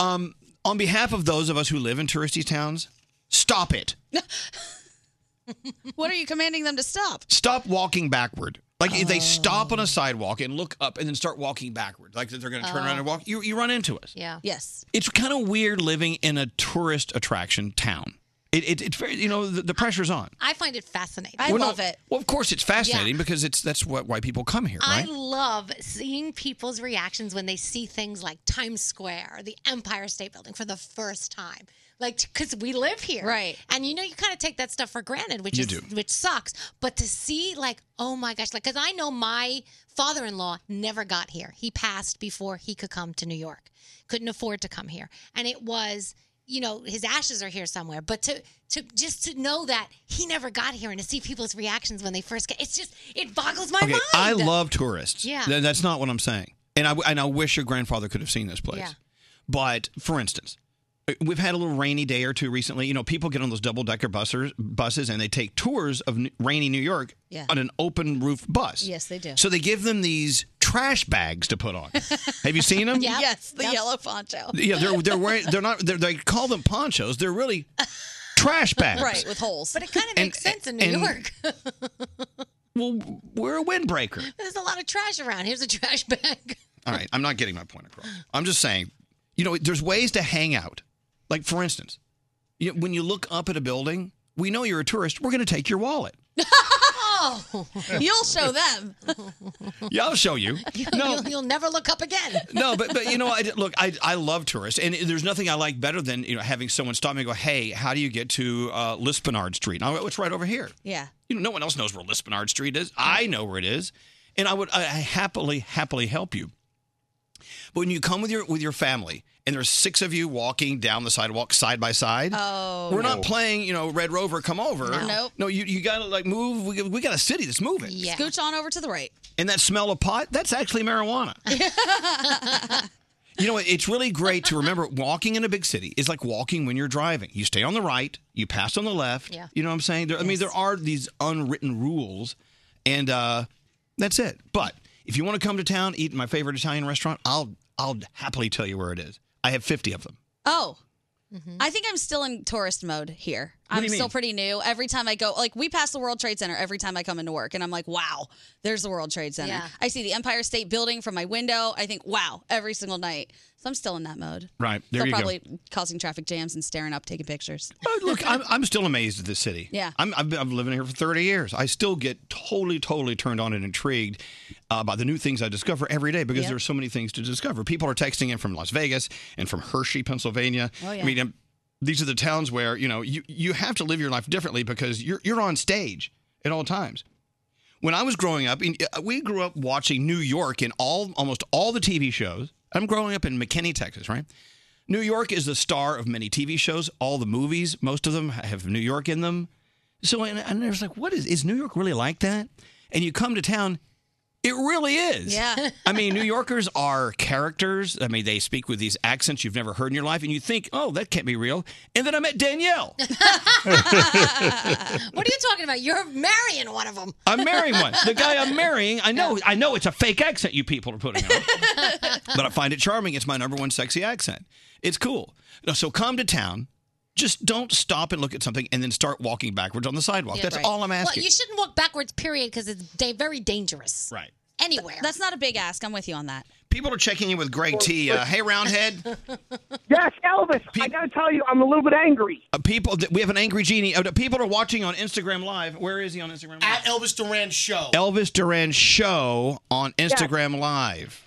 Speaker 2: Um, on behalf of those of us who live in touristy towns, stop it.
Speaker 7: What are you commanding them to stop?
Speaker 2: Stop walking backward. Like if they stop on
Speaker 7: Oh.
Speaker 2: a sidewalk and look up and then start walking backward, like that they're going to turn
Speaker 7: Oh.
Speaker 2: around and walk. You, you run into us.
Speaker 6: Yeah.
Speaker 7: Yes.
Speaker 2: It's kind of weird living in a tourist attraction town. It, it, it's very, you know, the, the pressure's on.
Speaker 6: I find it fascinating.
Speaker 2: Well, no, Well, of course, it's fascinating because it's that's what why people come here,
Speaker 6: I
Speaker 2: right?
Speaker 6: love seeing people's reactions when they see things like Times Square or the Empire State Building for the first time. Like, because we live here. Right. And you know, you kind of take that stuff for granted, which
Speaker 2: You
Speaker 6: is,
Speaker 2: do.
Speaker 6: which sucks. But to see, like, oh my gosh, like, because I know my father in law never got here. He passed before he could come to New York, couldn't afford to come here. And it was, you know, his ashes are here somewhere. But to, to just to know that he never got here and to see people's reactions when they first get, it's just, it boggles my
Speaker 2: okay,
Speaker 6: mind.
Speaker 2: I love tourists.
Speaker 6: Yeah.
Speaker 2: Th- that's not what I'm saying. And I and I wish your grandfather could have seen this place.
Speaker 6: Yeah.
Speaker 2: But for instance, uh, we've had a little rainy day or two recently. You know, people get on those double decker buses buses and they take tours of n- rainy New York
Speaker 7: Yeah.
Speaker 2: on an open roof bus.
Speaker 7: Yes, they do.
Speaker 2: So they give them these trash bags to put on. have you seen them?
Speaker 7: Yes, the yellow poncho.
Speaker 2: Yeah, they're they're wearing they're not they're, they call them ponchos. They're really trash bags.
Speaker 7: Right, with holes. But
Speaker 6: it kind of
Speaker 2: And-
Speaker 6: makes sense in New
Speaker 2: and-
Speaker 6: York.
Speaker 2: Well, we're a windbreaker.
Speaker 6: There's a lot of trash around. Here's a trash bag.
Speaker 2: All right, I'm not getting my point across. I'm just saying, you know, there's ways to hang out. Like for instance, you when you look up at a building, we know you're a tourist. We're going to take your wallet.
Speaker 6: Oh,
Speaker 7: You'll show them.
Speaker 2: Yeah, I'll show you. No,
Speaker 6: you'll, you'll never look up again.
Speaker 2: no, but but you know, I, look, I I love tourists, and there's nothing I like better than you know having someone stop me and go, "Hey, how do you get to uh, Lispenard Street?" And I go, "It's right over here."
Speaker 7: Yeah.
Speaker 2: You know, no one else knows where Lispenard Street is. I know where it is, and I would I happily happily help you. But when you come with your with your family and there's six of you walking down the sidewalk side by side,
Speaker 7: Oh,
Speaker 2: we're
Speaker 7: no.
Speaker 2: not playing you know Red Rover come over.
Speaker 7: No. Nope.
Speaker 2: no, you you gotta like move. We, we got a city that's moving.
Speaker 7: Scooch on over to the right.
Speaker 2: And that smell of pot, that's actually marijuana. You know, what? it's really great to remember walking in a big city is like walking when you're driving. You stay on the right, you pass on the left.
Speaker 29: Yeah.
Speaker 2: You know what I'm saying? There, I mean, there are these unwritten rules, and uh, that's it. But if you want to come to town, eat in my favorite Italian restaurant, I'll I'll happily tell you where it is. I have 50 of them.
Speaker 7: Oh.
Speaker 6: Mm-hmm.
Speaker 7: I think I'm still in tourist mode here.
Speaker 2: What do
Speaker 7: I'm
Speaker 2: you
Speaker 7: still
Speaker 2: mean?
Speaker 7: pretty new. Every time I go, like we pass the World Trade Center every time I come into work, and I'm like, wow, there's the World Trade Center.
Speaker 6: Yeah.
Speaker 7: I see the Empire State Building from my window. I think, wow, every single night. So I'm still in that mode.
Speaker 2: Right. There
Speaker 7: Still
Speaker 2: you go.
Speaker 7: probably causing traffic jams and staring up, taking pictures.
Speaker 2: Oh, Look, I'm, I'm still amazed at this city.
Speaker 7: Yeah.
Speaker 2: I'm, I've, been, I've been living here for 30 years. I still get totally, totally turned on and intrigued uh, by the new things I discover every day because
Speaker 20: Yep.
Speaker 2: there are so many things to discover. People are texting in from Las Vegas and from Hershey, Pennsylvania.
Speaker 20: Oh, yeah.
Speaker 2: I mean, um, these are the towns where, you know, you, you have to live your life differently because you're, you're on stage at all times. When I was growing up, in, uh, we grew up watching New York in all almost all the TV shows. I'm growing up in McKinney, Texas, right? New York is the star of many TV shows. All the movies, most of them have New York in them. So and, and I was like, what is is New York really like that? And you come to town, it really is.
Speaker 7: Yeah.
Speaker 2: I mean, New Yorkers are characters. I mean, they speak with these accents you've never heard in your life, and you think, oh, that can't be real. And then I met Danielle.
Speaker 6: What are you talking about? You're marrying one of them.
Speaker 2: I'm marrying one. The guy I'm marrying, I know, I know it's a fake accent you people are putting on, but I find it charming. It's my number one sexy accent. It's cool. No, So come to town. Just don't stop and look at something and then start walking backwards on the sidewalk.
Speaker 6: Yeah,
Speaker 2: That's
Speaker 6: right.
Speaker 2: all I'm asking.
Speaker 6: Well, you shouldn't walk backwards, period, because it's da- very dangerous.
Speaker 2: right.
Speaker 6: Anywhere.
Speaker 7: That's not a big ask. I'm with you on that.
Speaker 2: People are checking in with Greg T. Uh, hey, Roundhead.
Speaker 22: Yes, Elvis. I gotta tell you, I'm a little bit angry.
Speaker 2: Uh, people, th- we have an angry genie. Uh, people are watching on Instagram Live. Where is he on Instagram? Live?
Speaker 14: At Elvis Duran Show.
Speaker 2: Elvis Duran Show on
Speaker 22: Yes.
Speaker 2: Instagram Live.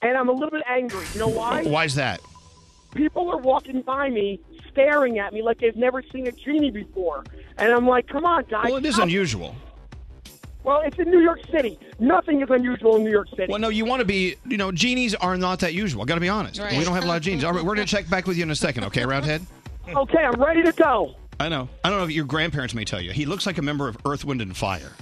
Speaker 22: And I'm a little bit angry. You know why?
Speaker 2: Why's that?
Speaker 22: People are walking by me, staring at me like they've never seen a genie before. And I'm like, come on, guys.
Speaker 2: Well, it is
Speaker 22: stop.
Speaker 2: unusual.
Speaker 22: Well, it's in New York City. Nothing is unusual in New York City.
Speaker 2: Well, no, you want to be, you know, genies are not that usual. Got to be honest.
Speaker 22: Right.
Speaker 2: We don't have a lot of genies. All right, we're going to check back with you in a second, okay, Roundhead?
Speaker 22: Okay, I'm ready to go.
Speaker 2: I know. I don't know if your grandparents may tell you. He looks like a member of Earth, Wind, and Fire.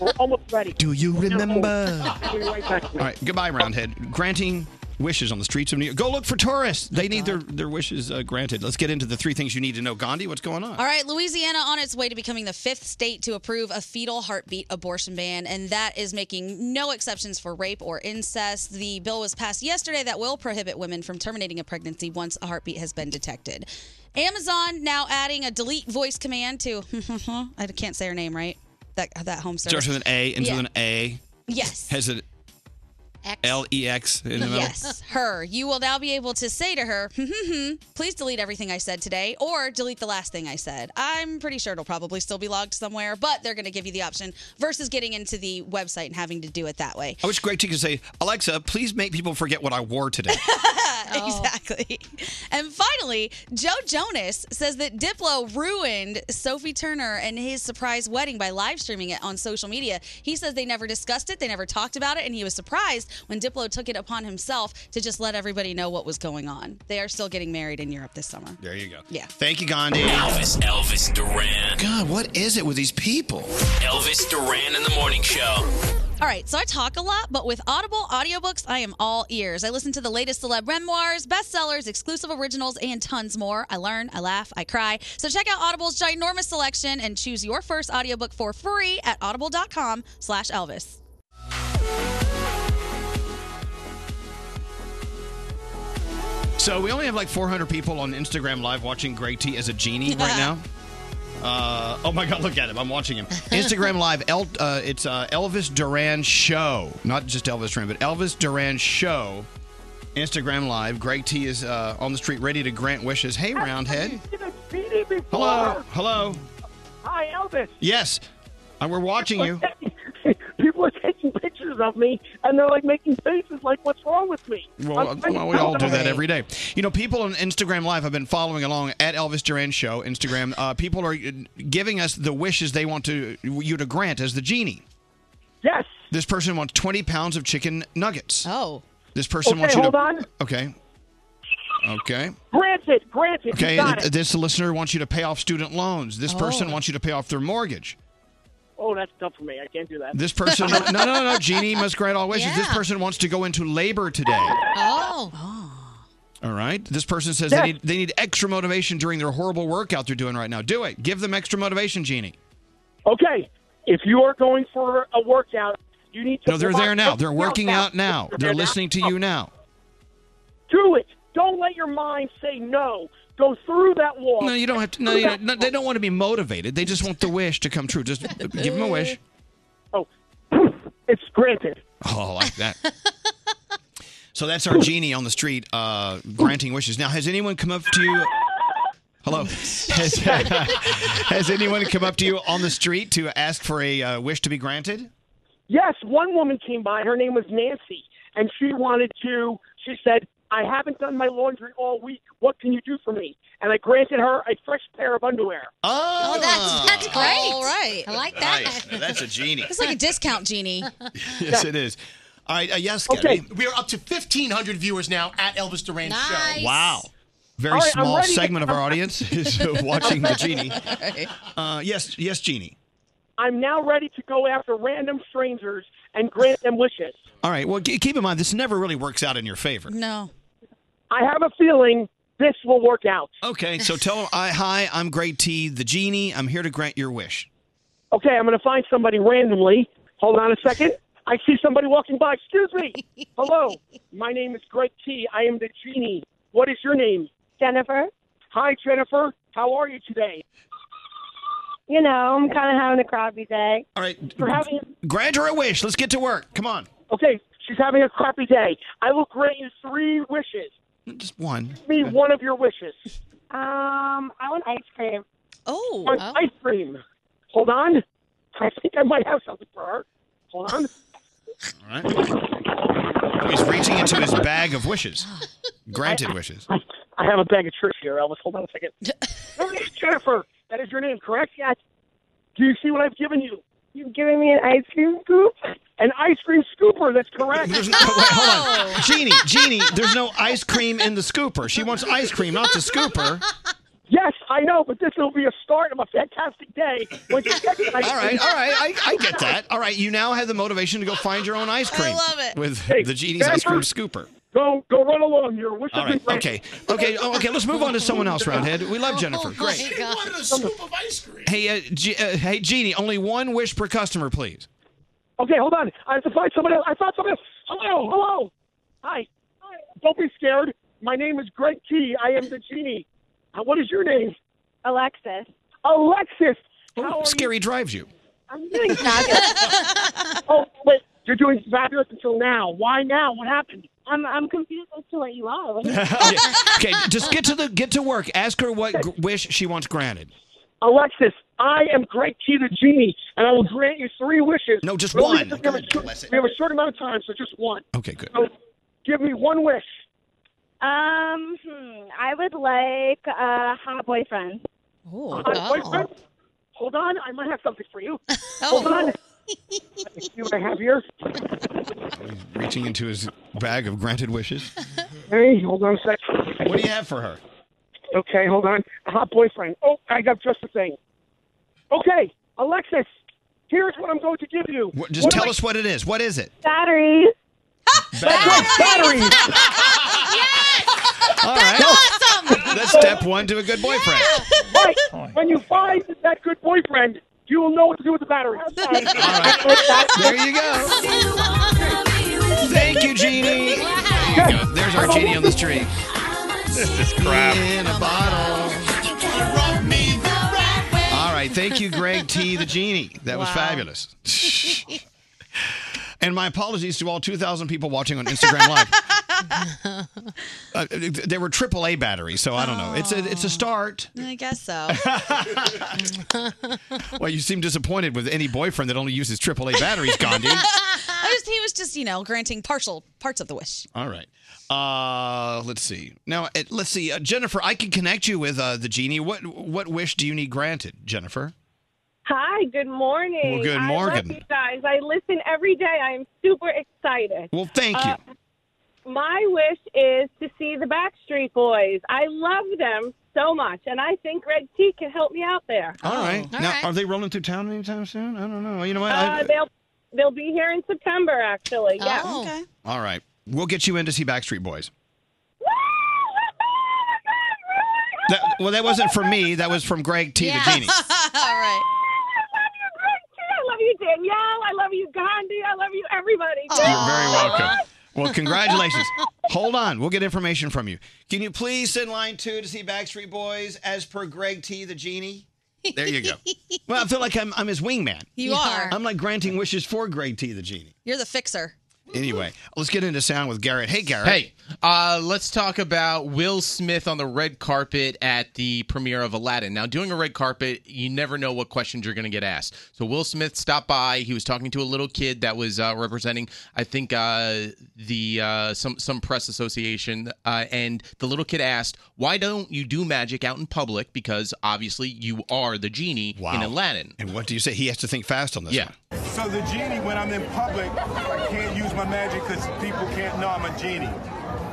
Speaker 22: We're almost ready.
Speaker 2: Do you remember?
Speaker 22: I'll be right back.
Speaker 2: All right, goodbye, Roundhead. Granting wishes on the streets of New York. Go look for tourists. They need their, their wishes uh, granted. Let's get into the three things you need to know. Gandhi, what's going on?
Speaker 7: All right, Louisiana on its way to becoming the fifth state to approve a fetal heartbeat abortion ban, and that is making no exceptions for rape or incest. The bill was passed yesterday that will prohibit women from terminating a pregnancy once a heartbeat has been detected. Amazon now adding a delete voice command to I can't say her name right. That that home service
Speaker 2: Starts with an A, ends with an A.
Speaker 7: Yes.
Speaker 2: Has an L E X in the middle.
Speaker 7: Yes, her. You will now be able to say to her, "Hmm, please delete everything I said today or delete the last thing I said. I'm pretty sure it'll probably still be logged somewhere, but they're going to give you the option versus getting into the website and having to do it that way.
Speaker 2: I wish Greg T could say, Alexa, please make people forget what I wore today.
Speaker 7: Exactly. And finally, Joe Jonas says that Diplo ruined Sophie Turner and his surprise wedding by live streaming it on social media. He says they never discussed it, they never talked about it, and he was surprised when Diplo took it upon himself to just let everybody know what was going on. They are still getting married in Europe this summer.
Speaker 2: There you go.
Speaker 7: Yeah.
Speaker 2: Thank you, Gandhi.
Speaker 5: Elvis, Elvis Duran.
Speaker 2: God, what is it with these people?
Speaker 5: Elvis Duran in the morning show.
Speaker 7: All right, so I talk a lot, but with Audible audiobooks, I am all ears. I listen to the latest celeb memoirs, bestsellers, exclusive originals, and tons more. I learn, I laugh, I cry. So check out Audible's ginormous selection and choose your first audiobook for free at audible.com slash Elvis.
Speaker 2: So we only have like 400 people on Instagram Live watching Greg T as a genie right now. Uh, oh my God! Look at him. I'm watching him. Instagram Live. El, uh, it's uh, Elvis Duran Show, not just Elvis Duran, but Elvis Duran Show. Instagram Live. Greg T is uh, on the street, ready to grant wishes. Hey, Roundhead.
Speaker 22: Genie before.
Speaker 2: Hello. Hello.
Speaker 22: Hi, Elvis.
Speaker 2: Yes, Uh, we're watching you.
Speaker 22: People are taking pictures of me, and they're like making faces, like, "What's wrong with me?"
Speaker 2: Well,
Speaker 22: I'm
Speaker 2: uh, well, we all do that every day. You know, people on Instagram Live have been following along at Elvis Duran Show Instagram. Uh, people are uh, giving us the wishes they want to you to grant as the genie.
Speaker 22: Yes.
Speaker 2: This person wants twenty pounds of chicken nuggets.
Speaker 7: Oh.
Speaker 2: This person
Speaker 22: Okay,
Speaker 2: wants you
Speaker 22: hold
Speaker 2: to.
Speaker 22: on.
Speaker 2: Okay. Okay.
Speaker 22: Granted, granted.
Speaker 2: Okay. uh,
Speaker 22: you got
Speaker 2: th-
Speaker 22: it.
Speaker 2: This listener wants you to pay off student loans. This person
Speaker 22: Oh.
Speaker 2: wants you to pay off their mortgage.
Speaker 22: Oh, that's tough for me. I can't do that.
Speaker 2: This person. no, no, no, no. Genie must grant all wishes. This
Speaker 22: Yeah.
Speaker 2: person wants to go into labor today.
Speaker 6: Oh.
Speaker 2: All right. This person says
Speaker 6: Yes.
Speaker 2: they need they need extra motivation during their horrible workout they're doing right now. Do it. Give them extra motivation, Genie.
Speaker 22: Okay, if you are going for a workout, you need to.
Speaker 2: No, they're there now. They're working out now. They're
Speaker 22: now.
Speaker 2: listening to you now.
Speaker 22: Do it. Don't let your mind say no. Go through that wall.
Speaker 2: No, you don't have to. No, you don't, no, they don't want to be motivated. They just want the wish to come true. Just give them a wish.
Speaker 22: Oh, It's granted.
Speaker 2: Oh, I like that. So that's our genie on the street uh, granting wishes. Now, has anyone come up to you? Hello. Has, has anyone come up to you on the street to ask for a uh, wish to be granted?
Speaker 22: Yes, one woman came by. Her name was Nancy, and she wanted to. She said, "I haven't done my laundry all week. What can you do for me?" And I granted her a fresh pair of underwear.
Speaker 2: Oh,
Speaker 6: that's, that's great.
Speaker 7: All right.
Speaker 6: I like that.
Speaker 2: Nice. Now That's a genie.
Speaker 7: It's like a discount genie.
Speaker 2: Yes, it is. All right, uh, yes,
Speaker 14: Okay,
Speaker 2: Kenny.
Speaker 14: we are up to 1,500 viewers now at Elvis Duran Show.
Speaker 2: Wow. very
Speaker 22: All right, I'm
Speaker 2: small
Speaker 22: ready.
Speaker 2: segment of our audience is uh, watching the genie.
Speaker 22: Right.
Speaker 2: Uh, yes, yes, genie.
Speaker 22: I'm now ready to go after random strangers and grant them wishes.
Speaker 2: All right. Well, ke- keep in mind this never really works out in your favor.
Speaker 7: No.
Speaker 22: I have a feeling this will work out.
Speaker 2: Okay, so tell them, I, hi, I'm Great T, the genie. I'm here to grant your wish.
Speaker 22: Okay, I'm going to find somebody randomly. Hold on a second. I see somebody walking by. Excuse me. Hello. My name is Greg T. I am the genie. What is your name? Jennifer. Hi, Jennifer. How are you today?
Speaker 19: You know, I'm kind of having a crappy day.
Speaker 2: All right.
Speaker 22: For having
Speaker 2: Grant her a wish. Let's get to work. Come on.
Speaker 22: Okay, she's having a crappy day. I will grant you three wishes.
Speaker 2: Just one.
Speaker 22: Give me one of your wishes.
Speaker 19: Um, I want ice cream.
Speaker 7: Oh,
Speaker 22: on ice cream. Hold on. I think I might have something for her. Hold on.
Speaker 2: All right. He's reaching into his bag of wishes. Granted wishes.
Speaker 22: I have a bag of trish here, Elvis. Hold on a second. Her name's Jennifer. That is your name, correct? Yes. Do you see what I've given you?
Speaker 19: You've given me an ice cream scoop?
Speaker 22: An ice cream scooper. That's correct.
Speaker 2: There's no, wait, hold on. Genie, Genie, there's no ice cream in the scooper. She wants ice cream, not the scooper.
Speaker 22: Yes, I know, but this will be a start of a fantastic day. When she gets the ice
Speaker 2: All right,
Speaker 22: cream.
Speaker 2: all right. I, I get that. All right, you now have the motivation to go find your own ice cream. I love it. With the genie's ice cream scooper.
Speaker 22: Go, go run along. Your wish
Speaker 2: All
Speaker 22: has been
Speaker 2: right,
Speaker 22: granted.
Speaker 2: okay. Okay, oh, okay, let's move on to someone else, Roundhead. We love Jennifer. Great.
Speaker 22: Oh, She wanted a scoop of ice cream.
Speaker 2: Hey, uh, G- uh, hey, Genie, only one wish per customer, please.
Speaker 22: Okay, hold on. I have to find somebody else. I found somebody else. Hello, hello. Hi. Hi. Don't be scared. My name is Greg T. I am the genie. Uh, what is your name?
Speaker 19: Alexis.
Speaker 22: Alexis. How
Speaker 2: Oh,
Speaker 22: are
Speaker 2: Scary
Speaker 22: you?
Speaker 2: drives you.
Speaker 22: I'm doing fabulous. oh, wait. You're doing fabulous until now. Why now? What happened?
Speaker 19: I'm I'm confused as to what you want.
Speaker 2: okay. okay, just get to the get to work. Ask her what gr- wish she wants granted.
Speaker 22: Alexis, I am Greg T. the genie, and I will grant you three wishes.
Speaker 2: No, just
Speaker 22: Really,
Speaker 2: one.
Speaker 22: We have, a short, we have a short amount of time, so just one.
Speaker 2: Okay, good.
Speaker 22: So give me one wish.
Speaker 19: Um, hmm, I would like a hot boyfriend.
Speaker 22: Hi, boyfriend. Hold on, I might have something for you. Hold on. Let me see what I have here.
Speaker 2: Reaching into his bag of granted wishes.
Speaker 22: Hey, hold on a sec.
Speaker 2: What do you have for her?
Speaker 22: Okay, hold on. A hot boyfriend. Oh, I got just the thing. Okay, Alexis, here's what I'm going to give you.
Speaker 2: What, just
Speaker 22: What
Speaker 2: tell
Speaker 22: am I-
Speaker 2: us what it is. What is it?
Speaker 19: Batteries.
Speaker 22: Batteries.
Speaker 2: All right. That's step one to a good boyfriend.
Speaker 22: Right. When you find that good boyfriend, you will know what to do with the battery.
Speaker 2: There you go. Thank you, Genie. There you go. There's our Genie on the street. This is crap. In a bottle. All right. Thank you, Greg T. the Genie. That was
Speaker 29: Wow.
Speaker 2: fabulous. And my apologies to all 2,000 people watching on Instagram Live. Uh, they were AAA batteries, so I don't know. It's a it's a start.
Speaker 7: I guess so.
Speaker 2: Well, you seem disappointed with any boyfriend that only uses AAA batteries, Gandhi.
Speaker 7: I just, he was just, you know, granting partial parts of the wish.
Speaker 2: All right. Uh, let's see. Now, uh, let's see. Uh, Jennifer, I can connect you with uh, the genie. What what wish do you need granted, Jennifer?
Speaker 19: Hi, good morning.
Speaker 2: Well, good
Speaker 19: I love
Speaker 2: morning.
Speaker 19: you guys. I listen every day. I am super excited.
Speaker 2: Well, thank you.
Speaker 19: Uh, my wish is to see the Backstreet Boys. I love them so much, and I think Greg T can help me out there.
Speaker 2: All right. now, are they rolling through town anytime soon? I don't know. You know what? I-
Speaker 19: Uh, they'll they'll be here in September, actually. Yeah.
Speaker 7: Okay.
Speaker 2: all right. We'll get you in to see Backstreet Boys. That, well, that wasn't from me. That was from Greg T. The genie.
Speaker 7: All right.
Speaker 19: I love you, Danielle. I love you, Gandhi. I love you, everybody.
Speaker 2: You're very welcome. Well, congratulations. Hold on. We'll get information from you. Can you please send line two to see Backstreet Boys as per Greg T. The genie? There you go. Well, I feel like I'm, I'm his wingman.
Speaker 7: You are.
Speaker 2: I'm like granting wishes for Greg T. The genie.
Speaker 7: You're the fixer.
Speaker 2: Anyway, let's get into sound with Garrett. Hey, Garrett.
Speaker 20: Hey, uh, let's talk about Will Smith on the red carpet at the premiere of Aladdin. Now, doing a red carpet, you never know what questions you're going to get asked. So, Will Smith stopped by. He was talking to a little kid that was uh, representing, I think, uh, the uh, some some press association, uh, and the little kid asked, "Why don't you do magic out in public? Because obviously, you are the genie in Aladdin."
Speaker 2: And what do you say? He has to think fast on this
Speaker 20: yeah.
Speaker 2: one.
Speaker 20: Yeah.
Speaker 30: So the genie, when I'm in public, I can't use
Speaker 25: use my magic because people can't know I'm a genie.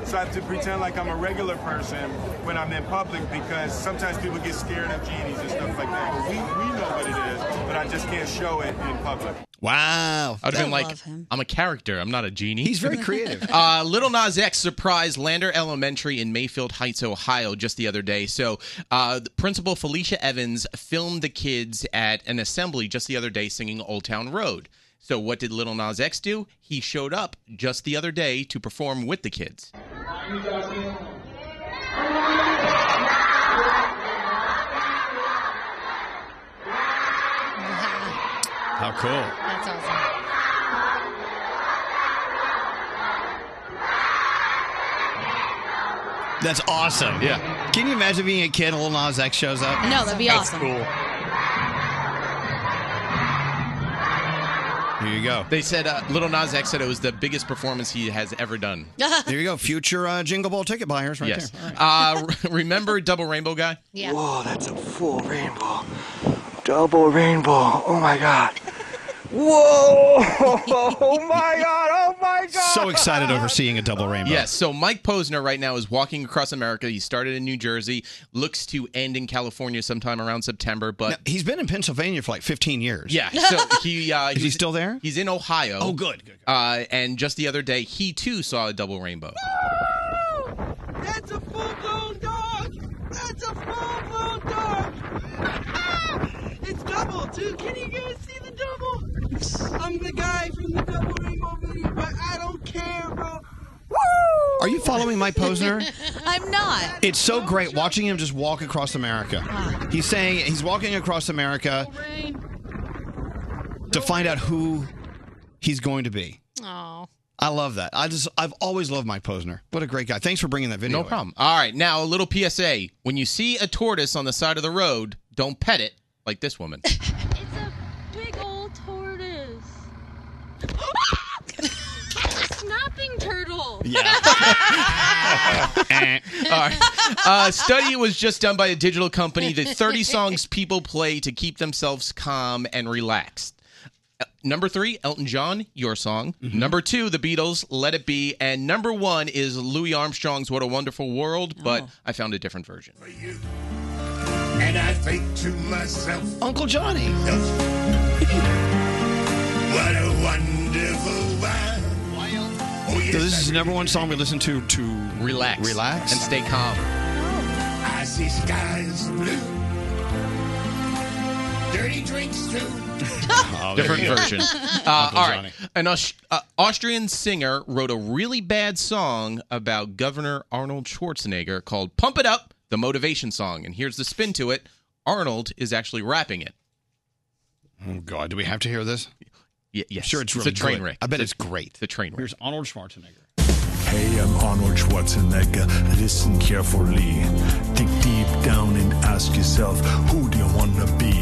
Speaker 25: So I have to pretend like I'm a regular person when I'm in public because sometimes people get scared of genies and stuff like that. But we, we know what it is, but I just can't show it in public.
Speaker 20: Wow. I'd have been
Speaker 25: I
Speaker 20: like,
Speaker 25: love him.
Speaker 20: I'm a character. I'm not a genie. He's
Speaker 25: very creative.
Speaker 20: uh, Little Nas X surprised Lander Elementary in Mayfield Heights, Ohio, just the other day. So, uh, the Principal Felicia Evans filmed the kids at an assembly just the other day singing Old Town Road. So, what did Little Nas X do? He showed up just the other day to perform with the kids. How cool.
Speaker 6: That's awesome.
Speaker 2: That's awesome. Yeah. Can you imagine being a kid and Lil Nas X shows up?
Speaker 7: No, that'd be
Speaker 2: That's
Speaker 7: awesome.
Speaker 2: cool. Here you go.
Speaker 20: They said uh, Little Nas X said it was the biggest performance he has ever done.
Speaker 2: there you go. Future uh, Jingle Ball ticket buyers right
Speaker 20: yes.
Speaker 2: there.
Speaker 20: Uh, remember Double Rainbow guy?
Speaker 6: Yeah.
Speaker 1: Whoa, Oh, that's a full rainbow. Double rainbow. Oh my god. Whoa! Oh my god! Oh my god!
Speaker 20: So
Speaker 2: excited over seeing a double rainbow.
Speaker 20: Yes. So Mike Posner right now is walking across America. He started in New Jersey, looks to end in California sometime around September. But
Speaker 2: He's been in Pennsylvania for like 15 years.
Speaker 20: yeah, so he uh,
Speaker 2: Is he
Speaker 20: he's-
Speaker 2: still there?
Speaker 20: He's in Ohio.
Speaker 2: Oh, good, good,
Speaker 20: Uh, and just the other day, he too saw a double rainbow.
Speaker 1: That's a full blown dog! That's a full blown dog! Ah, it's double, too. Can you guys see the double? I'm the guy from the double rainbow video, but I don't care, bro.
Speaker 2: Are you following Mike Posner?
Speaker 7: I'm not.
Speaker 2: It's so great watching him just walk across America. He's saying he's walking across America to find out who he's going to be.
Speaker 6: Oh.
Speaker 2: I love that. I just I've always loved Mike Posner. What a great guy. Thanks for bringing that video.
Speaker 20: No problem. All right. Now a little PSA: when you see a tortoise on the side of the road, don't pet it like this woman.
Speaker 4: Big old tortoise. Snapping turtle.
Speaker 20: Eh. All right. Uh, study was just done by a digital company. The 30 songs people play to keep themselves calm and relaxed. Uh, Number three, Elton John, your song. Number two, The Beatles, Let It Be. And number one is Louis Armstrong's What a Wonderful World, but I found a different version.
Speaker 29: And I think to myself,
Speaker 2: Uncle Johnny.
Speaker 29: what a wonderful world.
Speaker 2: So this is the number one song we listen to to
Speaker 20: relax,
Speaker 2: relax,
Speaker 20: and stay calm.
Speaker 29: I see skies blue. Dirty drinks too.
Speaker 20: Different version. Uh, all right. An Aus- uh, Austrian singer wrote a really bad song about Governor Arnold Schwarzenegger called Pump It Up, the motivation song. And here's the spin to it Arnold is actually rapping it.
Speaker 2: Oh God, do we have to hear this?
Speaker 20: Yeah, yes.
Speaker 2: Sure, it's
Speaker 20: It's
Speaker 2: really
Speaker 20: a train
Speaker 2: good.
Speaker 20: wreck.
Speaker 2: I bet
Speaker 20: It's
Speaker 2: it's,
Speaker 20: a-
Speaker 2: great.
Speaker 20: The train wreck.
Speaker 2: Here's Arnold Schwarzenegger.
Speaker 30: Hey, I'm Arnold Schwarzenegger. Listen carefully. Think deep down and ask yourself, who do you wanna be?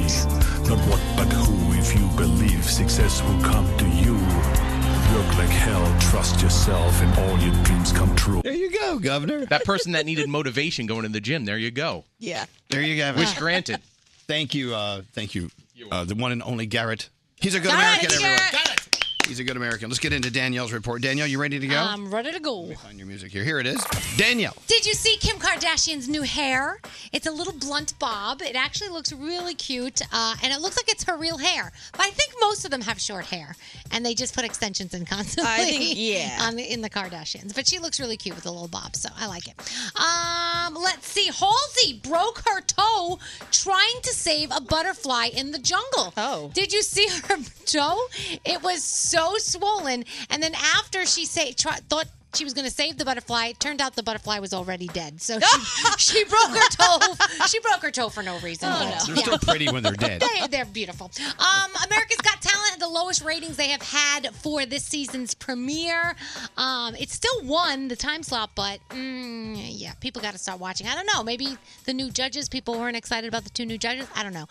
Speaker 30: Not what, but who. If you believe success will come to you, work like hell, trust yourself, and all your dreams come true.
Speaker 2: There you go, Governor.
Speaker 20: That person that needed motivation going to the gym. There you go.
Speaker 30: Yeah.
Speaker 2: There you go.
Speaker 20: Wish granted.
Speaker 2: Thank you, uh, thank you, uh, the one and only Garrett. He's a good
Speaker 6: Garrett,
Speaker 2: American, everyone.
Speaker 6: Garrett.
Speaker 2: He's a good American. Let's get into Danielle's report. Danielle, you ready to go?
Speaker 6: I'm ready to go.
Speaker 2: On your music here. Here it is. Danielle.
Speaker 6: Did you see Kim Kardashian's new hair? It's a little blunt bob. It actually looks really cute, uh, and it looks like it's her real hair. But I think most of them have short hair, and they just put extensions in constantly.
Speaker 7: I think- yeah.
Speaker 6: on the, in the Kardashians. But she looks really cute with a little bob, so I like it. Um, let's see. Halsey broke her toe trying to save a butterfly in the jungle. Oh, did you see her toe? It was so swollen, and then after she say, try, thought. She was going to save the butterfly. It turned out the butterfly was already dead. So she, she broke her toe. She broke her toe for Oh, no reason. But,
Speaker 2: They're
Speaker 6: yeah.
Speaker 2: still pretty when they're dead.
Speaker 6: They, are beautiful. Um, America's Got Talent had the lowest ratings they have had for this season's premiere. Um, it still won the time slot, but mm, yeah, people got to start watching. I don't know. Maybe the new judges, people weren't excited about the two new judges. I don't know.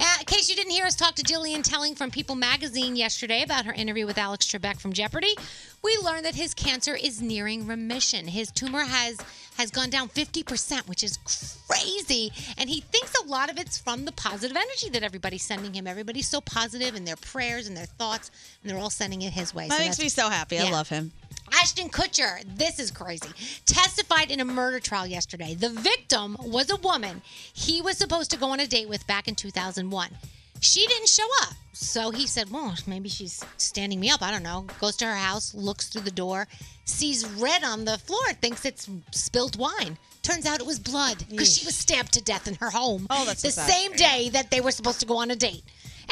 Speaker 6: Uh, in case you didn't hear us talk to Jillian Telling from People Magazine yesterday about her interview with Alex Trebek from Jeopardy, we learned that his cancer is is nearing remission. His tumor has has gone down 50%, which is crazy. And he thinks a lot of it's from the positive energy that everybody's sending him. Everybody's so positive in their prayers and their thoughts, and they're all sending it his way.
Speaker 7: That makes me so happy. I
Speaker 6: Yeah.
Speaker 7: love him.
Speaker 6: Ashton Kutcher, this is crazy, testified in a murder trial yesterday. The victim was a woman he was supposed to go on a date with back in 2001. She didn't show up. So he said, Well, maybe she's standing me up. I don't know. Goes to her house, looks through the door, sees red on the floor, thinks it's spilled wine. Turns out it was blood because she was stabbed to death in her home oh, that's the
Speaker 7: so sad.
Speaker 6: same day that they were supposed to go on a date.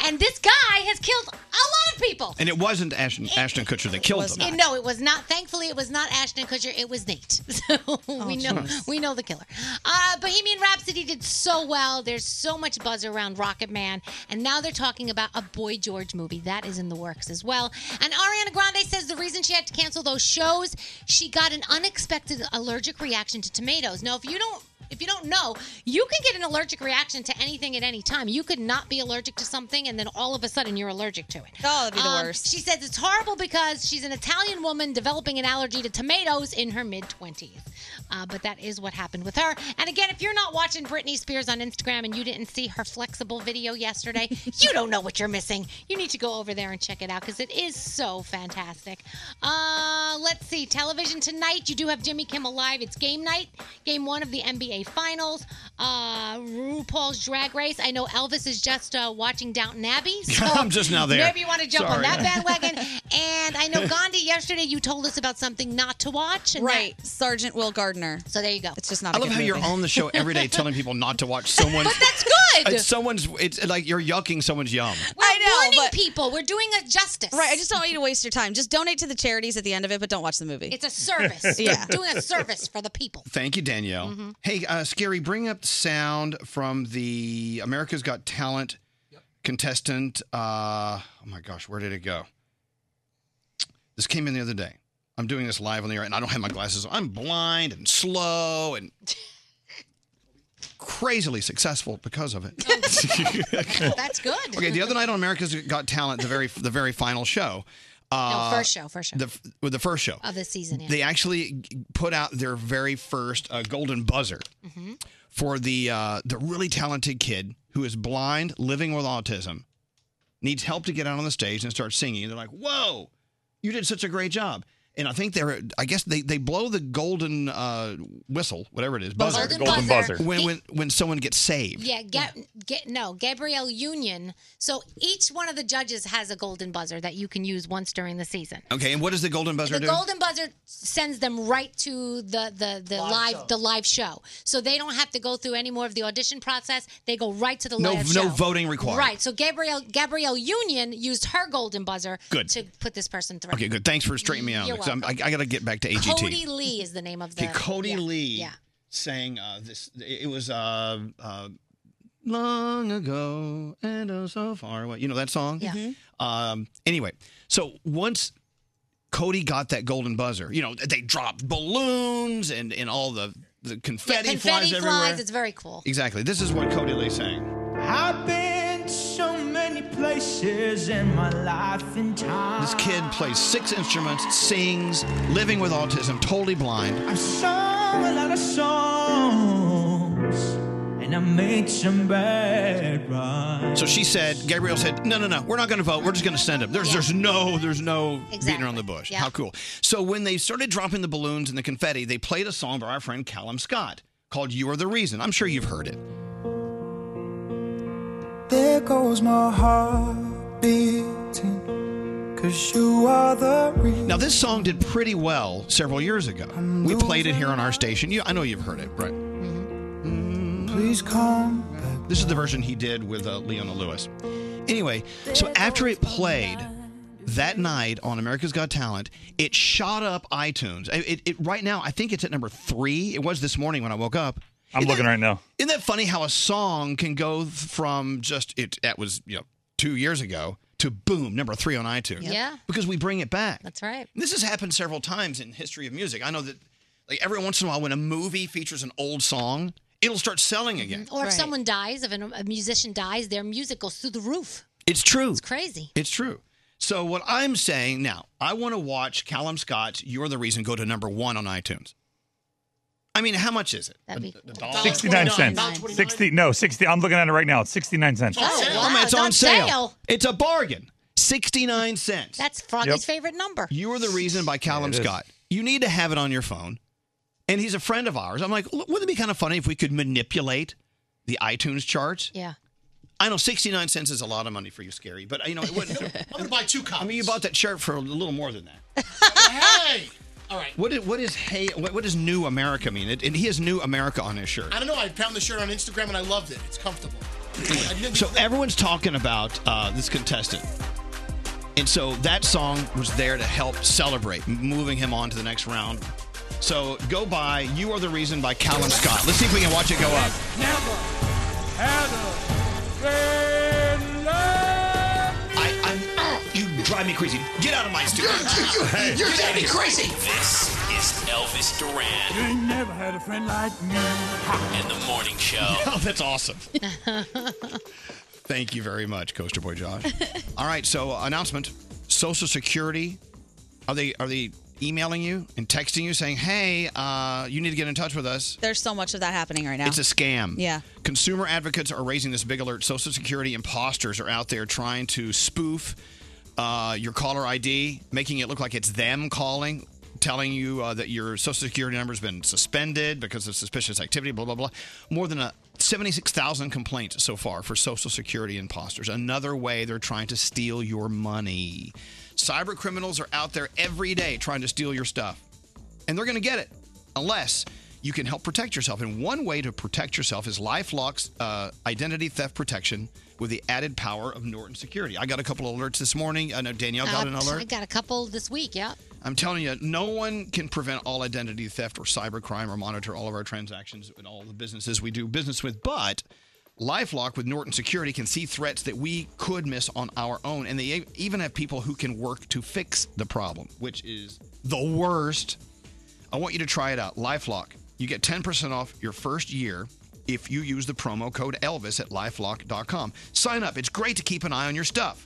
Speaker 6: And this guy has killed a lot of people.
Speaker 2: And it wasn't Ashton, Ashton Kutcher that killed them.
Speaker 6: It- no, it was not. Thankfully, it was not Ashton Kutcher. It was Nate. So we know
Speaker 2: jeez.
Speaker 6: we know the killer. Uh, Bohemian Rhapsody did so well. There's so much buzz around Rocket Man, and now they're talking about a Boy George movie that is in the works as well. And Ariana Grande says the reason she had to cancel those shows, she got an unexpected allergic reaction to tomatoes. Now, if you don't if you don't know, you can get an allergic reaction to anything at any time. You could not be allergic to something, and then all of a sudden you're allergic to it. Um,
Speaker 7: Oh, that'd be the worst.
Speaker 6: She says it's horrible because she's an Italian woman developing an allergy to tomatoes in her mid 20s. Uh, but that is what happened with her. And again, if you're not watching Britney Spears on Instagram and you didn't see her flexible video yesterday, you don't know what you're missing. You need to go over there and check it out because it is so fantastic. Uh, let's see. Television tonight, you do have Jimmy Kimmel Live. It's game night, game one of the NBA Finals. Uh, RuPaul's Drag Race. I know Elvis is just uh, watching Downton Abbey. So
Speaker 2: I'm just now there.
Speaker 6: Maybe you want to jump on
Speaker 2: Sorry.
Speaker 6: that bandwagon. and I know Gandhi yesterday you told us about something not to watch. right.
Speaker 7: Sergeant Will Gardner.
Speaker 6: So there you go.
Speaker 7: It's just not.
Speaker 2: I love how you're on the show every day telling people not to watch someone. but
Speaker 6: that's good.
Speaker 2: It's someone's. It's like you're yucking someone's yum.
Speaker 7: I know,
Speaker 6: warning people. We're doing a justice.
Speaker 7: Right. I just don't want you to waste your time. Just donate to the charities at the end of it, but don't watch the movie.
Speaker 6: It's a service.
Speaker 7: yeah.
Speaker 6: Doing a service for the people.
Speaker 2: Thank you, Danielle.
Speaker 6: Mhm.
Speaker 2: Hey, uh, Scary, bring up sound from the America's Got Talent contestant. Uh, oh my gosh, where did it go? This came in the other day. I'm doing this live on the air, and I don't have my glasses on. I'm blind and slow and crazily successful because of it.
Speaker 6: That's good.
Speaker 2: Okay, the other night on America's Got Talent, the very the very final show. Uh,
Speaker 6: first show, first show.
Speaker 2: The, f- well, the first show.
Speaker 6: Of the season. Yeah.
Speaker 2: They actually g- put out their very first uh, golden buzzer
Speaker 6: Mhm.
Speaker 2: for the uh, the really talented kid who is blind, living with autism, needs help to get out on the stage and start singing. And they're like, "Whoa, you did such a great job!" And I think they're, I guess they they blow the golden uh, whistle, whatever it is, buzzer,
Speaker 6: Golden Golden buzzer. buzzer.
Speaker 2: when when when someone gets saved.
Speaker 6: Yeah, get, get no Gabrielle Union. So each one of the judges has a golden buzzer that you can use once during the season.
Speaker 2: Okay, and what does the golden buzzer
Speaker 6: the
Speaker 2: do?
Speaker 6: golden buzzer sends them right to the the, the
Speaker 2: Live
Speaker 6: live,
Speaker 2: show.
Speaker 6: the live show, so they don't have to go through any more of the audition process. They go right to the
Speaker 2: No-
Speaker 6: live
Speaker 2: no
Speaker 6: show.
Speaker 2: voting required.
Speaker 6: Right. So Gabrielle Gabrielle Union used her golden buzzer
Speaker 2: Good.
Speaker 6: to put this person through.
Speaker 2: Okay, good. Thanks for straightening me out. because
Speaker 6: You're
Speaker 2: I'm- I,
Speaker 6: welcome.
Speaker 2: I got to get back to AGT.
Speaker 6: Cody Lee is the name of the
Speaker 2: Okay, Cody
Speaker 6: Uh, yeah,
Speaker 2: Lee
Speaker 6: Yeah.
Speaker 2: sang uh, this. It was uh, uh, long ago and oh so far away. You know that song.
Speaker 6: Yeah. Mhm.
Speaker 2: Um. Anyway, so once Cody got that golden buzzer, you know they dropped balloons and and all the the confetti,
Speaker 6: Confetti
Speaker 2: flies everywhere.
Speaker 6: It's very cool.
Speaker 2: exactly. This is what Cody Lee sang.
Speaker 9: I've been to so many places in my life and time.
Speaker 2: This kid plays six instruments, sings, living with autism, totally blind.
Speaker 9: I've sung a lot of songs and I made some bad rhymes.
Speaker 2: So she said, Gabrielle said, no, no, no, we're not going to vote. We're just going to send him. There's, there's no, there's no beating around the bush.
Speaker 9: Yeah.
Speaker 2: How cool. So when they started dropping the balloons and the confetti, they played a song by our friend Callum Scott called You Are the Reason. I'm sure you've heard it.
Speaker 9: There goes my heart beating, cause you are the reason.
Speaker 2: Now, this song did pretty well several years ago. We played it here on our station. You, I know you've heard it, right?
Speaker 9: Please come.
Speaker 2: This is the version he did with uh, Leona Lewis. Anyway, so after it played that night on America's Got Talent, it shot up iTunes. It, it, it- right now, I think it's at number three. It was this morning when I woke up.
Speaker 8: I'm looking right now.
Speaker 2: Isn't that funny how a song can go th- from just it that was you know two years ago to boom number three on iTunes?
Speaker 6: Yeah.
Speaker 2: because we bring it back.
Speaker 6: That's right.
Speaker 2: This has happened several times in history of music. I know that like every once in a while when a movie features an old song, it'll start selling again.
Speaker 6: Or if someone dies, if an, a musician dies, their music goes through the roof.
Speaker 2: It's true. It's
Speaker 6: crazy.
Speaker 2: It's true. So what I'm saying now, I want to watch Callum Scott's "You're the Reason" go to number one on iTunes. I mean, how much is it? A- a dollar?
Speaker 8: 69 cents. 60, no, 60. I'm looking at it right now. It's 69 cents.
Speaker 2: It's on sale.
Speaker 6: Oh, wow,
Speaker 2: Oh, it's on sale.
Speaker 6: sale.
Speaker 2: It's a bargain. 69 cents.
Speaker 6: That's Froggy's
Speaker 2: Yep.
Speaker 6: favorite number.
Speaker 2: You Are the Reason by Callum
Speaker 6: Yeah, it is.
Speaker 2: Scott. You need to have it on your phone. And he's a friend of ours. I'm like, "Look, wouldn't it be kind of funny if we could manipulate the iTunes charts?
Speaker 6: Yeah.
Speaker 2: I know 69 cents is a lot of money for you, Scary, but you know, it wouldn't. I'm going to buy two copies. I mean, you bought that shirt for a little more than that.
Speaker 14: hey! All right.
Speaker 2: What is, what is hey? What, what does New America mean? It, and he has New America on his shirt.
Speaker 14: I don't know. I found the shirt on Instagram and I loved it. It's comfortable.
Speaker 2: So everyone's talking about uh, this contestant. And so that song was there to help celebrate moving him on to the next round. So go by You Are the Reason by Callum Scott. Let's see if we can watch it go up. You drive me crazy. Get out of my studio.
Speaker 16: You're driving me crazy.
Speaker 5: This is Elvis Duran
Speaker 29: You ain't never had a friend like me.
Speaker 5: and the Morning Show.
Speaker 2: Oh, that's awesome. Thank you very much, Coaster Boy Josh. All right, so uh, announcement. Social Security, are they are they emailing you and texting you saying, hey, uh, you need to get in touch with us?
Speaker 7: There's so much of that happening right now.
Speaker 2: It's a scam.
Speaker 7: Yeah.
Speaker 2: Consumer advocates are raising this big alert. Social Security imposters are out there trying to spoof uh, your caller ID, making it look like it's them calling, telling you uh, that your Social Security number has been suspended because of suspicious activity, blah, blah, blah. More than a 76,000 complaints so far for Social Security imposters. Another way they're trying to steal your money. Cyber criminals are out there every day trying to steal your stuff and they're going to get it unless you can help protect yourself. And one way to protect yourself is LifeLock's uh, identity theft protection with the added power of Norton Security. I got a couple of alerts this morning. I know Danielle got
Speaker 6: Uh,
Speaker 2: an
Speaker 6: I
Speaker 2: alert.
Speaker 6: got a couple this week. Yeah.
Speaker 2: I'm telling you, no one can prevent all identity theft or cybercrime or monitor all of our transactions and all the businesses we do business with, but LifeLock with Norton Security can see threats that we could miss on our own, and they e-, even have people who can work to fix the problem, which is the worst. I want you to try it out. LifeLock. You get 10% off your first year if you use the promo code Elvis at lifelock.com. Sign up. It's great to keep an eye on your stuff.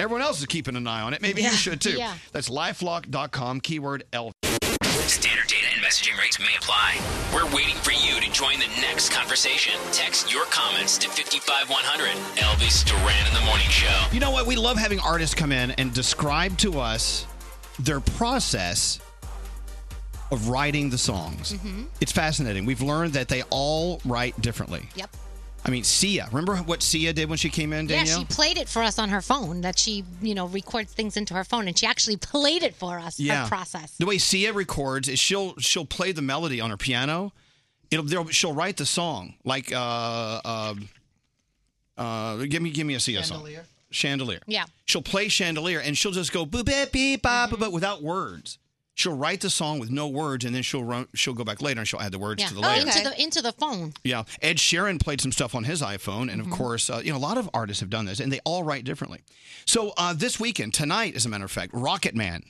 Speaker 2: Everyone else is keeping an eye on it. Maybe
Speaker 5: Yeah.
Speaker 2: you should too.
Speaker 5: Yeah.
Speaker 2: That's lifelock.com, keyword Elvis.
Speaker 5: Standard data and messaging rates may apply. We're waiting for you to join the next conversation. Text your comments to 55100. Elvis Duran in the Morning Show.
Speaker 2: You know what? We love having artists come in and describe to us their process of writing the songs.
Speaker 5: Mm-hmm.
Speaker 10: Mhm.
Speaker 2: It's fascinating. We've learned that they all write differently.
Speaker 6: Yep.
Speaker 2: I mean, Sia. Remember what Sia did when she came in, Danielle?
Speaker 6: Yeah, she played it for us on her phone. That she, you know, records things into her phone, and she actually played it for us. Her process.
Speaker 2: The way Sia records is she'll she'll play the melody on her piano. It'll there'll- she'll write the song like uh uh, uh give me give me a Sia song. Chandelier.
Speaker 6: Yeah.
Speaker 2: She'll play chandelier and she'll just go boop beep beep bop
Speaker 6: Mm-hmm.
Speaker 2: but without words. She'll write the song with no words and then she'll run, she'll go back later and she'll add the words
Speaker 6: Yeah. Oh,
Speaker 2: to the lyrics.
Speaker 6: Into the into the phone.
Speaker 2: Yeah, Ed Sheeran played some stuff on his iPhone, and of
Speaker 6: Mhm.
Speaker 2: course, uh, you know, a lot of artists have done this, and they all write differently. So uh, this weekend, tonight, as a matter of fact, Rocket Man,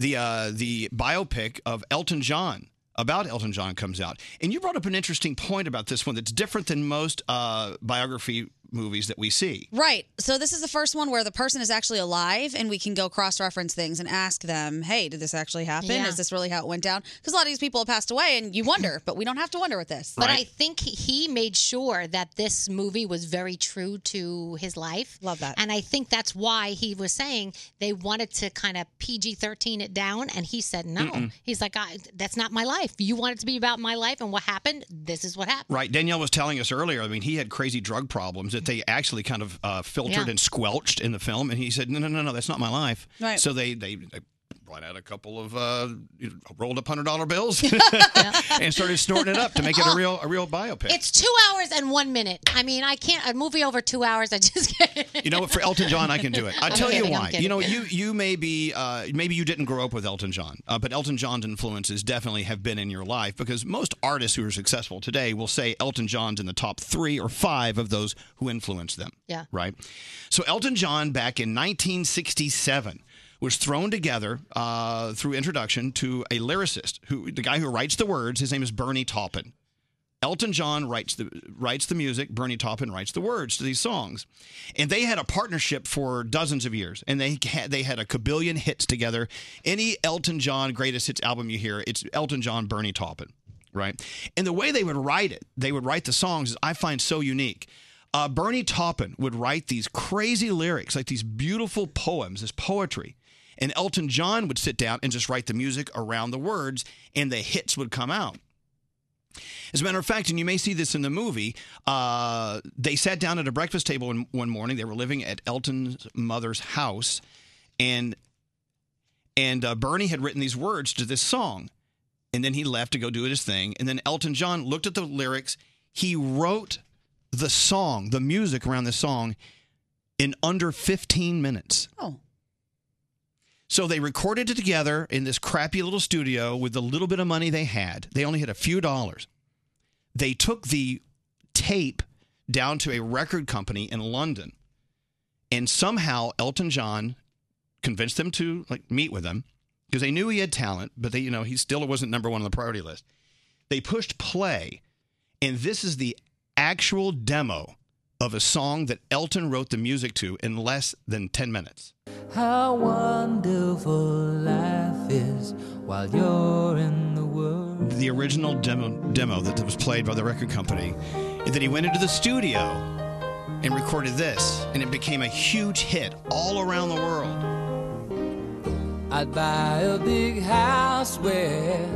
Speaker 2: the uh, the biopic of Elton John about Elton John comes out, and you brought up an interesting point about this one that's different than most uh, biography movies that we see.
Speaker 7: Right. So this is the first one where the person is actually alive and we can go cross-reference things and ask them, "Hey, did this actually happen?
Speaker 6: Yeah.
Speaker 7: Is this really how it went down?" Cuz a lot of these people have passed away and you wonder, but we don't have to wonder with this.
Speaker 6: But I think he made sure that this movie was very true to his life. Love that. And I think that's why he was saying they wanted to kind of PG 13 it down. And he said, no.
Speaker 2: Mm-mm.
Speaker 6: He's like, I, that's not my life. You want it to be about my life and what happened? This is what happened.
Speaker 2: Right, Danielle was telling us earlier. I mean, he had crazy drug problems that they actually kind of uh, filtered
Speaker 6: Yeah.
Speaker 2: and squelched in the film, and he said, "No, no, no, no, that's not my life."
Speaker 6: Right.
Speaker 2: So they they, they brought out a couple of uh, you know, rolled up hundred dollar bills and started snorting it up to make it a real a real biopic.
Speaker 6: It's two hours and one minute. I mean, I can't, a movie over two hours, I just can't.
Speaker 2: You know what? For Elton John, I can do it. I
Speaker 6: I'm
Speaker 2: tell you
Speaker 6: kidding, I'm
Speaker 2: why.
Speaker 6: kidding.
Speaker 2: You know, you you may be uh, maybe you didn't grow up with Elton John, uh, but Elton John's influences definitely have been in your life because most artists who are successful today will say Elton John's in the top three or five of those who influenced them.
Speaker 6: Yeah.
Speaker 2: Right. So Elton John, back in 1967. Was thrown together uh, through introduction to a lyricist who the guy who writes the words. His name is Bernie Taupin. Elton John writes the writes the music, Bernie Taupin writes the words to these songs, and they had a partnership for dozens of years, and they had, they had a cabillion hits together. Any Elton John greatest hits album you hear, it's Elton John, Bernie Taupin, right? And the way they would write it, they would write the songs, is I find so unique. Uh, Bernie Taupin would write these crazy lyrics, like these beautiful poems, this poetry. And Elton John would sit down and just write the music around the words, and the hits would come out. As a matter of fact, and you may see this in the movie, uh, they sat down at a breakfast table one- one morning. They were living at Elton's mother's house, and and uh, Bernie had written these words to this song, and then he left to go do his thing. And then Elton John looked at the lyrics. He wrote the song, the music around the song, in under 15 minutes.
Speaker 7: Oh.
Speaker 2: So they recorded it together in this crappy little studio with the little bit of money they had. They only had a few dollars. They took the tape down to a record company in London. And somehow Elton John convinced them to like meet with him because they knew he had talent, but they, you know, he still wasn't number one on the priority list. They pushed play, and this is the actual demo of a song that Elton wrote the music to in less than 10 minutes.
Speaker 9: How wonderful life is while you're in the world.
Speaker 2: the original demo, demo that was played by the record company. And then he went into the studio and recorded this, and it became a huge hit all around the world.
Speaker 9: I'd buy a big house where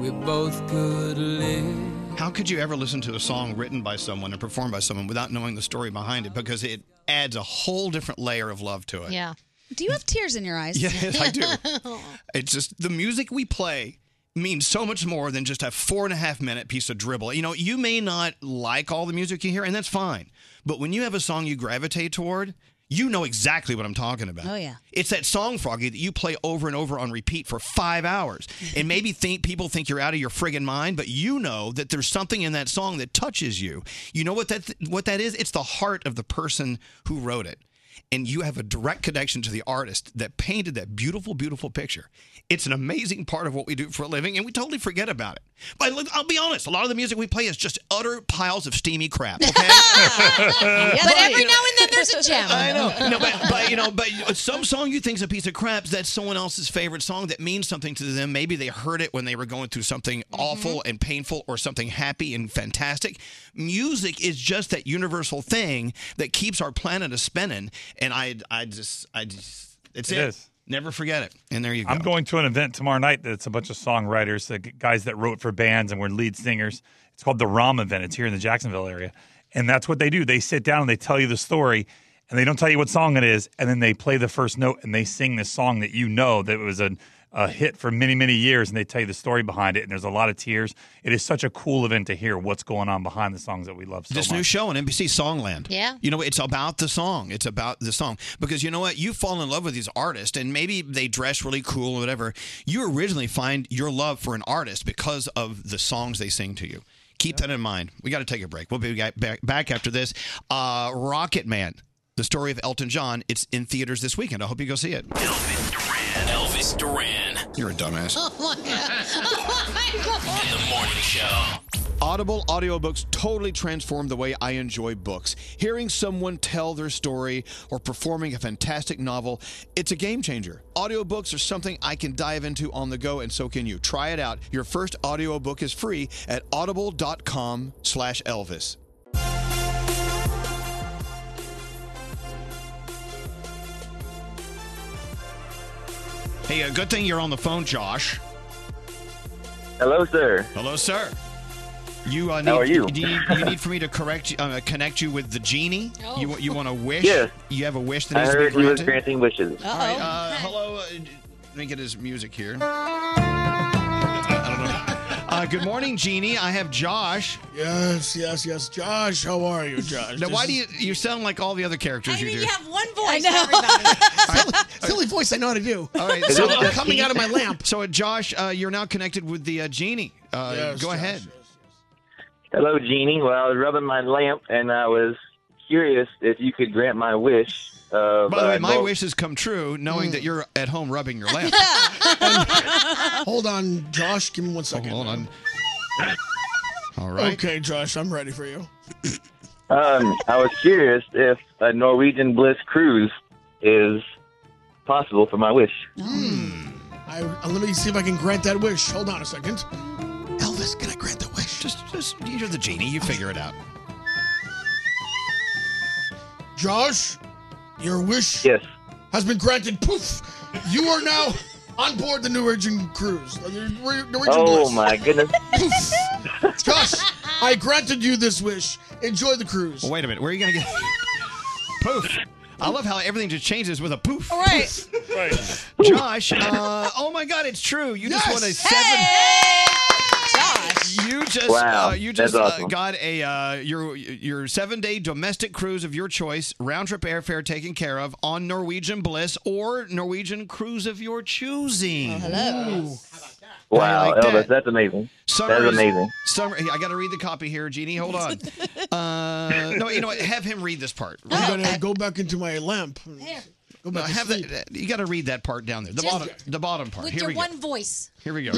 Speaker 9: we both could live.
Speaker 2: How could you ever listen to a song written by someone and performed by someone without knowing the story behind it? Because it adds a whole different layer of love to it.
Speaker 7: Yeah. Do you have tears in your eyes?
Speaker 2: Yes, I do. It's just the music we play means so much more than just a four and a half minute piece of dribble. You know, you may not like all the music you hear, and that's fine. But when you have a song you gravitate toward, you know exactly what I'm talking about.
Speaker 7: oh, yeah.
Speaker 2: It's that song, Froggy, that you play over and over on repeat for five hours. And maybe think people think you're out of your friggin' mind, but you know that there's something in that song that touches you. You know what that what that is? It's the heart of the person who wrote it. And you have a direct connection to the artist that painted that beautiful, beautiful picture. It's an amazing part of what we do for a living, and we totally forget about it. But look, I'll be honest, a lot of the music we play is just utter piles of steamy crap. Okay?
Speaker 6: but every now and then there's a gem.
Speaker 2: I know. No, but, but you know, but some song you think's a piece of crap. That's someone else's favorite song that means something to them. Maybe they heard it when they were going through something awful and painful, or something happy and fantastic. Music is just that universal thing that keeps our planet a spinning. And I, I just, I just, it's
Speaker 8: It
Speaker 2: it.
Speaker 8: is.
Speaker 2: Never forget it. And there you go.
Speaker 8: I'm going to an event tomorrow night that's a bunch of songwriters, the g- guys that wrote for bands and were lead singers. It's called the ROM event. It's here in the Jacksonville area. And that's what they do. They sit down and they tell you the story and they don't tell you what song it is. And then they play the first note and they sing this song that you know that was a, a hit for many, many years. And they tell you the story behind it. And there's a lot of tears. It is such a cool event to hear what's going on behind the songs that we love so
Speaker 2: this
Speaker 8: much.
Speaker 2: new show on NBC, Songland.
Speaker 6: Yeah.
Speaker 2: You know, it's about the song. It's about the song. Because you know what? You fall in love with these artists, and maybe they dress really cool or whatever. You originally find your love for an artist because of the songs they sing to you. Keep that in mind. We got to take a break. We'll be ga- back, back after this. Uh, Rocket Man, the story of Elton John. It's in theaters this weekend. I hope you go see it.
Speaker 5: Elvis Duran.
Speaker 2: You're a dumbass.
Speaker 6: Oh my god. Oh my god.
Speaker 5: The morning show.
Speaker 13: Audible audiobooks totally transformed the way I enjoy books. Hearing someone tell their story or performing a fantastic novel, it's a game changer. Audiobooks are something I can dive into on the go and so can you. Try it out. Your first audiobook is free at audible.com slash Elvis.
Speaker 2: Hey, uh, good thing you're on the phone, Josh.
Speaker 10: Hello, sir.
Speaker 2: Hello, sir. You uh, need,
Speaker 10: How are you?
Speaker 2: do you, you need for me to correct you, uh, connect you with the genie?
Speaker 16: Oh.
Speaker 2: You want you want a wish?
Speaker 10: Yes.
Speaker 2: You have a wish that
Speaker 10: I
Speaker 2: needs to be
Speaker 10: heard he was
Speaker 2: granted.
Speaker 10: granting wishes.
Speaker 6: Oh,
Speaker 2: All right. Uh, hello. Uh, let me get his music here. Uh, good morning, Jeannie. I have Josh.
Speaker 16: Yes, yes, yes. Josh, how are you, Josh?
Speaker 2: Now,
Speaker 16: This
Speaker 2: why
Speaker 16: is-
Speaker 2: do you you sound like all the other characters you do?
Speaker 6: one voice.
Speaker 16: I
Speaker 6: know.
Speaker 16: It's the only voice I know how to do.
Speaker 2: All right, uh,
Speaker 16: so I'm coming out of my lamp.
Speaker 2: So, uh, Josh, uh, you're now connected with the uh, genie. Uh, go ahead.
Speaker 10: Hello, Genie. Well, I was rubbing my lamp and I was curious if you could grant my wish. Of,
Speaker 2: By the way,
Speaker 10: uh,
Speaker 2: my
Speaker 10: gold-
Speaker 2: wishes come true, knowing
Speaker 16: Hmm.
Speaker 2: that you're at home rubbing your lamp.
Speaker 16: Hold on, Josh. Give me one second.
Speaker 2: hold on.
Speaker 17: Mm-hmm.
Speaker 2: All right.
Speaker 16: Okay, Josh, I'm ready for you.
Speaker 10: Um, I was curious if a Norwegian Bliss cruise is possible for my wish.
Speaker 16: I, uh, let me see if I can grant that wish. Hold on a second. Elvis, can I grant that wish?
Speaker 2: Just, just you're the genie. You figure it out.
Speaker 16: Josh, your wish
Speaker 10: yes.
Speaker 16: has been granted. Poof! You are now on board the Norwegian cruise. uh, the Nor- Norwegian
Speaker 10: oh
Speaker 16: Bliss.
Speaker 10: my goodness.
Speaker 16: Poof! Josh, I granted you this wish. Enjoy the cruise.
Speaker 2: Well, wait a minute. Where are you gonna get poof? I love how everything just changes with a poof.
Speaker 7: All
Speaker 2: right.
Speaker 17: Right.
Speaker 2: Josh, uh, oh my God, it's true. You just won a seven. You just,
Speaker 13: Wow,
Speaker 2: uh, you
Speaker 13: that's
Speaker 2: just uh,
Speaker 13: awesome.
Speaker 2: got a uh, your your seven day domestic cruise of your choice, round trip airfare taken care of on Norwegian Bliss or Norwegian cruise of your choosing. hello.
Speaker 10: Wow,
Speaker 2: like
Speaker 10: Elvis,
Speaker 2: that.
Speaker 10: that's amazing.
Speaker 2: Summer
Speaker 10: that's
Speaker 2: is-
Speaker 10: amazing.
Speaker 2: Summer, I got to read the copy here, Jeannie. Hold on. Uh, no, you know what? Have him read this part.
Speaker 16: I'm gonna go back into my lamp. Go
Speaker 2: No,
Speaker 16: back to
Speaker 2: have that. You got to read that part down there. The
Speaker 6: Just-
Speaker 2: bottom. The bottom part.
Speaker 6: With
Speaker 2: Here
Speaker 6: your
Speaker 2: we go.
Speaker 6: one voice.
Speaker 2: Here we go.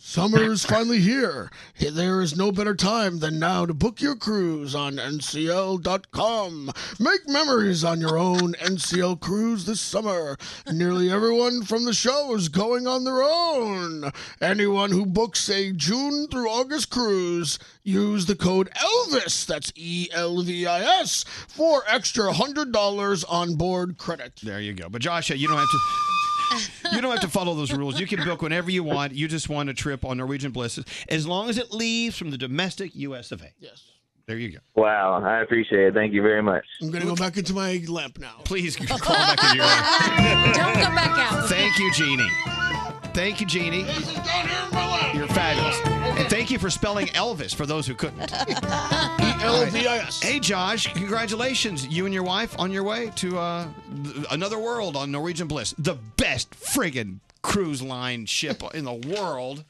Speaker 16: Summer is finally here. There is no better time than now to book your cruise on NCL.com. Make memories on your own NCL cruise this summer. Nearly everyone from the show is going on their own. Anyone who books a June through August cruise, use the code ELVIS, that's E L V I S, for extra $100 on board credit.
Speaker 2: There you go. But Josh, you don't have to. You don't have to follow those rules. You can book whenever you want. You just want a trip on Norwegian Bliss, as long as it leaves from the domestic U.S. of A. Yes. There you go.
Speaker 10: Wow, I appreciate it. Thank you very much.
Speaker 16: I'm going to go back into my lamp now.
Speaker 2: Please crawl back into your
Speaker 6: lamp. Don't come back out.
Speaker 2: Thank you, Jeannie. Thank you, Jeannie. You're fabulous. And thank you for spelling Elvis for those who couldn't.
Speaker 16: E-L-V-I-S.
Speaker 2: Hey, Josh, congratulations. You and your wife on your way to uh, th- another world on Norwegian Bliss, the best friggin' cruise line ship in the world.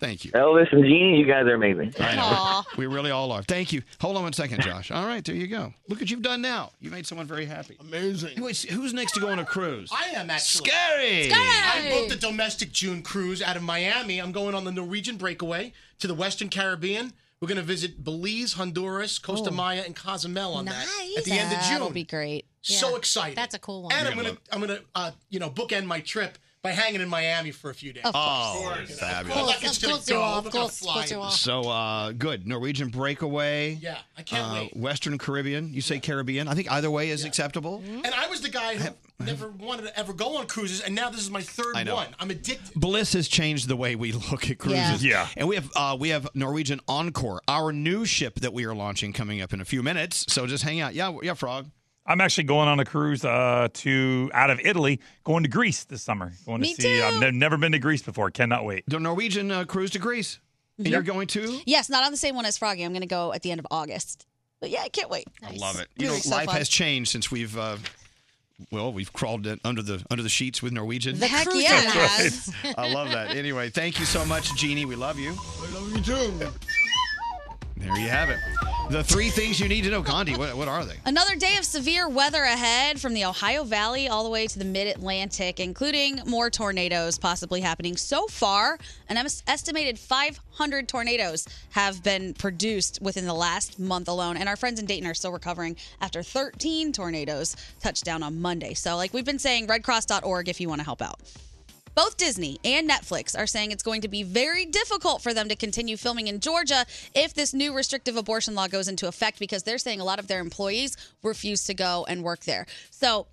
Speaker 2: Thank you.
Speaker 10: Elvis and Jeannie, you guys are amazing.
Speaker 2: I know. We really all are. Thank you. Hold on one second, Josh. All right, there you go. Look what you've done now. You made someone very happy.
Speaker 16: Amazing.
Speaker 2: who's next to go on a cruise?
Speaker 14: I am actually.
Speaker 2: Scary.
Speaker 14: I booked a domestic June cruise out of Miami. I'm going on the Norwegian breakaway to the Western Caribbean. We're going to visit Belize, Honduras, Costa Maya, and Cozumel on that at the end of June.
Speaker 7: That'll be great.
Speaker 14: So excited.
Speaker 6: That's a cool one.
Speaker 14: And I'm gonna I'm gonna uh, you know bookend my trip by hanging in Miami for a few days.
Speaker 6: Of
Speaker 2: Oh, fabulous.
Speaker 14: Of course, of course you are, of course, of course you are.
Speaker 2: So uh, good. Norwegian breakaway. Uh,
Speaker 14: Yeah, I can't wait.
Speaker 2: Western Caribbean. You say Caribbean. I think either way is acceptable.
Speaker 14: And I was the guy who never wanted to ever go on cruises, and now this is my third
Speaker 2: I know.
Speaker 14: one. I'm addicted.
Speaker 2: Bliss has changed the way we look at cruises.
Speaker 14: Yeah. Yeah.
Speaker 2: And we have uh, we have Norwegian Encore, our new ship that we are launching coming up in a few minutes. So just hang out. Yeah, yeah, Frog.
Speaker 8: I'm actually going on a cruise uh, to out of Italy, going to Greece this summer. Going
Speaker 7: Me
Speaker 8: to see. I've
Speaker 7: too.
Speaker 8: ne- never been to Greece before. Cannot wait.
Speaker 2: The Norwegian uh, cruise to Greece. And
Speaker 7: Yep.
Speaker 2: you're going to?
Speaker 7: Yes, not on the same one as Froggy. I'm going to go at the end of August. But yeah, I can't wait.
Speaker 2: I love it.
Speaker 7: Dude,
Speaker 2: You know,
Speaker 7: it's so
Speaker 2: life
Speaker 7: fun.
Speaker 2: has changed since we've uh, well, we've crawled in- under the under the sheets with Norwegian.
Speaker 7: The heck yeah, it has.
Speaker 2: I love that. Anyway, thank you so much, Jeannie. We love you.
Speaker 16: I love you too.
Speaker 2: There you have it. The three things you need to know, Gandhi. What, what are they?
Speaker 7: Another day of severe weather ahead from the Ohio Valley all the way to the mid Atlantic, including more tornadoes possibly happening. So far, an em- estimated 500 tornadoes have been produced within the last month alone. And our friends in Dayton are still recovering after 13 tornadoes touched down on Monday. So, like we've been saying, redcross.org if you want to help out. Both Disney and Netflix are saying it's going to be very difficult for them to continue filming in Georgia if this new restrictive abortion law goes into effect because they're saying a lot of their employees refuse to go and work there. So,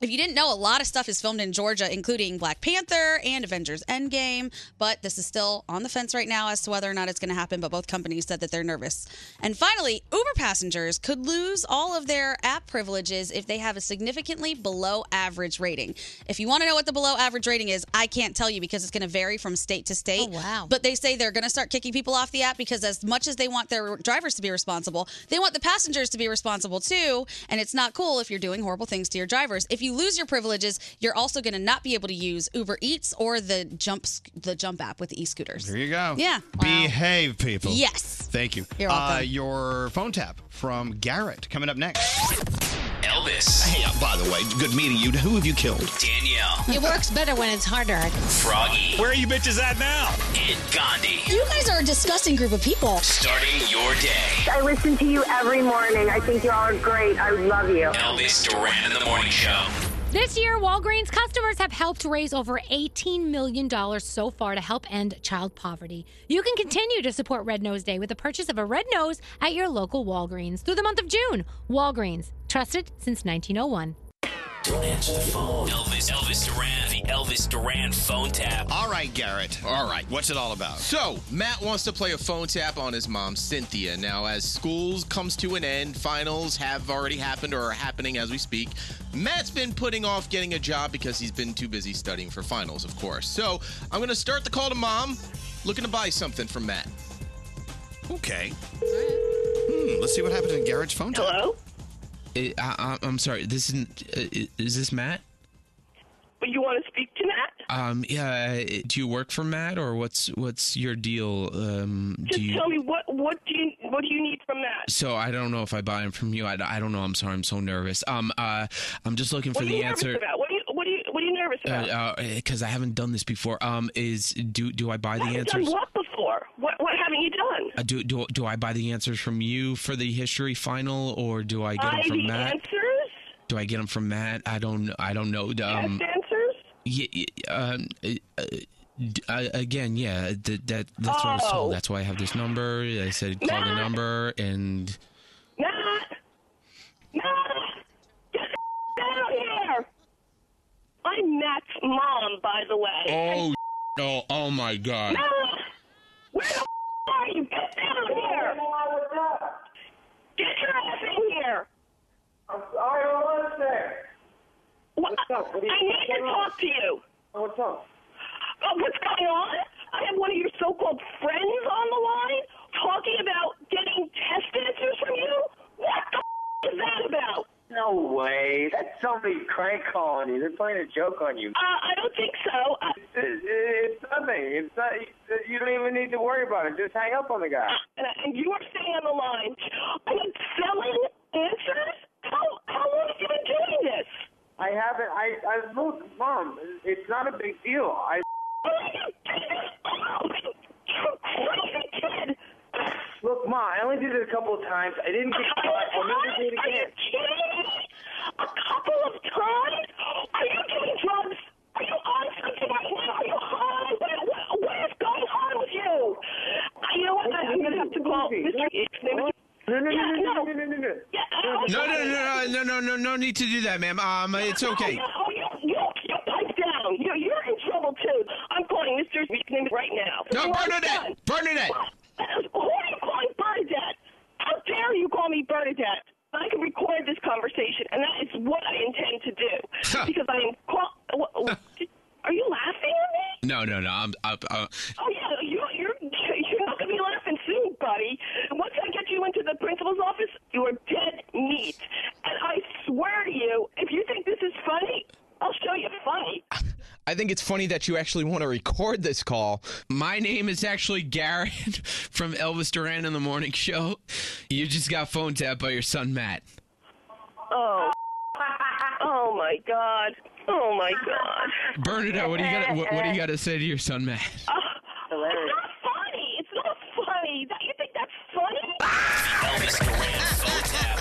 Speaker 7: if you didn't know, a lot of stuff is filmed in Georgia, including Black Panther and Avengers Endgame, but this is still on the fence right now as to whether or not it's going to happen. But both companies said that they're nervous. And finally, Uber passengers could lose all of their app privileges if they have a significantly below average rating. If you want to know what the below average rating is, I can't tell you because it's going to vary from state to state. wow. But they say they're going to start kicking people off the app because as much as they want their drivers to be responsible, they want the passengers to be responsible too. And it's not cool if you're doing horrible things to your drivers. If you lose your privileges, you're also going to not be able to use Uber Eats or the Jump the Jump app with e-scooters.
Speaker 2: There you go.
Speaker 7: Yeah.
Speaker 2: Behave, people.
Speaker 7: Yes.
Speaker 2: Thank you.
Speaker 7: You're
Speaker 2: uh,
Speaker 7: welcome.
Speaker 2: your phone tap from Garrett coming up next.
Speaker 5: Elvis.
Speaker 2: Hey, uh, by the way, good meeting you. Who have you killed?
Speaker 5: Danielle.
Speaker 31: It works better when it's harder.
Speaker 5: Froggy. Where are you bitches at now? And Gandhi.
Speaker 7: You guys are a disgusting group of people.
Speaker 5: Starting your day.
Speaker 7: I listen to you every morning. I think you all are great. I love you.
Speaker 5: Elvis Duran in the Morning Show.
Speaker 6: This year, Walgreens customers have helped raise over $18 million so far to help end child poverty. You can continue to support Red Nose Day with the purchase of a red nose at your local Walgreens through the month of June. Walgreens, trusted since 1901.
Speaker 5: Don't answer the phone. Elvis, Elvis Duran, the Elvis Duran phone tap.
Speaker 20: All right, Garrett. All right.
Speaker 2: What's it all about?
Speaker 20: So, Matt wants to play a phone tap on his mom, Cynthia. Now, as schools comes to an end, finals have already happened or are happening as we speak. Matt's been putting off getting a job because he's been too busy studying for finals, of course. So, I'm going to start the call to mom, looking to buy something from Matt.
Speaker 2: Okay. Hmm, let's see what happens in Garrett's phone tap. Hello?
Speaker 21: Uh, I, I, I'm sorry. This isn't. Uh, i- is this Matt?
Speaker 15: But you want to speak to Matt?
Speaker 21: Um. Yeah. uh, Do you work for Matt, or what's what's your deal? Um.
Speaker 15: Just
Speaker 21: do you?
Speaker 15: tell me what what do you what do you need from Matt?
Speaker 21: So I don't know if I buy him from you. I, I don't know. I'm sorry. I'm so nervous. Um. Uh. I'm just looking for
Speaker 15: What are
Speaker 21: the
Speaker 15: you
Speaker 21: answer. Uh,
Speaker 15: nervous about? What are you what are you what are you nervous about?
Speaker 21: Because I haven't done this before. Um. Is do do I buy the
Speaker 15: You've
Speaker 21: answers?
Speaker 15: Done what before? What what haven't you done?
Speaker 21: Uh, do do do I buy the answers from you for the history final, or do I get them
Speaker 15: Buy
Speaker 21: from
Speaker 15: the
Speaker 21: Matt?
Speaker 15: answers?
Speaker 21: Do I get them from Matt? I don't. I don't know. Um,
Speaker 15: Test answers?
Speaker 21: Yeah, um, uh, d- uh, again, yeah. Th- that that's what I was
Speaker 15: Oh.
Speaker 21: told. That's why I have this number. I said call the number, and
Speaker 15: Matt Matt Get the out here. I'm Matt's mom, by the way.
Speaker 21: oh, oh, oh my god.
Speaker 15: Matt Where the are you? Get down here! Get your ass in here!
Speaker 22: I'm sorry, I was there.
Speaker 15: What's
Speaker 22: up? What do you-
Speaker 15: I need to
Speaker 22: what's going on?
Speaker 15: talk to you.
Speaker 22: What's up?
Speaker 15: Oh, what's going on? I have one of your so-called friends on the line talking about getting test answers from you. What the f- is that about?
Speaker 22: No way. That's somebody crank calling you. They're playing a joke on you.
Speaker 15: Uh, I don't think so. Uh,
Speaker 22: It- it- it's nothing. It's not. You don't even need to worry about it. Just hang up on the guy.
Speaker 15: and, and you are staying on the line. Are you selling answers? How how long have you been doing this?
Speaker 22: I haven't. I, I look, mom. It's not a big deal. I. Look, Ma, I only did it a couple of times. I didn't get caught. I'll never
Speaker 15: Are
Speaker 22: do it
Speaker 15: you
Speaker 22: again.
Speaker 15: kidding me? A couple of times? Are you doing drugs? Are you on something right now? Are you high? What, what, what is going on with you? Uh, You know what? I'm going to have to call Mr. His name is-
Speaker 22: No, no, no,
Speaker 15: Yeah,
Speaker 22: no,
Speaker 15: no,
Speaker 22: no, no, no.
Speaker 15: Yeah,
Speaker 21: No, no, no, no, no, no, no, no need to do that, ma'am. Um, it's okay.
Speaker 15: Oh, you, you, you pipe down. You're, you're in trouble, too. I'm calling Mr. His name right now.
Speaker 21: No,
Speaker 15: Well, I'm
Speaker 21: Bernadette! Bernadette!
Speaker 15: done. Who are you calling Bernadette? How dare you call me Bernadette? I can record this conversation, and that is what I intend to do. because I am call- wha- wha- Are you laughing at me?
Speaker 21: No, no, no. I'm, i uh,
Speaker 15: Oh yeah, you, you're you're not gonna be laughing soon, buddy. Once I get you into the principal's office, you are dead meat. And I swear to you, if you think this is funny, I'll show you funny.
Speaker 21: I think it's funny that you actually want to record this call. My name is actually Garrett from Elvis Duran in the Morning Show. You just got phone tapped by your son Matt.
Speaker 15: Oh. Oh my God. Oh my God.
Speaker 21: Bernadette, what do you got? What, what do you got to say to your son Matt?
Speaker 15: It's not funny. It's not funny. That, you think that's funny?
Speaker 5: Elvis Duran phone tap.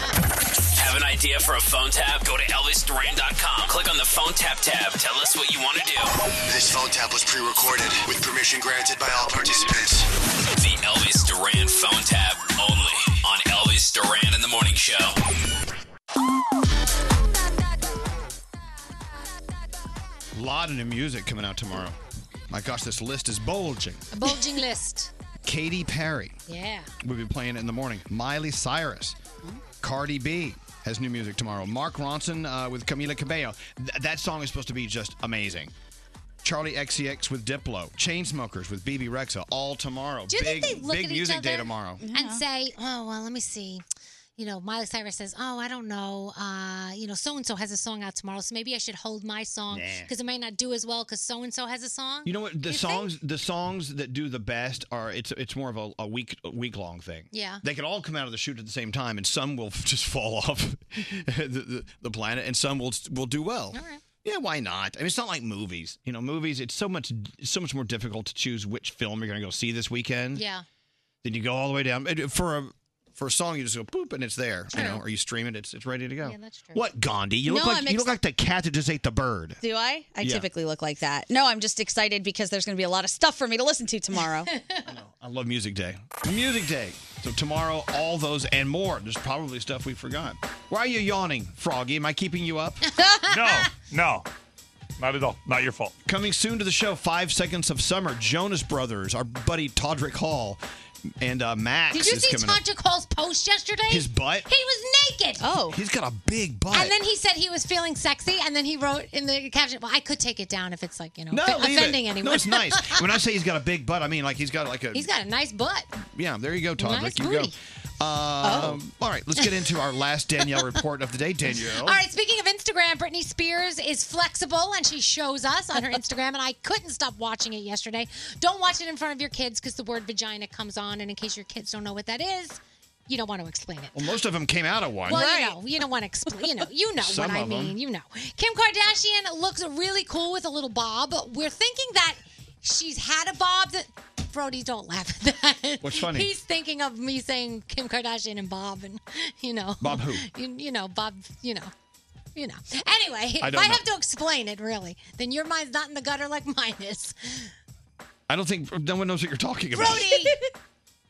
Speaker 5: Have an idea for a phone tap? Go to ElvisDuran.com. Click on the phone tap tab. Tell us what you want to do.
Speaker 32: This phone tap was pre-recorded with permission granted by all participants.
Speaker 5: The Elvis Duran phone tap only on Elvis Duran in the Morning Show.
Speaker 2: A lot of new music coming out tomorrow. My gosh, this list is bulging.
Speaker 31: A bulging list.
Speaker 2: Katy Perry.
Speaker 31: Yeah.
Speaker 2: We'll be playing it in the morning. Miley Cyrus. Cardi B has new music tomorrow. Mark Ronson uh, with Camila Cabello. Th- that song is supposed to be just amazing. Charlie XCX with Diplo. Chainsmokers with BB Rexa all tomorrow.
Speaker 31: Do you
Speaker 2: big
Speaker 31: think they look
Speaker 2: big
Speaker 31: at
Speaker 2: music
Speaker 31: each other
Speaker 2: day tomorrow.
Speaker 31: and say, "Oh well, let me see."
Speaker 6: you know, Miley Cyrus says, "Oh, I don't know, uh, you know, so and so has a song out tomorrow, so maybe I should hold my song
Speaker 2: Nah.
Speaker 6: because it might not do as well because so and so has a song."
Speaker 2: You know what? The songs, the songs that do the best are it's it's more of a, a week week long thing.
Speaker 6: Yeah.
Speaker 2: they could all come out of the chute at the same time, and some will just fall off the, the, the planet, and some will will do well. All right. Yeah, why not? I mean, it's not like movies. You know, movies. It's so much it's so much more difficult to choose which film you're going to go see this weekend.
Speaker 6: Yeah.
Speaker 2: Then you go all the way down and for a for a song. You just go boop, and it's there. You know, or you stream it. It's it's ready to go. Yeah, that's true. What Gandhi? You look
Speaker 7: No, I'm
Speaker 2: like you look
Speaker 7: ex-
Speaker 2: like the cat that just ate the bird.
Speaker 7: Do I? I
Speaker 2: Yeah.
Speaker 7: typically look like that. No, I'm just excited because there's going to be a lot of stuff for me to listen to tomorrow.
Speaker 2: I love Music Day. Music Day. So tomorrow, all those and more. There's probably stuff we forgot. Why are you yawning, Froggy? Am I keeping you up?
Speaker 8: no, no, not at all. Not your fault.
Speaker 2: Coming soon to the show, Five Seconds of Summer, Jonas Brothers, our buddy Todrick Hall, and uh, Max
Speaker 6: Did you
Speaker 2: is
Speaker 6: see
Speaker 2: coming up.
Speaker 6: Tanja Cole's post yesterday?
Speaker 2: His butt?
Speaker 6: He was naked. Oh.
Speaker 2: He's got a big butt.
Speaker 6: And then he said he was feeling sexy, and then he wrote in the caption, "Well, I could take it down if it's like you know
Speaker 2: no,
Speaker 6: offe-
Speaker 2: leave it.
Speaker 6: offending anyone."
Speaker 2: No, it's nice. when I Oh. say he's got a big butt, I mean like he's got like a.
Speaker 6: He's got a nice butt.
Speaker 2: Yeah, there you go, Todrick.
Speaker 6: Nice
Speaker 2: you
Speaker 6: booty. Oh.
Speaker 2: go. Um, All right, let's get into our last Danielle report of the day, Danielle.
Speaker 6: All right, speaking of Instagram, Britney Spears is flexible and she shows us on her Instagram, and I couldn't stop watching it yesterday. Don't watch it in front of your kids because the word vagina comes on, and in case your kids don't know what that is, you don't want to explain it.
Speaker 2: Well, most of them came out of one.
Speaker 6: Well, you know, you don't want to explain. You know, you know
Speaker 2: Some
Speaker 6: what I
Speaker 2: of 'em.
Speaker 6: mean. You know, Kim Kardashian looks really cool with a little bob. We're thinking that she's had a bob. That Brody, don't laugh at that.
Speaker 2: What's funny?
Speaker 6: He's thinking of me saying Kim Kardashian and Bob, and you know,
Speaker 2: Bob who?
Speaker 6: You, you know, Bob. You know. You know. Anyway,
Speaker 2: I
Speaker 6: if
Speaker 2: don't
Speaker 6: I
Speaker 2: know.
Speaker 6: have to explain it, really, then your mind's not in the gutter like mine is.
Speaker 2: I don't think no one knows what you're talking about.
Speaker 6: Brody,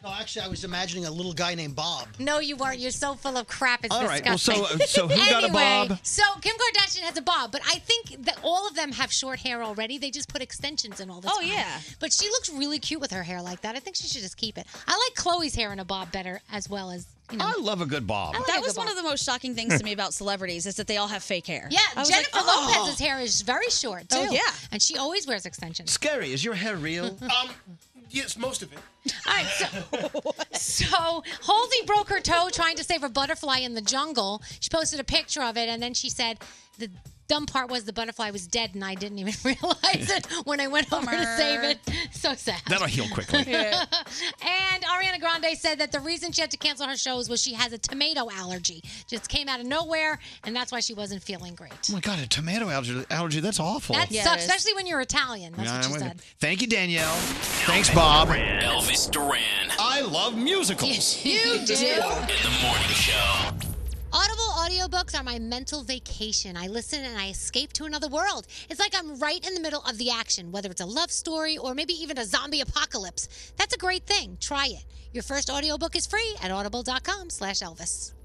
Speaker 1: No, actually, I was imagining a little guy named Bob.
Speaker 6: no, you weren't. You're so full of crap. It's
Speaker 1: All right, well,
Speaker 6: disgusting.
Speaker 1: so- so who got a
Speaker 6: Anyway,
Speaker 1: bob?
Speaker 6: So Kim Kardashian has a bob, but I think that all of them have short hair already. They just put extensions in all the
Speaker 7: Oh,
Speaker 6: time.
Speaker 7: yeah.
Speaker 6: But she looks really cute with her hair like that. I think she should just keep it. I like Chloe's hair in a bob better, as well as you know.
Speaker 2: I love a good bob.
Speaker 7: that was one of the most shocking things to me about celebrities is that they all have fake hair.
Speaker 6: Yeah,
Speaker 7: I was
Speaker 6: Jennifer
Speaker 7: like, oh.
Speaker 6: Lopez's hair is very short too.
Speaker 7: Oh, yeah.
Speaker 6: and she always wears extensions.
Speaker 2: Scary. Is your hair real?
Speaker 14: um, yes, most of it.
Speaker 6: All right, so, so Halsey broke her toe trying to save a butterfly in the jungle. She posted a picture of it, and then she said the dumb part was the butterfly was dead, and I didn't even realize it when I went over to
Speaker 7: Bummer.
Speaker 6: save it. So sad.
Speaker 2: That'll heal quickly.
Speaker 6: and Ariana Grande said that the reason she had to cancel her shows was she has a tomato allergy. Just came out of nowhere, and that's why she wasn't feeling great.
Speaker 2: Oh my god, a tomato allergy. allergy that's awful.
Speaker 6: That sucks, especially when you're Italian. That's
Speaker 2: Yeah,
Speaker 6: what she
Speaker 2: I'm with
Speaker 6: said.
Speaker 2: you. Thank you, Danielle. Thanks, Bob.
Speaker 5: Elvis Duran.
Speaker 2: I love musicals.
Speaker 6: You do.
Speaker 5: In the morning show.
Speaker 6: Audible audiobooks are my mental vacation. I listen and I escape to another world. It's like I'm right in the middle of the action, whether it's a love story or maybe even a zombie apocalypse. That's a great thing. Try it. Your first audiobook is free at audible.com/elvis.